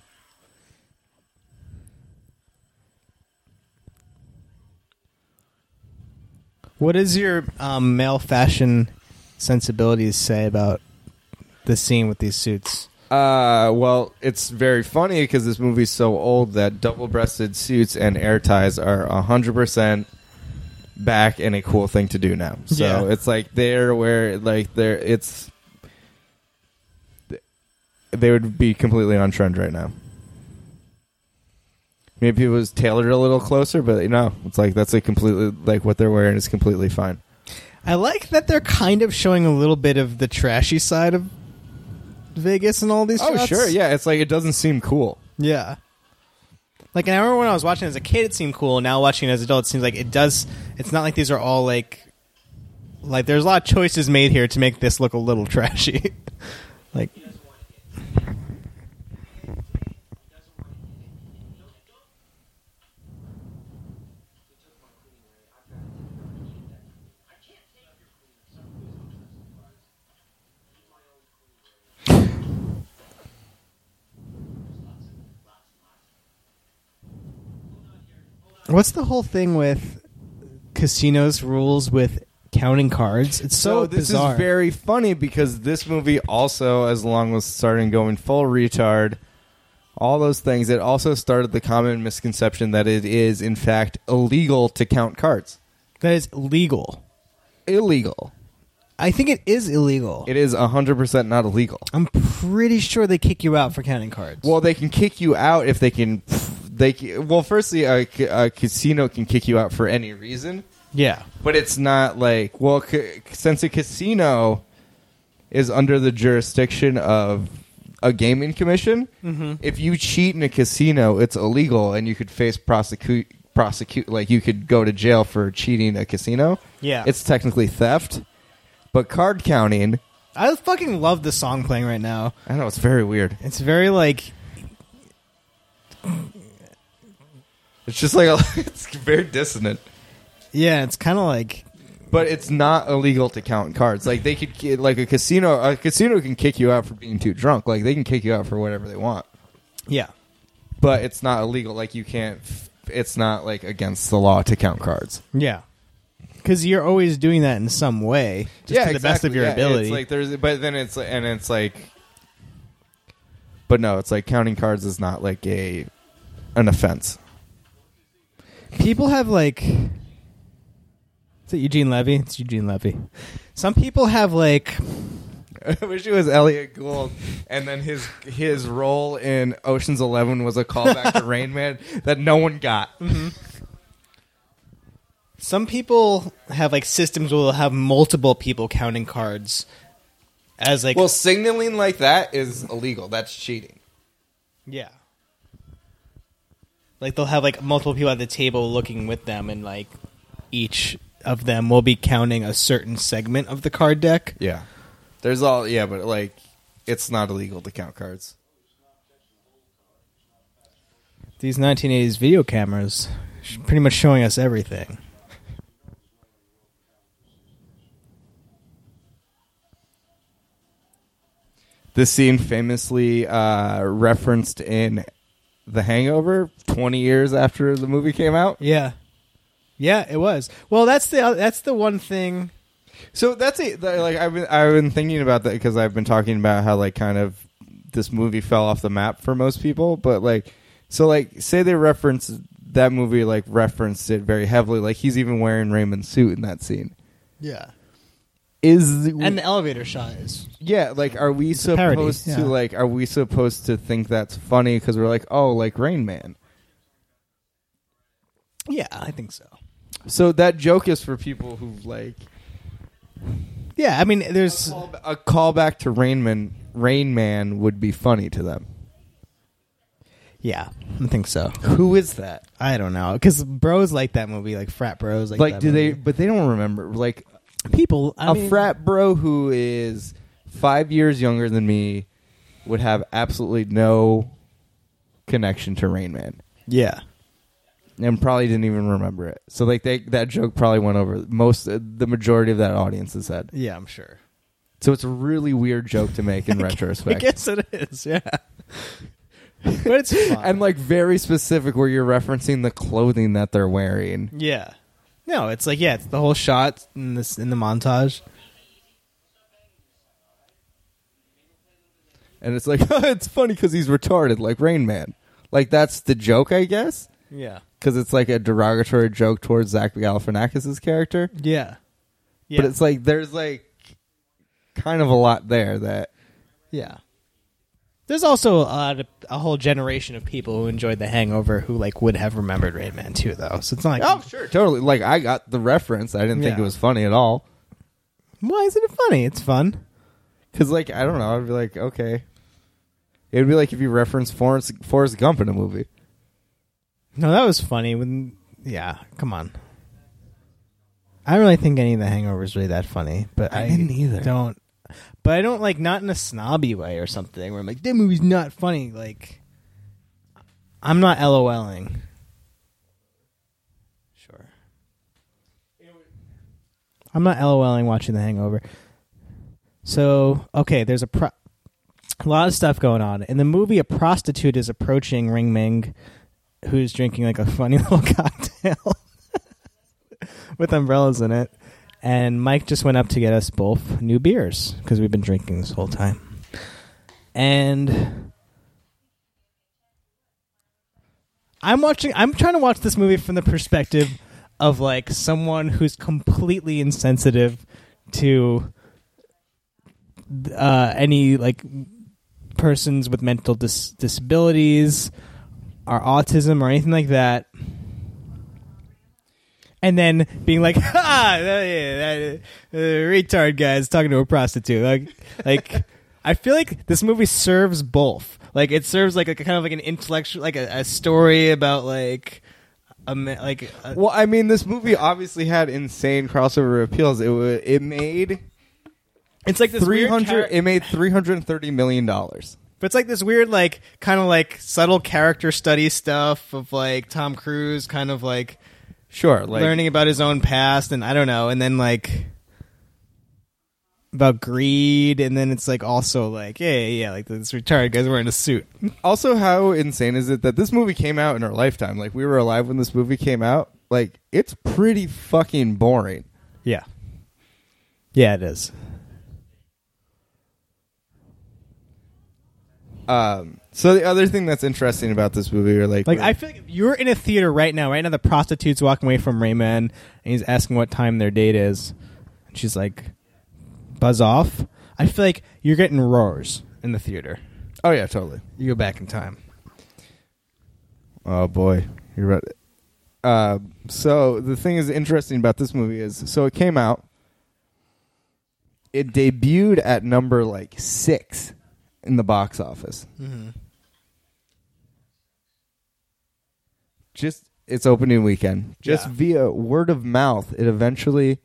B: What does your um, male fashion sensibilities say about the scene with these suits?
A: Uh, well, it's very funny because this movie's so old that double-breasted suits and air ties are hundred percent back and a cool thing to do now. So
B: Yeah.
A: it's like they're where like they're it's they would be completely on trend right now. Maybe it was tailored a little closer, but you know, it's like that's like completely like what they're wearing is completely fine.
B: I like that they're kind of showing a little bit of the trashy side of Vegas and all these.
A: Oh
B: shots.
A: sure, yeah. It's like it doesn't seem cool.
B: yeah. Like and I remember when I was watching as a kid, it seemed cool. Now watching it as an adult, it seems like it does. It's not like these are all like, like there's a lot of choices made here to make this look a little trashy. like, what's the whole thing with casinos rules with counting cards? It's so,
A: this
B: bizarre.
A: is very funny because this movie also, as long as starting going full retard, all those things, it also started the common misconception that it is in fact illegal to count cards.
B: that is legal.
A: Illegal.
B: I think it is illegal.
A: It is hundred percent not illegal.
B: I'm pretty sure they kick you out for counting cards.
A: Well, they can kick you out if they can. They ca- well, firstly, a, ca- a casino can kick you out for any reason,
B: yeah.
A: but it's not like well, ca- since a casino is under the jurisdiction of a gaming commission, if you cheat in a casino, it's illegal, and you could face prosecute prosecute like you could go to jail for cheating a casino.
B: Yeah.
A: it's technically theft, but card counting.
B: I fucking love the song playing right now.
A: I don't know. It's very weird.
B: It's very like
A: It's just like a, it's very dissonant.
B: yeah, it's kind of like
A: But it's not illegal to count cards. Like they could, ki- like a casino, a casino can kick you out for being too drunk. Like they can kick you out for whatever they want.
B: yeah.
A: But it's not illegal. Like you can't. f- It's not like against the law to count cards.
B: Yeah. Cuz you're always doing that in some way just to the best of
A: exactly.
B: your
A: Yeah,
B: ability.
A: It's like there's, but then it's and it's like, but no, it's like counting cards is not like a an offense.
B: people have like Is it Eugene Levy? It's Eugene Levy. Some people have like
A: I wish it was Elliot Gould, and then his his role in Ocean's Eleven was a callback to Rain Man that no one got.
B: some people have like systems where they'll have multiple people counting cards as like
A: Well, signaling like that is illegal. That's cheating.
B: Yeah. Like they'll have like multiple people at the table looking with them, and like each of them will be counting a certain segment of the card deck.
A: Yeah. There's all yeah, but like it's not illegal to count cards.
B: These 1980s video cameras sh- pretty much showing us everything.
A: This scene famously uh, referenced in The Hangover 20 years after the movie came out.
B: Yeah, yeah, it was. Well, that's the uh, that's the one thing.
A: So that's it. that- Like I've been, I've been thinking about that because I've been talking about how like kind of this movie fell off the map for most people, but like so like say they reference that movie like referenced it very heavily. Like he's even wearing Raymond's suit in that scene.
B: Yeah,
A: Is
B: and the elevator shot is.
A: yeah, like are we
B: a parody,
A: supposed
B: yeah.
A: to like are we supposed to think that's funny because we're like oh like Rain Man?
B: Yeah, I think so.
A: So that joke is for people who like
B: Yeah, I mean,
A: a
B: there's
A: callback to Rain Man. Rain Man would be funny to them.
B: yeah, I think so.
A: Who is that?
B: I don't know because bros like that movie, like frat bros, like
A: like
B: that
A: do they
B: movie.
A: but they don't remember like
B: people I
A: a
B: mean-
A: frat bro who is five years younger than me would have absolutely no connection to rain man
B: Yeah.
A: and probably didn't even remember it so like they, that joke probably went over most uh, the majority of that audience's head
B: Yeah, I'm sure.
A: so it's a really weird joke to make in
B: I
A: retrospect
B: guess it is, yeah. but it's fun.
A: and like very specific where you're referencing the clothing that they're wearing
B: yeah. No, it's like yeah, it's the whole shot in this in the montage.
A: and it's like it's funny because he's retarded like rain man like that's the joke i guess
B: Yeah.
A: because it's like a derogatory joke towards Zach Galifianakis's character.
B: Yeah. Yeah.
A: But it's like there's like kind of a lot there that
B: yeah. There's also a, lot of- a whole generation of people who enjoyed The Hangover who like would have remembered Rain Man 2 though. So it's not like
A: sure, totally. Like I got the reference. I didn't think
B: Oh, Yeah.
A: it was funny at all.
B: why isn't it funny? It's fun.
A: Because like I don't know, I'd be like, okay. It would be like if you reference Forrest, Forrest Gump in a movie.
B: No, that was funny when yeah, come on. I don't really think any of the hangover is really that funny, but I,
A: I didn't either.
B: Don't but I don't like not in a snobby way or something where I'm like, that movie's not funny, like I'm not LOLing. Sure. I'm not LOLing watching the hangover. So, okay, there's a pro a lot of stuff going on. In the movie, a prostitute is approaching Ring Ming, who's drinking like a funny little cocktail with umbrellas in it. And Mike just went up to get us both new beers because we've been drinking this whole time. And I'm watching, I'm trying to watch this movie from the perspective of like someone who's completely insensitive to uh, any like persons with mental dis- disabilities or autism or anything like that. And then being like, "Ha, that, yeah, that, uh, retard guys talking to a prostitute." Like, like I feel like this movie serves both. Like, it serves like a kind of like an intellectual, like a, a story about like a ma- like a,
A: Well, I mean, this movie obviously had insane crossover appeals. It wa it made
B: it's like this
A: three
B: weird
A: hundred.
B: char-
A: It made three hundred thirty million dollars.
B: But it's like this weird, like kind of like subtle character study stuff of like Tom Cruise, kind of like,
A: Sure, like
B: learning about his own past, and I don't know, and then like about greed, and then it's like also like yeah, yeah, yeah like this retired guy's wearing a suit.
A: Also, how insane is it that this movie came out in our lifetime? Like we were alive when this movie came out. Like it's pretty fucking boring.
B: Yeah, yeah, it is.
A: Um, so the other thing that's interesting about this movie are like,
B: Like I feel like if you're in a theater right now, right now the prostitute's walking away from Rayman, and he's asking what time their date is, and she's like, "Buzz off." I feel like you're getting roars in the theater.
A: oh yeah, totally.
B: You go back in time.
A: Oh boy, you're right. Uh, so the thing is interesting about this movie is so it came out, it debuted at number like six in the box office.
B: Mm-hmm.
A: Just its opening weekend, just
B: Yeah.
A: via word of mouth, it eventually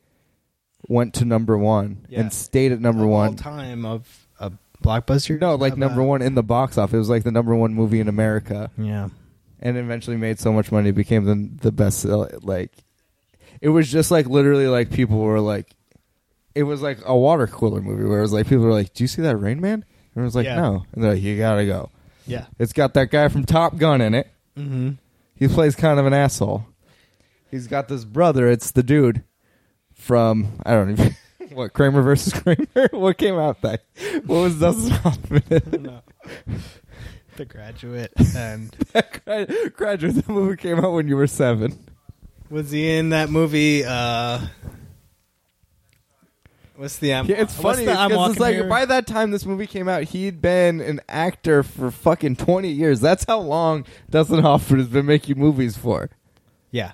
A: went to number one
B: Yeah.
A: and stayed at number one.
B: all time of a blockbuster.
A: No, like
B: Of,
A: number
B: uh,
A: one in the box office. It was like the number one movie in America
B: Yeah.
A: and eventually made so much money it became the the best sell- like it was just like literally like people were like it was like a water cooler movie where it was like people were like do you see that rain man and it was like
B: Yeah.
A: no and they're like you gotta go
B: Yeah.
A: it's got that guy from top gun in it
B: Mm-hmm.
A: he plays kind of an asshole he's got this brother it's the dude from i don't even what kramer versus kramer what came out that what was dustin hoffman in?
B: No. the Graduate, and
A: Grad- graduate the movie came out when you were seven
B: was he in that movie? uh What's the? I'm,
A: Yeah, it's
B: what's
A: funny
B: The, I'm
A: because it's
B: walking
A: like
B: here?
A: by that time this movie came out, he'd been an actor for fucking twenty years. That's how long Dustin Hoffman has been making movies for.
B: yeah.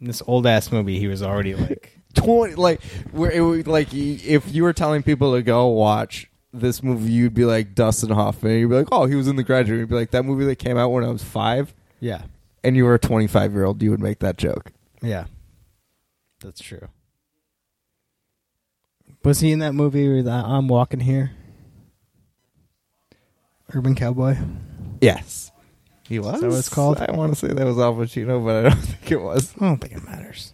B: In this old ass movie, he was already like
A: Twenty, like where it would like y- if you were telling people to go watch this movie, you'd be like Dustin Hoffman. You'd be like, oh, he was in The Graduate. You'd be like that movie that came out when I was five,
B: yeah,
A: and you were a twenty-five year old. You would make that joke.
B: yeah. That's true. Was he in that movie with uh, I'm Walking Here? Urban Cowboy.
A: Yes, he was.
B: that what it's called?
A: I want to say that was Al Pacino, but I don't think it was.
B: I don't think it matters.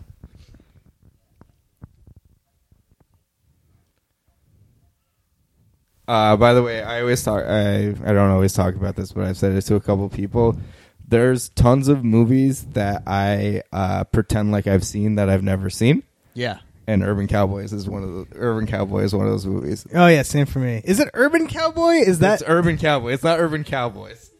A: Uh, by the way, I always talk. I I don't always talk about this, but I've said this to a couple people. There's tons of movies that I uh, pretend like I've seen that I've never seen,
B: Yeah.
A: and Urban Cowboys is one of the Urban Cowboy is one of those movies.
B: Oh yeah, same for me. Is it Urban Cowboy? Is that
A: That's Urban Cowboy. It's not Urban Cowboys.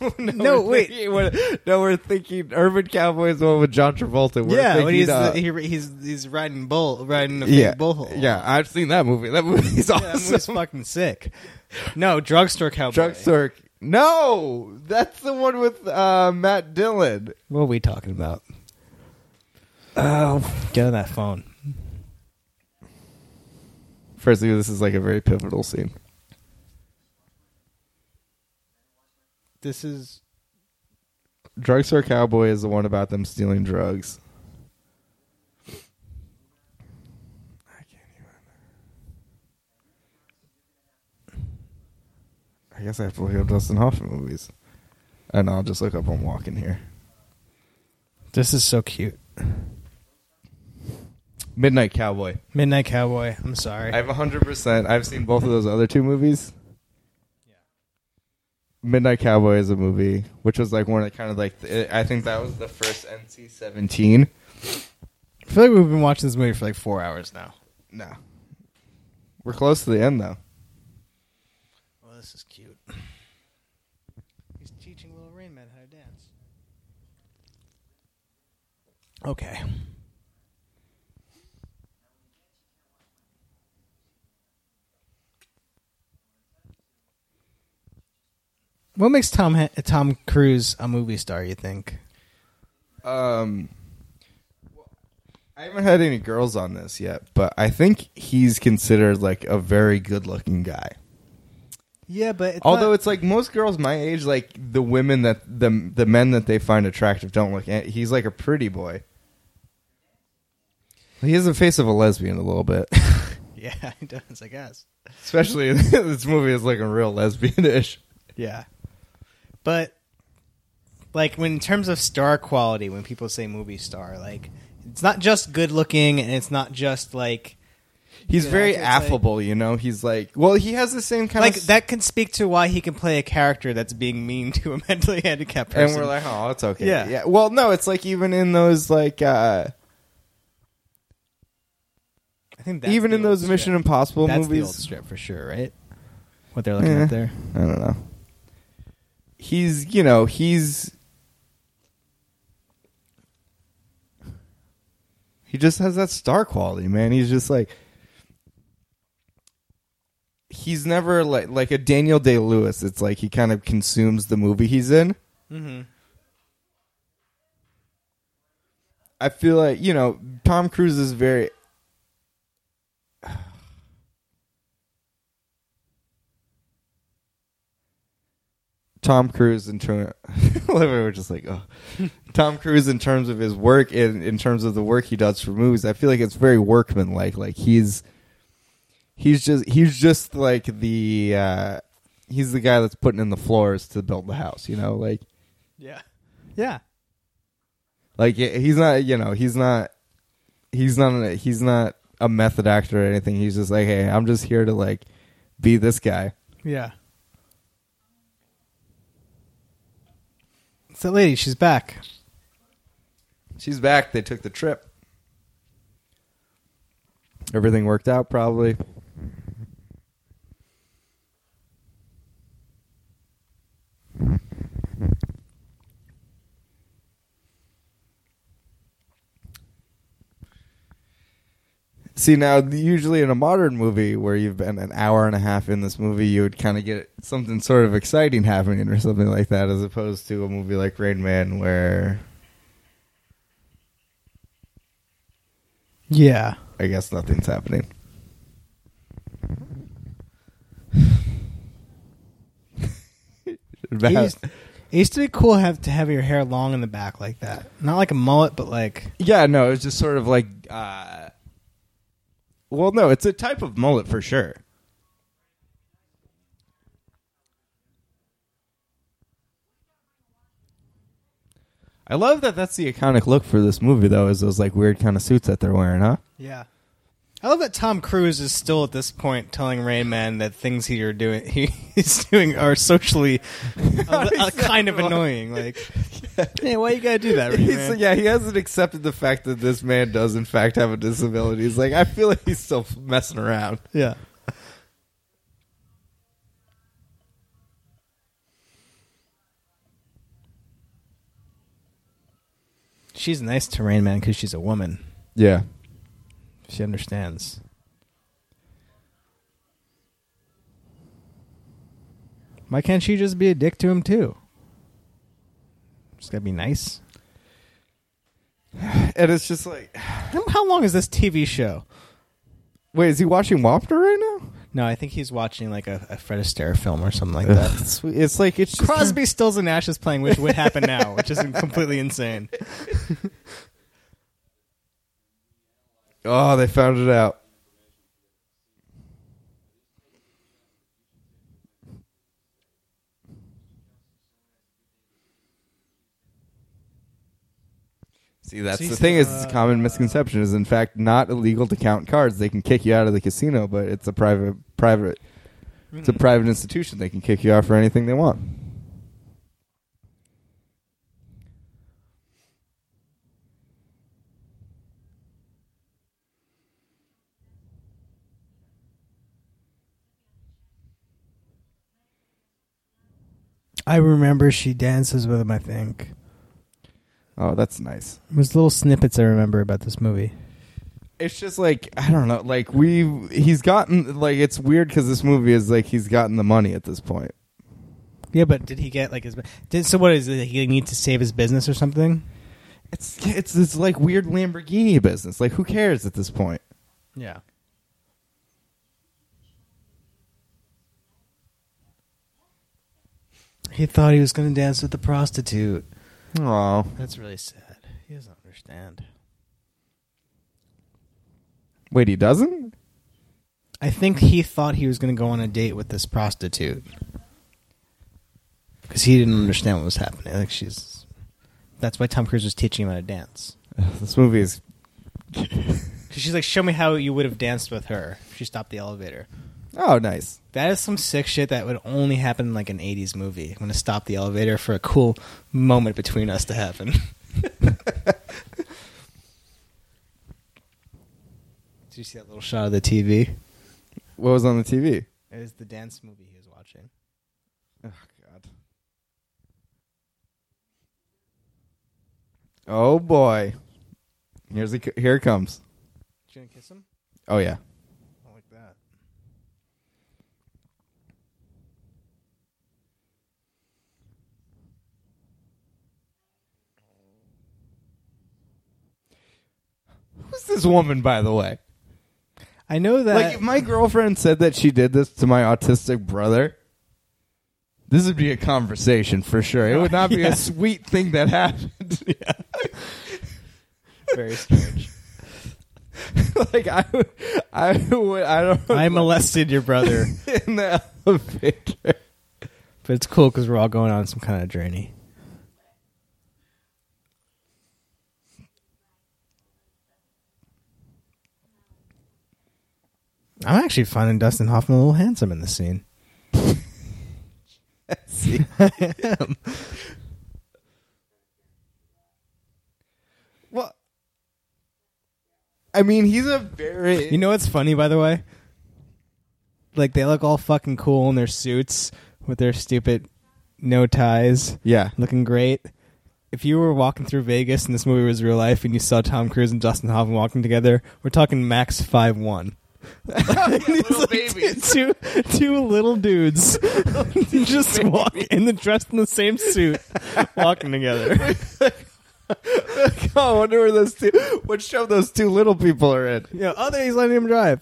A: No, no,
B: No,
A: we're
B: wait.
A: thinking- we're- no, we're thinking Urban Cowboy is the one with John Travolta. We're
B: yeah?
A: thinking,
B: When he's,
A: uh,
B: he, he's he's riding bull riding a
A: yeah,
B: big bullhole.
A: yeah. I've seen that movie. That movie's
B: yeah, that
A: awesome.
B: movie's fucking sick. No, drugstore cowboy.
A: Drugstore. No, that's the one with uh, Matt Dillon.
B: What are we talking about?
A: Oh,
B: Get on that phone.
A: Firstly, this is like a very pivotal scene.
B: This is
A: Drugstore Cowboy is the one about them stealing drugs. I can't even. I guess I have to look up Dustin Hoffman movies. And I'll just look up on Walking here.
B: this is so cute.
A: Midnight Cowboy.
B: Midnight Cowboy. I'm sorry.
A: I have 100%. I've seen both of those other two movies. Midnight Cowboy is a movie, which was like one of the kind of like, the, I think that was the first NC 17.
B: I feel like we've been watching this movie for like four hours now.
A: No. We're close to the end, though.
B: Well, this is cute. He's teaching little Rain Man how to dance. Okay. What makes Tom Ha- Tom Cruise a movie star? You think?
A: Um, I haven't had any girls on this yet, but I think he's considered like a very good-looking guy.
B: Yeah, but
A: Although it's like most girls my age, like the women that the the men that they find attractive don't look. At, he's like a pretty boy. He has the face of a lesbian a little bit,
B: yeah, it does. I guess.
A: especially this movie is looking real lesbianish.
B: Yeah. But like when in terms of star quality, when people say movie star, like it's not just good looking and it's not just like
A: He's
B: Yeah,
A: very
B: it's like-
A: affable, you know. He's like, well, he has the same kind
B: like
A: of
B: that can speak to why he can play a character that's being mean to a mentally handicapped person.
A: and we're like, oh, it's okay.
B: Yeah.
A: yeah. Well, no, it's like even in those like uh
B: I think
A: even
B: the
A: in
B: old
A: those Mission
B: strip.
A: Impossible
B: that's the old
A: movies,
B: strip for sure, right? What they're looking
A: Yeah.
B: at there.
A: I don't know. He's, you know, he's he just has that star quality, man. He's just like he's never like like a Daniel Day Lewis. It's like he kind of consumes the movie he's in.
B: Mm-hmm.
A: I feel like you know Tom Cruise is very. Tom Cruise in terms, we're just like, oh, Tom Cruise in terms of his work and in terms of the work he does for movies, I feel like it's very workmanlike. Like he's, he's just he's just like the uh, he's the guy that's putting in the floors to build the house. You know, like
B: Yeah. Yeah.
A: like he- he's not, you know, he's not, he's not, an, he's not a method actor or anything. He's just like, hey, I'm just here to like be this guy.
B: Yeah. It's that lady, she's back.
A: She's back. They took the trip. Everything worked out probably. See now, usually in a modern movie where you've been an hour and a half in this movie, you would kind of get something sort of exciting happening or something like that, as opposed to a movie like Rain Man where
B: Yeah.
A: I guess nothing's happening.
B: It used, it used to be cool have to have your hair long in the back like that, not like a mullet, but like
A: yeah, no, it's just sort of like, uh, well, no, it's a type of mullet for sure. I love that that's the iconic look for this movie, though, is those like weird kind of suits that they're wearing, huh?
B: yeah. I love that Tom Cruise is still at this point telling Rain Man that things he are doing he is doing are socially a, a kind of annoying. Like, hey, why you gotta do that, Rain
A: He's,
B: Man?
A: yeah, he hasn't accepted the fact that this man does, in fact, have a disability. He's like, I feel like he's still messing around.
B: Yeah. She's nice to Rain Man because she's a woman.
A: Yeah.
B: She understands. Why can't she just be a dick to him too? Just gotta be nice.
A: And it's just like,
B: How- How long is this TV show?
A: wait, is he watching Wapner right now?
B: No, I think he's watching like a, a Fred Astaire film or something like that.
A: It's, it's like it's just
B: Crosby, Stills, and Nash is playing "Which Would Happen Now," which is completely insane.
A: Oh, they found it out. See, that's
B: See,
A: the
B: so,
A: thing is, it's a common misconception. Is in fact not illegal to count cards. They can kick you out of the casino, but it's a private, private, it's a
B: Hmm.
A: private institution. They can kick you out for anything they want.
B: I remember she dances with him. I think
A: Oh, that's nice.
B: there's little snippets I remember about this movie.
A: it's just like I don't know. Like we, he's gotten like it's weird because this movie is like he's gotten the money at this point.
B: Yeah, but did he get like his? Did so? What is it? He need to save his business or something?
A: It's it's this like weird Lamborghini business. Like who cares at this point?
B: Yeah. He thought he was going to dance with the prostitute.
A: Oh,
B: That's really sad. He doesn't understand.
A: wait, he doesn't.
B: I think he thought he was going to go on a date with this prostitute because he didn't understand what was happening. Like she's. That's why Tom Cruise was teaching him how to dance.
A: This movie is
B: 'Cause she's like, "Show me how you would have danced with her." She stopped the elevator.
A: oh nice.
B: That is some sick shit that would only happen in like an 80s movie. I'm going to stop the elevator for a cool moment between us to happen. Did you see that little shot of the TV?
A: What was on the TV?
B: It is the dance movie he was watching.
A: Oh God. Oh boy. Here's the, here it comes.
B: Did you going to kiss him?
A: Oh yeah.
B: I like that.
A: Who's this woman, by the way?
B: I know that.
A: like if my girlfriend said that she did this to my autistic brother this would be a conversation for sure it would not be
B: Yeah.
A: a sweet thing that happened
B: very strange.
A: like i would i would i don't
B: I molested your brother,
A: in the elevator
B: but it's cool because we're all going on some kind of journey. I'm actually finding Dustin Hoffman a little handsome in this scene.
A: See? well i mean he's a very
B: You know what's funny, by the way? Like they look all fucking cool in their suits with their stupid no ties,
A: yeah
B: looking great. If you were walking through Vegas and this movie was real life, and you saw Tom Cruise and Justin Hoffman walking together, we're talking max five one.
A: little babies
B: two two little dudes just walk in the dressed in the same suit, walking together.
A: oh, I wonder where those two what show those two little people are in
B: Yeah, oh, there he's letting him drive.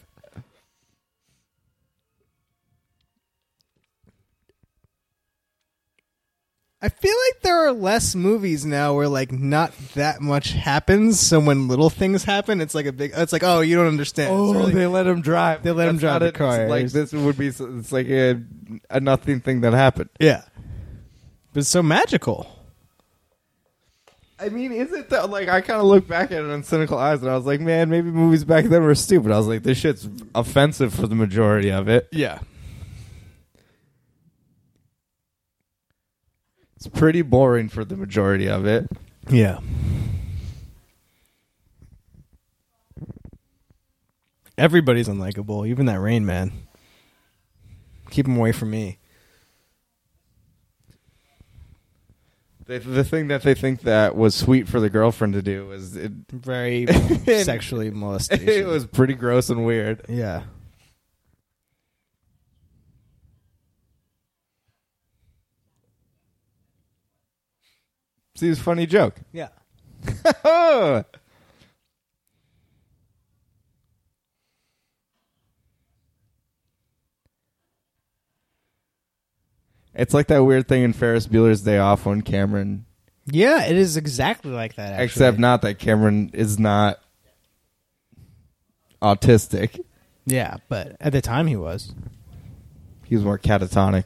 B: I feel like there are less movies now where like not that much happens. So when little things happen, it's like a big. It's like oh, you don't understand. It's
A: Oh,
B: really-
A: they let him drive.
B: They let him drive
A: not
B: the
A: a-
B: car.
A: Like this would be, it's like a, a nothing thing that happened.
B: yeah, but it's so magical.
A: I mean, is it though? Like I kind of look back at it in cynical eyes, and I was like, man, maybe movies back then were stupid. I was like, this shit's offensive for the majority of it.
B: Yeah,
A: It's pretty boring for the majority of it.
B: yeah. Everybody's unlikable, even that Rain Man. Keep him away from me.
A: The, the thing that they think that was sweet for the girlfriend to do was it.
B: very sexually molestation.
A: It was pretty gross and weird.
B: yeah.
A: See, it's a funny joke.
B: Yeah.
A: it's like that weird thing in Ferris Bueller's Day Off when Cameron,
B: Yeah, it is exactly like that. Actually.
A: except not that Cameron is not autistic.
B: Yeah, but at the time he was.
A: He was more catatonic.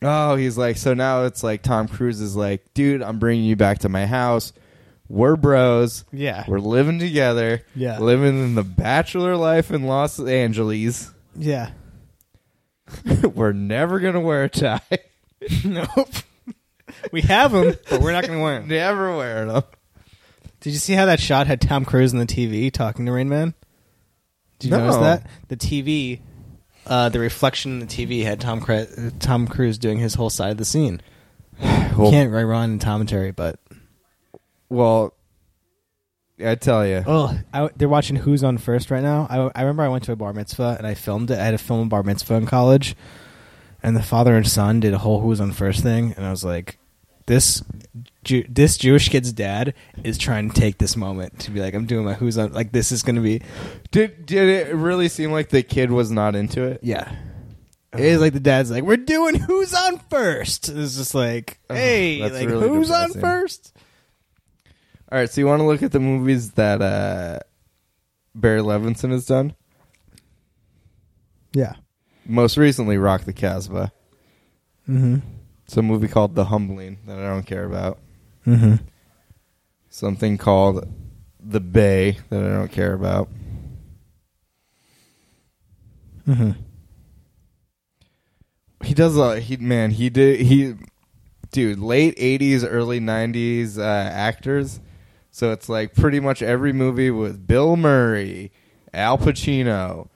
A: Oh, he's like, so now it's like Tom Cruise is like, dude, I'm bringing you back to my house. We're bros.
B: Yeah.
A: We're living together.
B: Yeah.
A: Living in the bachelor life in Los Angeles.
B: Yeah.
A: We're never going to wear a tie.
B: nope. we have him, but we're not going to wear him.
A: never wear them.
B: Did you see how that shot had Tom Cruise on the TV talking to Rain Man? Did you
A: No.
B: notice that the TV, uh, the reflection in the TV had Tom Cru- Tom Cruise doing his whole side of the scene.
A: Well,
B: Can't write wrong in commentary, but
A: well, I tell you.
B: oh, I, they're watching Who's on First right now. I, I remember I went to a bar mitzvah and I filmed it. I had a film a bar mitzvah in college, and the father and son did a whole Who's on First thing, and I was like, this. Jew, this Jewish kid's dad is trying to take this moment to be like, I'm doing my who's on like this is going to be
A: Did did it really seem like the kid was not into it?
B: Yeah. It's
A: Uh-huh.
B: like the dad's like, we're doing who's on first. It's just like, hey,
A: Uh-huh. that's
B: like
A: really
B: who's on
A: depressing.
B: first?
A: All right, so you want to look at the movies that uh, Barry Levinson has done?
B: Yeah.
A: Most recently, Rock the Casbah.
B: Mm
A: It's a movie called The Humbling that I don't care about.
B: hmm. Mm hmm.
A: Something called The Bay that I don't care about.
B: Mm hmm.
A: He does a he man. He did he, dude. Late eighties, early nineties uh, actors. So it's like pretty much every movie with Bill Murray, Al Pacino.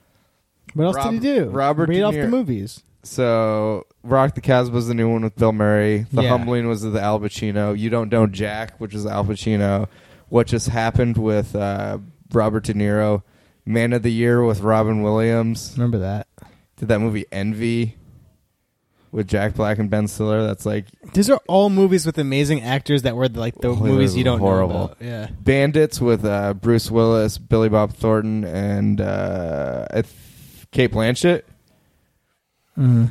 B: What else
A: Rob-
B: did he do?
A: Robert
B: Read
A: De
B: off the
A: Niro.
B: movies.
A: So Rock the Casbah was the new one with Bill Murray. The
B: Yeah.
A: Humbling was the Al Pacino. You Don't Know Jack, which is Al Pacino. What just happened with uh, Robert De Niro? Man of the Year with Robin Williams.
B: Remember that.
A: Did that movie Envy with Jack Black and Ben Stiller? That's like
B: These are all movies with amazing actors that were like the
A: Oh,
B: movies
A: those
B: you
A: are
B: don't know
A: horrible.
B: about. Yeah.
A: Bandits with uh, Bruce Willis, Billy Bob Thornton, and uh, I th- Kate Blanchett.
B: Mm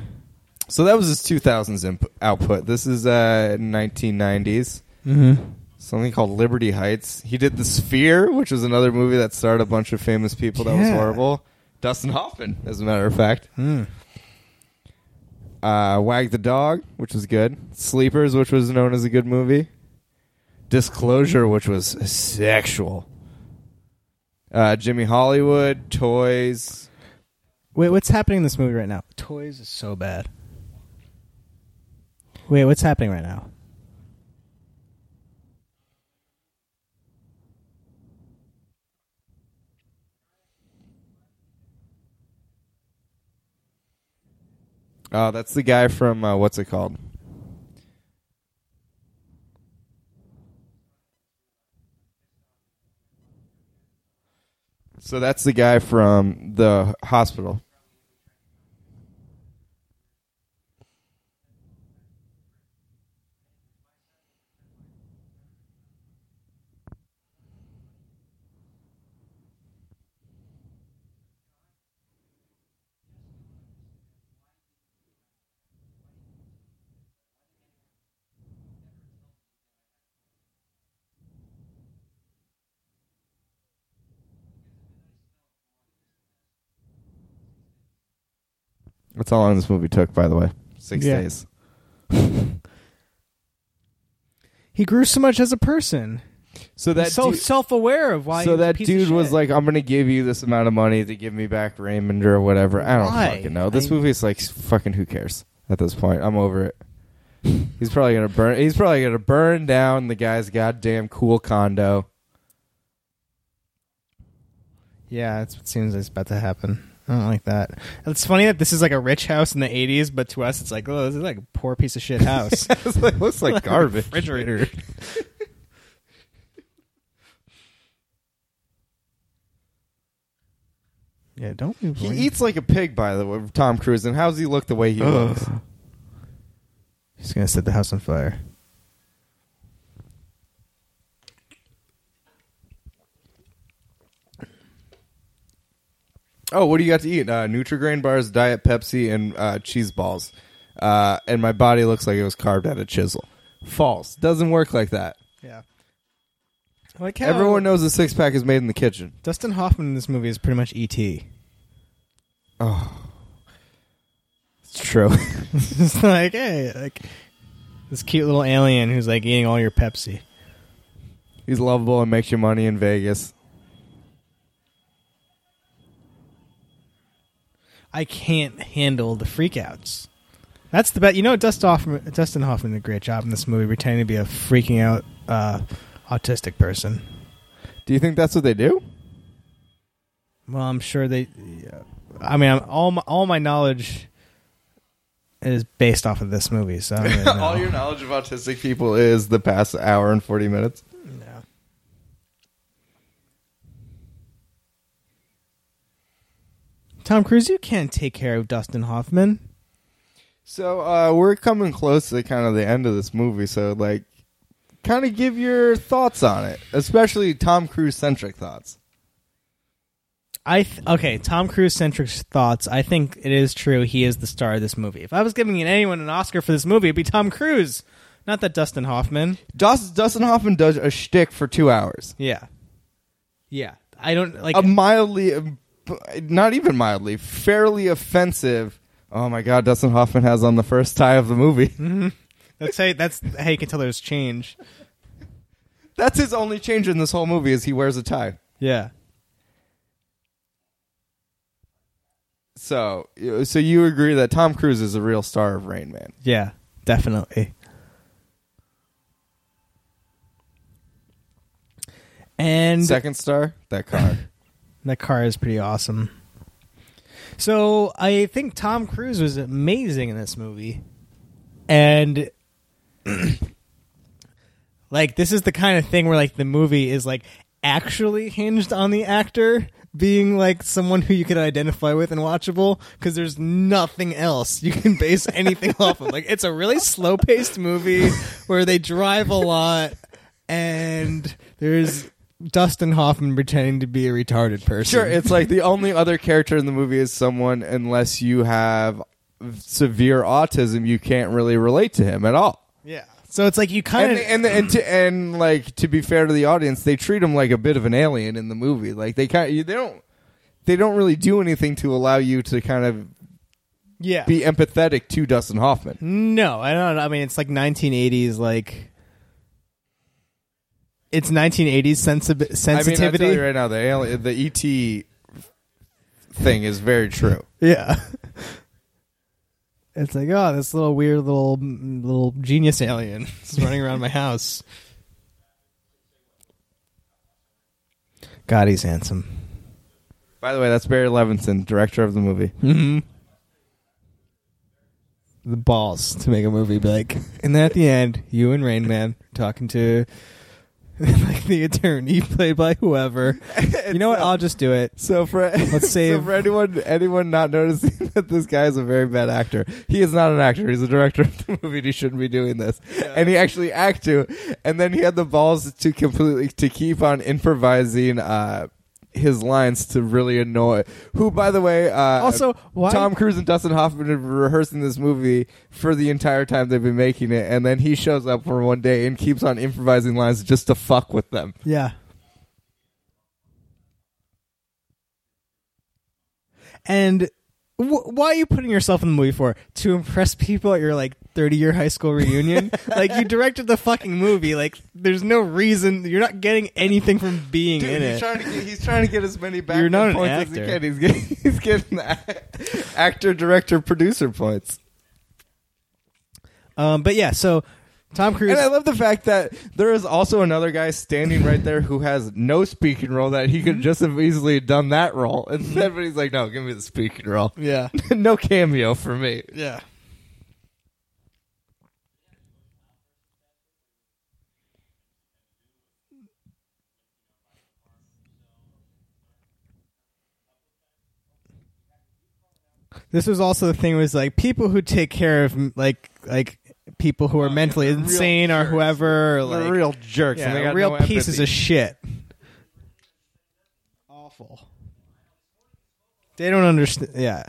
A: So that was his 2000s imp- output. This is uh, 1990s.
B: hmm. Mm hmm.
A: Something called Liberty Heights. He did The Sphere, which was another movie that starred a bunch of famous people that was
B: Yeah.
A: horrible. Dustin Hoffman, as a matter of fact.
B: Mm.
A: Uh, Wag the Dog, which was good. Sleepers, which was known as a good movie. Disclosure, which was sexual. Uh, Jimmy Hollywood, Toys.
B: Wait, what's happening in this movie right now? Toys is so bad. Wait, what's happening right now?
A: Uh, that's the guy from uh, what's it called? So that's the guy from the hospital. That's how long this movie took, by the way. Six
B: Yeah.
A: days.
B: He grew so much as a person.
A: So that
B: He's so
A: dude,
B: self-aware of why.
A: so
B: he was a
A: that
B: piece of
A: dude was
B: shit.
A: like, "I'm gonna give you this amount of money to give me back Raymond or whatever." I don't
B: Why?
A: fucking know. This
B: I-
A: movie is like fucking who cares at this point. I'm over it. He's probably gonna burn. He's probably gonna burn down the guy's goddamn cool condo.
B: Yeah, that's what seems like it's about to happen. I don't like that. It's funny that this is like a rich house in the '80s, but to us, it's like, oh, this is like a poor piece of shit house.
A: It's like- looks like garbage.
B: Refrigerator. yeah, don't be.
A: He eats like a pig, by the way. Tom Cruise, and how's he look the way he looks?
C: He's gonna set the house on fire.
A: Oh, what do you got to eat? Uh, Nutrigrain bars, Diet Pepsi, and uh, cheese balls. Uh, and my body looks like it was carved out of chisel. False. Doesn't work like that.
B: Yeah. Like
A: Everyone knows a six pack is made in the kitchen.
B: Dustin Hoffman in this movie is pretty much E E.T.
A: It's true.
B: it's like, hey, like this cute little alien who's like eating all your Pepsi.
A: He's lovable and makes you money in Vegas.
B: I can't handle the freakouts. That's the best. You know, Dustin Hoffman, Dustin Hoffman did a great job in this movie pretending to be a freaking out uh, autistic person.
A: Do you think that's what they do?
B: Well, I'm sure they. I mean, I'm, all my, all my knowledge is based off of this movie, so I don't really know.
A: All your knowledge of autistic people is the past hour and 40 minutes.
B: Yeah. Tom Cruise, you can't take care of Dustin Hoffman.
A: So uh, we're coming close to kind of the end of this movie. So, like, kind of give your thoughts on it, especially Tom Cruise centric thoughts.
B: I th- okay, Tom Cruise centric thoughts. I think it is true he is the star of this movie. If I was giving anyone an Oscar for this movie, it'd be Tom Cruise, not that Dustin Hoffman.
A: Dust, Dustin Hoffman does a shtick for two hours.
B: Yeah, Um, yeah. I don't like.
A: a mildly, uh, b- not even mildly, fairly offensive. Oh my God, Dustin Hoffman has on the first tie of the movie.
B: that's how that's how you can tell there's change.
A: That's his only change in this whole movie is he wears a tie.
B: Yeah.
A: So, so you agree that Tom Cruise is a real star of Rain Man?
B: Yeah, definitely. And
A: Second star, that car.
B: that car is pretty awesome. So I think Tom Cruise was amazing in this movie, and like this is the kind of thing where like the movie is like actually hinged on the actor being like someone who you can identify with and watchable because there's nothing else you can base anything off of like it's a really slow-paced movie where they drive a lot and there's dustin hoffman pretending to be a retarded person
A: Sure, it's like the only other character in the movie is someone unless you have severe autism, you can't really relate to him at all.
B: yeah so it's like you kind
A: And
B: of
A: the- and the- and, to, and like to be fair to the audience, they treat him like a bit of an alien in the movie. Like they kind of, they don't they don't really do anything to allow you to kind of
B: yeah
A: be empathetic to Dustin Hoffman.
B: No, I don't. I mean, it's like 1980s, like it's 1980s sensi-
A: I mean, I
B: sensitivity.
A: tell you right now, the alien, the ET thing is very true.
B: Yeah, it's like oh, this little weird little little genius alien is running around my house. God, he's handsome.
A: By the way, that's Barry Levinson, director of the movie.
B: Mm-hmm. The balls to make a movie, be like, and then at the end, you and Rain Man talking to like the attorney played by whoever. You know what? I'll just do it.
A: So for
B: Let's
A: so
B: save-
A: for anyone anyone not noticing that this guy is a very bad actor. He is not an actor. He's a director of the movie. And he shouldn't be doing this. And he actually act to, and then he had the balls to completely to keep on improvising uh, his lines to really annoy. Who, by the way, uh,
B: Also, why-
A: Tom Cruise and Dustin Hoffman have been rehearsing this movie for the entire time they've been making it, and then he shows up for one day and keeps on improvising lines just to fuck with them.
B: Yeah. And wh- why are you putting yourself in the movie for? To impress people at your like 30 year high school reunion? like you directed the fucking movie. Like there's no reason you're not getting anything from being
A: Dude,
B: in
A: he's
B: it.
A: trying to get he's trying to get as many back
B: You're not an
A: points
B: actor.
A: as he can. He's getting he's getting the ac- actor, director, producer points.
B: um, but yeah, so Tom Cruise.
A: And I love the fact that there is also another guy standing right there who has no speaking role that he could just have easily done that role. Instead, but he's like, no, give me the speaking role.
B: yeah.
A: no cameo for me.
B: Yeah. This was also the thing was like people who take care of like like people who are mentally
A: real
B: insane or
A: jerks.
B: whoever. Like,
C: They're real jerks.
B: yeah,
C: and they got
B: real
C: no
B: pieces
C: empathy.
B: of shit. Awful. They don't understand. Yeah.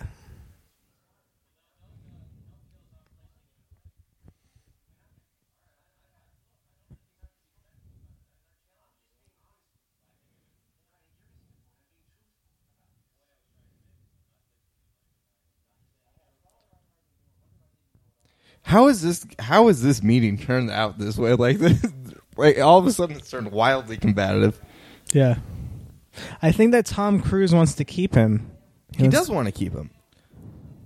A: How is this? How is this meeting turned out this way? Like this? Like all of a sudden, it's turned wildly combative.
B: Yeah. I think that Tom Cruise wants to keep him.
A: He
B: wants-
A: does want to keep him,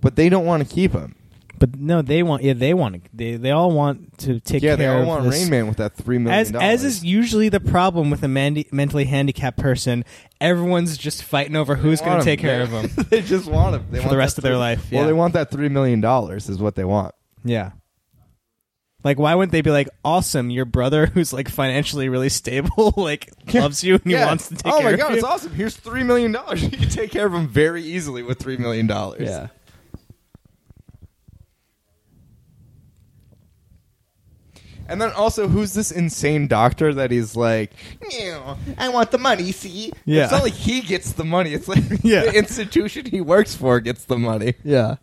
A: but they don't want to keep him.
B: but no, they want. Yeah, they want. to- They they all want to take
A: yeah,
B: care.
A: they all
B: of
A: want
B: this.
A: Rain Man with that three million.
B: As as is usually the problem with a mandi- mentally handicapped person, everyone's just fighting over who's going to take care of them.
A: they just want him they
B: For
A: want
B: the rest
A: that
B: of their
A: three-
B: life,
A: Well,
B: yeah.
A: they want that three million dollars is what they want.
B: Yeah. Like, why wouldn't they be like, awesome, your brother who's like financially really stable, like loves you and he
A: Yeah.
B: wants to take
A: oh
B: care
A: my
B: of
A: god,
B: you?
A: it's awesome! Here's three million dollars. You can take care of him very easily with three million dollars.
B: Yeah.
A: And then also, who's this insane doctor that he's like, "Meow, I want the money, see?
B: Yeah.
A: It's not like he gets the money. It's like
B: Yeah.
A: the institution he works for gets the money.
B: Yeah.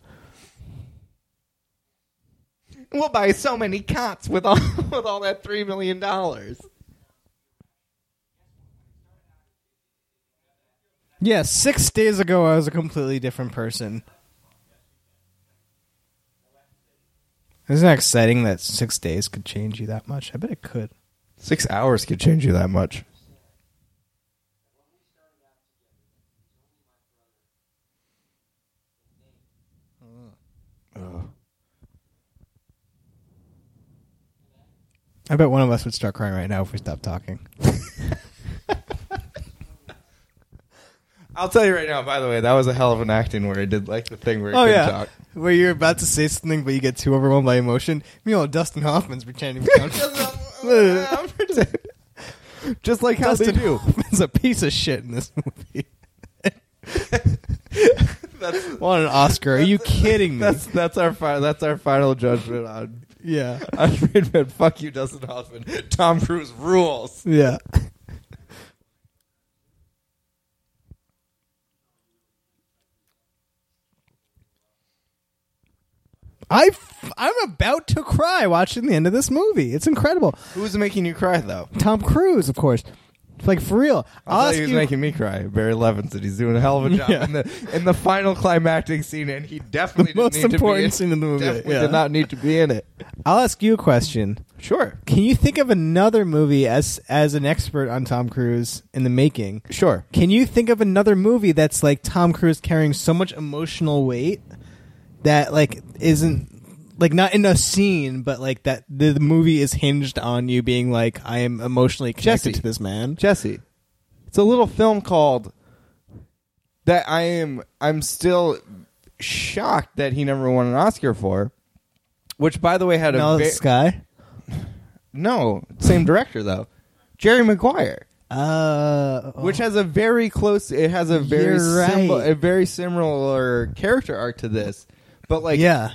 A: We'll buy so many cots with all, with all that $3 million.
B: Yeah, six days ago, I was a completely different person. Isn't that exciting that six days could change you that much? I bet it could.
A: Six hours could change you that much.
B: I bet one of us would start crying right now if we stopped talking.
A: I'll tell you right now, by the way, that was a hell of an acting where I did like the thing where I
B: Oh
A: could
B: yeah,
A: talk.
B: where you're about to say something but you get too overwhelmed by emotion. Meanwhile, Dustin Hoffman's pretending. to be conscious.
A: Just like how
B: Dustin
A: they do.
B: Hoffman's a piece of shit in this movie.
A: That's,
B: Won an Oscar? Are you kidding me?
A: that's that's our fi- that's our final judgment on
B: Yeah,
A: on Rain Man. Fuck you, Dustin Hoffman. Tom Cruise rules.
B: yeah. I f- I'm about to cry watching the end of this movie. It's incredible.
A: Who's making you cry though?
B: Tom Cruise, of course. Like for real. I'll
A: I'll tell
B: ask
A: you who's
B: you-
A: making me cry. Barry Levinson. He's doing a hell of a job
B: Yeah.
A: in the in the final climactic scene, and he definitely
B: most
A: didn't need
B: important
A: to be in,
B: scene in the movie,
A: Definitely
B: yeah.
A: did not need to be in it.
B: I'll ask you a question.
A: Sure,
B: Can you think of another movie as as an expert on Tom Cruise in the making?
A: sure.
B: Can you think of another movie that's like Tom Cruise carrying so much emotional weight that like isn't like not in a scene, but like that the, the movie is hinged on you being like I am emotionally connected
A: Jesse.
B: to this man.
A: Jesse. It's a little film called that I am I'm still shocked that he never won an Oscar for. Which by the way had a
B: No,
A: ve-
B: Sky.
A: no same director though. Jerry Maguire.
B: Uh,
A: Which has a very close it has a very
B: You're right.
A: simil- a very similar character arc to this. But like
B: yeah,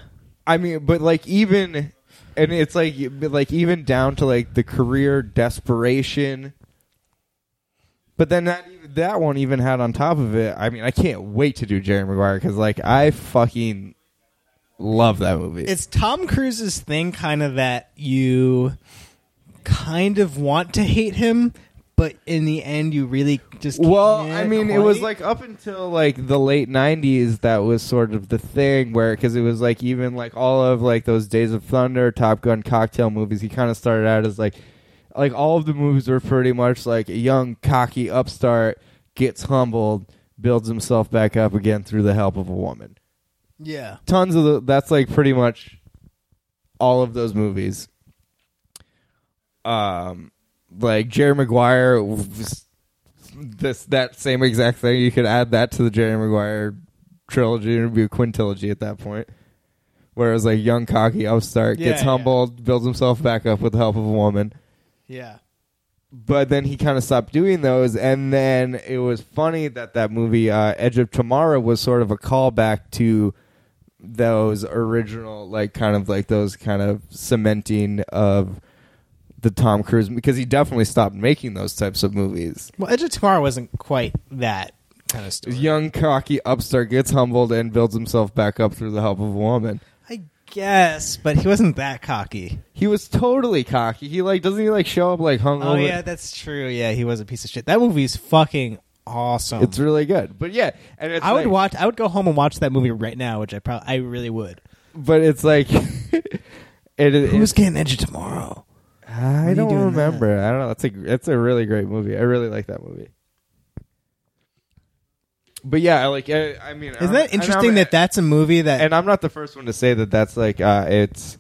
A: I mean, but like even, and it's like but, like even down to like the career desperation. But then that that one even had on top of it. I mean, I can't wait to do Jerry Maguire because like I fucking love that movie.
B: it's Tom Cruise's thing, kind of that you kind of want to hate him, but in the end, you really just
A: well,
B: can't
A: I mean, it
B: quite.
A: was like up until like the late '90s that was sort of the thing where because it was like even like all of like those Days of Thunder, Top Gun, cocktail movies. He kind of started out as like like all of the movies were pretty much like a young cocky upstart gets humbled, builds himself back up again through the help of a woman.
B: yeah,
A: Tons of the, that's like pretty much all of those movies. Um, like Jerry Maguire, was this that same exact thing. You could add that to the Jerry Maguire trilogy, and it'd be a quintilogy at that point. Whereas like young cocky upstart
B: Yeah,
A: gets
B: yeah.
A: humbled, builds himself back up with the help of a woman
B: yeah.
A: but then he kind of stopped doing those and then it was funny that that movie uh, edge of tomorrow was sort of a callback to those original like kind of like those kind of cementing of the Tom Cruise because he definitely stopped making those types of movies.
B: Well, Edge of Tomorrow wasn't quite that kind of story.
A: Young cocky upstart gets humbled and builds himself back up through the help of a woman.
B: I guess, but he wasn't that cocky.
A: He was totally cocky. He like doesn't he like show up like hungover?
B: Oh yeah, that's true. Yeah, he was a piece of shit. That movie's fucking awesome.
A: It's really good. But yeah, and it's
B: I would
A: like-
B: watch. I would go home and watch that movie right now, which I probably I really would.
A: but it's like it, it-
B: Who's getting Edge of Tomorrow?
A: I
B: doing
A: don't
B: that?
A: remember. I don't know. That's a that's a really great movie. I really like that movie. But yeah, I like I, I mean,
B: Isn't that interesting that that's a movie that
A: and I'm not the first one to say that that's like uh, it's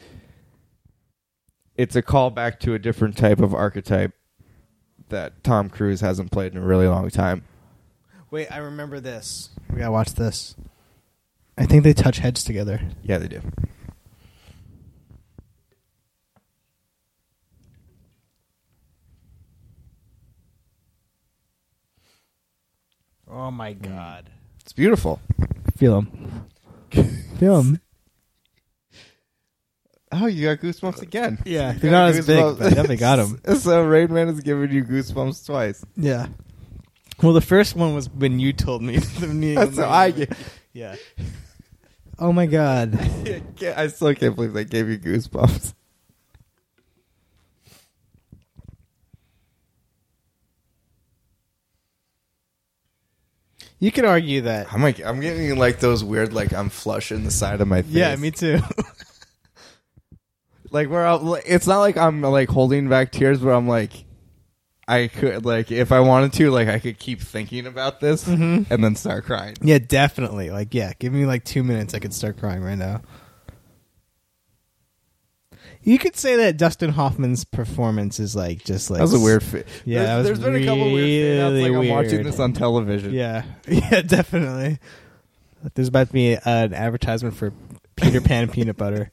A: it's a callback to a different type of archetype that Tom Cruise hasn't played in a really long time.
B: Wait, I remember this. We gotta watch this. I think they touch heads together.
A: Yeah, they do.
B: Oh my god.
A: It's beautiful.
B: Feel them. Feel them.
A: Oh, you got goosebumps again.
B: Yeah,
A: You
B: they're
A: got
B: not as big,
A: goosebumps.
B: but I definitely got 'em.
A: so Rain Man has given you goosebumps twice.
B: Yeah. Well, the first one was when you told me. the name
A: That's
B: of the
A: how I
B: movie.
A: get.
B: Yeah. Oh my god.
A: I can't- I still can't believe they gave you goosebumps.
B: You could argue that.
A: I'm like, I'm getting like those weird, like I'm flush in the side of my face.
B: Yeah, me too.
A: like where I'll, like, it's not like I'm like holding back tears, but I'm like, I could like if I wanted to, like I could keep thinking about this
B: Mm-hmm.
A: and then start crying.
B: yeah, definitely. Like, yeah, give me like two minutes. I could start crying right now. You could say that Dustin Hoffman's performance is like just like
A: That was a weird fit.
B: Yeah, that
A: there's,
B: was
A: there's been a couple weird fade-outs, Like
B: really
A: I'm watching
B: weird.
A: this on television.
B: Yeah, yeah, definitely. There's about to be uh, an advertisement for Peter Pan peanut butter.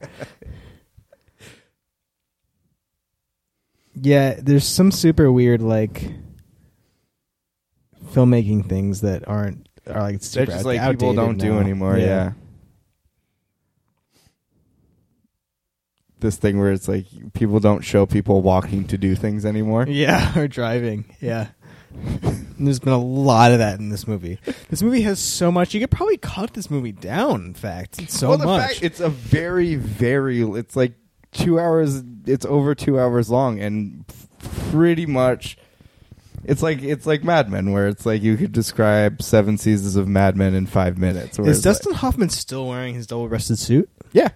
B: Yeah, there's some super weird like filmmaking things that aren't are
A: they're
B: like super
A: just
B: out-
A: like people
B: outdated
A: don't do
B: now.
A: anymore. Yeah. This thing where it's like people don't show people walking to do things anymore.
B: yeah, or driving. Yeah, And there's been a lot of that in this movie. This movie has so much. You could probably cut this movie down. In fact, It's so
A: well, the
B: much.
A: fact it's a very, very. It's like two hours. It's over two hours long, and pretty much, it's like it's like Mad Men, where it's like you could describe seven seasons of Mad Men in five minutes. where
B: Is
A: it's like-
B: Dustin Hoffman still wearing his double breasted suit?
A: yeah,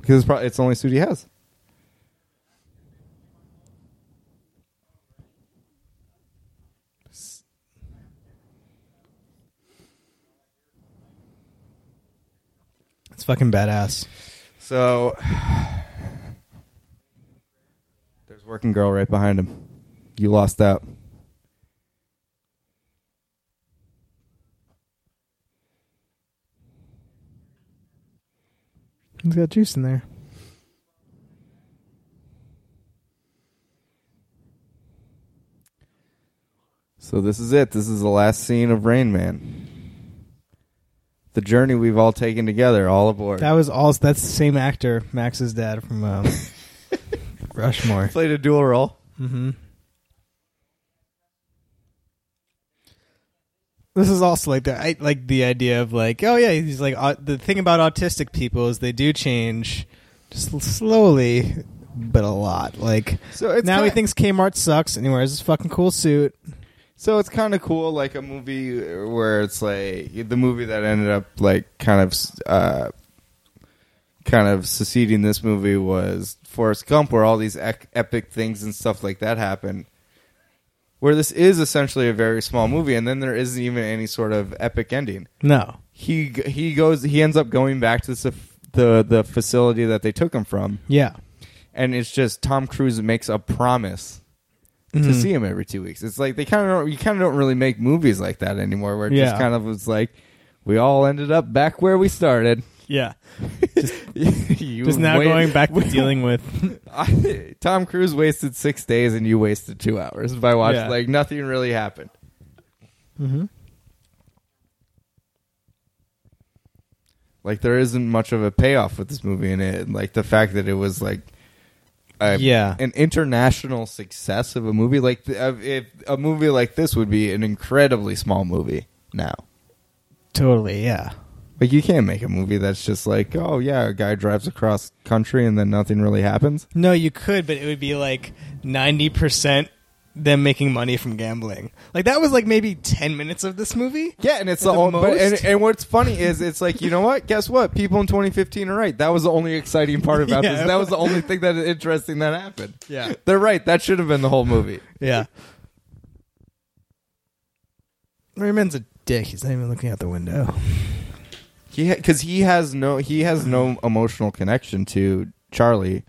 A: because it's probably it's the only suit he has.
B: It's fucking badass.
A: So there's working girl right behind him. You lost out.
B: He's got juice in there.
A: So this is it. This is the last scene of Rain Man. The journey we've all taken together, all aboard.
B: That was all. That's the same actor, Max's dad from um, Rushmore.
A: played a dual role.
B: Mm-hmm. This is also like the I like the idea of like oh yeah he's like uh, the thing about autistic people is they do change just l- slowly but a lot like
A: So it's
B: now he
A: kinda-
B: thinks Kmart sucks and he wears his fucking cool suit
A: So it's kind of cool, like a movie where it's like the movie that ended up like kind of, uh, kind of succeeding this movie was Forrest Gump, where all these ec- epic things and stuff like that happen. Where this is essentially a very small movie, and then there isn't even any sort of epic ending.
B: no
A: He g- he goes, he ends up going back to the the, the facility that they took him from,
B: yeah
A: and it's just Tom Cruise makes a promise to
B: Mm.
A: see him every two weeks. It's like they kind of you kind of don't really make movies like that anymore, where it
B: Yeah.
A: just kind of was like we all ended up back where we started.
B: yeah
A: you
B: just now
A: wait-
B: going back to dealing with
A: I- Tom Cruise wasted six days and you wasted two hours by watching.
B: Yeah.
A: Like nothing really happened.
B: mm-hmm.
A: Like there isn't much of a payoff with this movie in it. Like the fact that it was like a,
B: Yeah.
A: an international success of a movie like th- uh, if a movie like this would be an incredibly small movie now.
B: Totally, yeah.
A: Like you can't make a movie that's just like, oh yeah, a guy drives across country and then nothing really happens.
B: No, you could, but it would be like 90% them making money from gambling. Like that was like maybe 10 minutes of this movie.
A: Yeah, and it's
B: At
A: the,
B: the
A: only. But, and,
B: most.
A: and what's funny is it's like you know what? Guess what? People in 2015 are right. That was the only exciting part about
B: Yeah.
A: this. That was the only thing that is interesting that happened.
B: Yeah.
A: they're right. That should have been the whole movie.
B: Yeah. Rayman's a dick. He's not even looking out the window.
A: He because he has no he has no emotional connection to Charlie.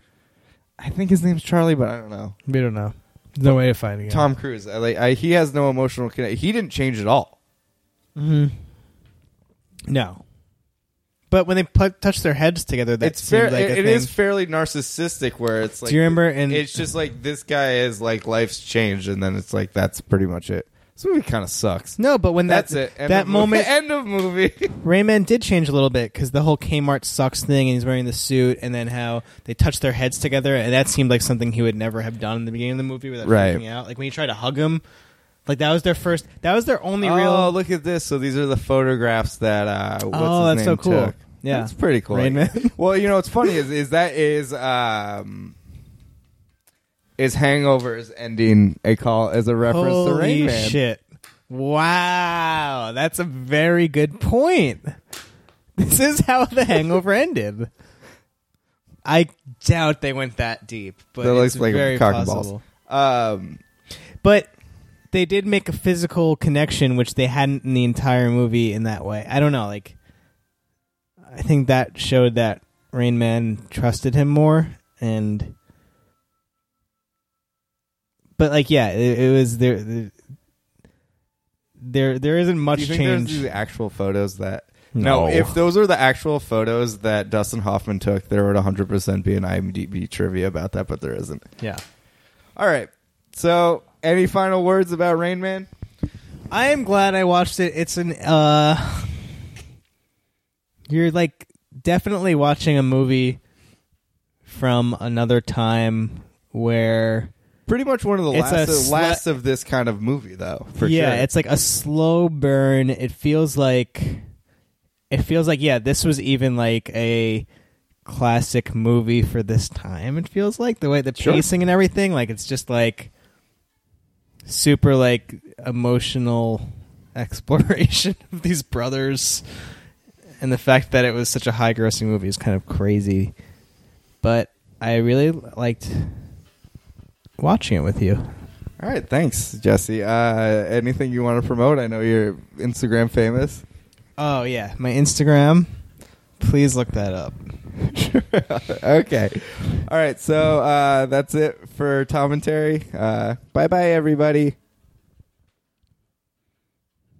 A: I think his name's Charlie, but I don't know.
B: We don't know. There's no way to find it.
A: Tom Cruise. I, like I, he has no emotional connection. He didn't change at all.
B: No. But when they put, touch their heads together, that
A: it's fair.
B: seems like
A: it-
B: a
A: it
B: thing.
A: is fairly narcissistic. Where it's like
B: you remember in-
A: it's just like this guy is like life's changed, and then it's like that's pretty much it. This movie kind of sucks.
B: No, but when
A: That's
B: that,
A: it. End
B: that
A: of movie.
B: moment,
A: End of movie.
B: Rayman did change a little bit because the whole Kmart sucks thing, and he's wearing the suit, and then how they touch their heads together, and that seemed like something he would never have done in the beginning of the movie without
A: Right.
B: freaking out. Like when he tried to hug him, like that was their first, that was their only real.
A: oh, look at this. So these are the photographs that uh, what's
B: Oh,
A: his
B: that's
A: name
B: so cool.
A: took.
B: Yeah.
A: that's pretty cool.
B: Rain Man.
A: well, you know what's funny is is that is um is Hangover's ending a call as a reference
B: Holy
A: to Rain Man.
B: shit! Wow, that's a very good point. This is how the Hangover ended. I doubt they went that deep, but
A: That looks
B: it's
A: like
B: very
A: cock and
B: possible.
A: balls. Um,
B: But they did make a physical connection, which they hadn't in the entire movie in that way. I don't know. Like, I think that showed that Rain Man trusted him more, and but like, yeah, it, it was there. the- There, there isn't
A: do
B: much
A: you think
B: change.
A: there's the actual photos that? No.
B: No.
A: if those are the actual photos that Dustin Hoffman took, there would 100% be an IMDb trivia about that, but there isn't.
B: yeah,
A: All right. So, any final words about Rain Man?
B: I am glad I watched it. It's an uh You're like definitely watching a movie from another time where
A: Pretty much one of the
B: It's
A: last, uh,
B: a sla-
A: last of this kind of movie, though. For
B: yeah,
A: sure.
B: it's like a slow burn. It feels like it feels like yeah, this was even like a classic movie for this time. It feels like the way the
A: Sure.
B: pacing and everything, like it's just like super like emotional exploration of these brothers and the fact that it was such a high grossing movie is kind of crazy. But I really liked watching it with you.
A: All right. Thanks, Jesse. Uh, anything you want to promote? I know you're Instagram famous.
B: Oh yeah, my Instagram. Please look that up.
A: okay. All right. So, uh, that's it for Tom and Terry. Uh, bye bye, everybody.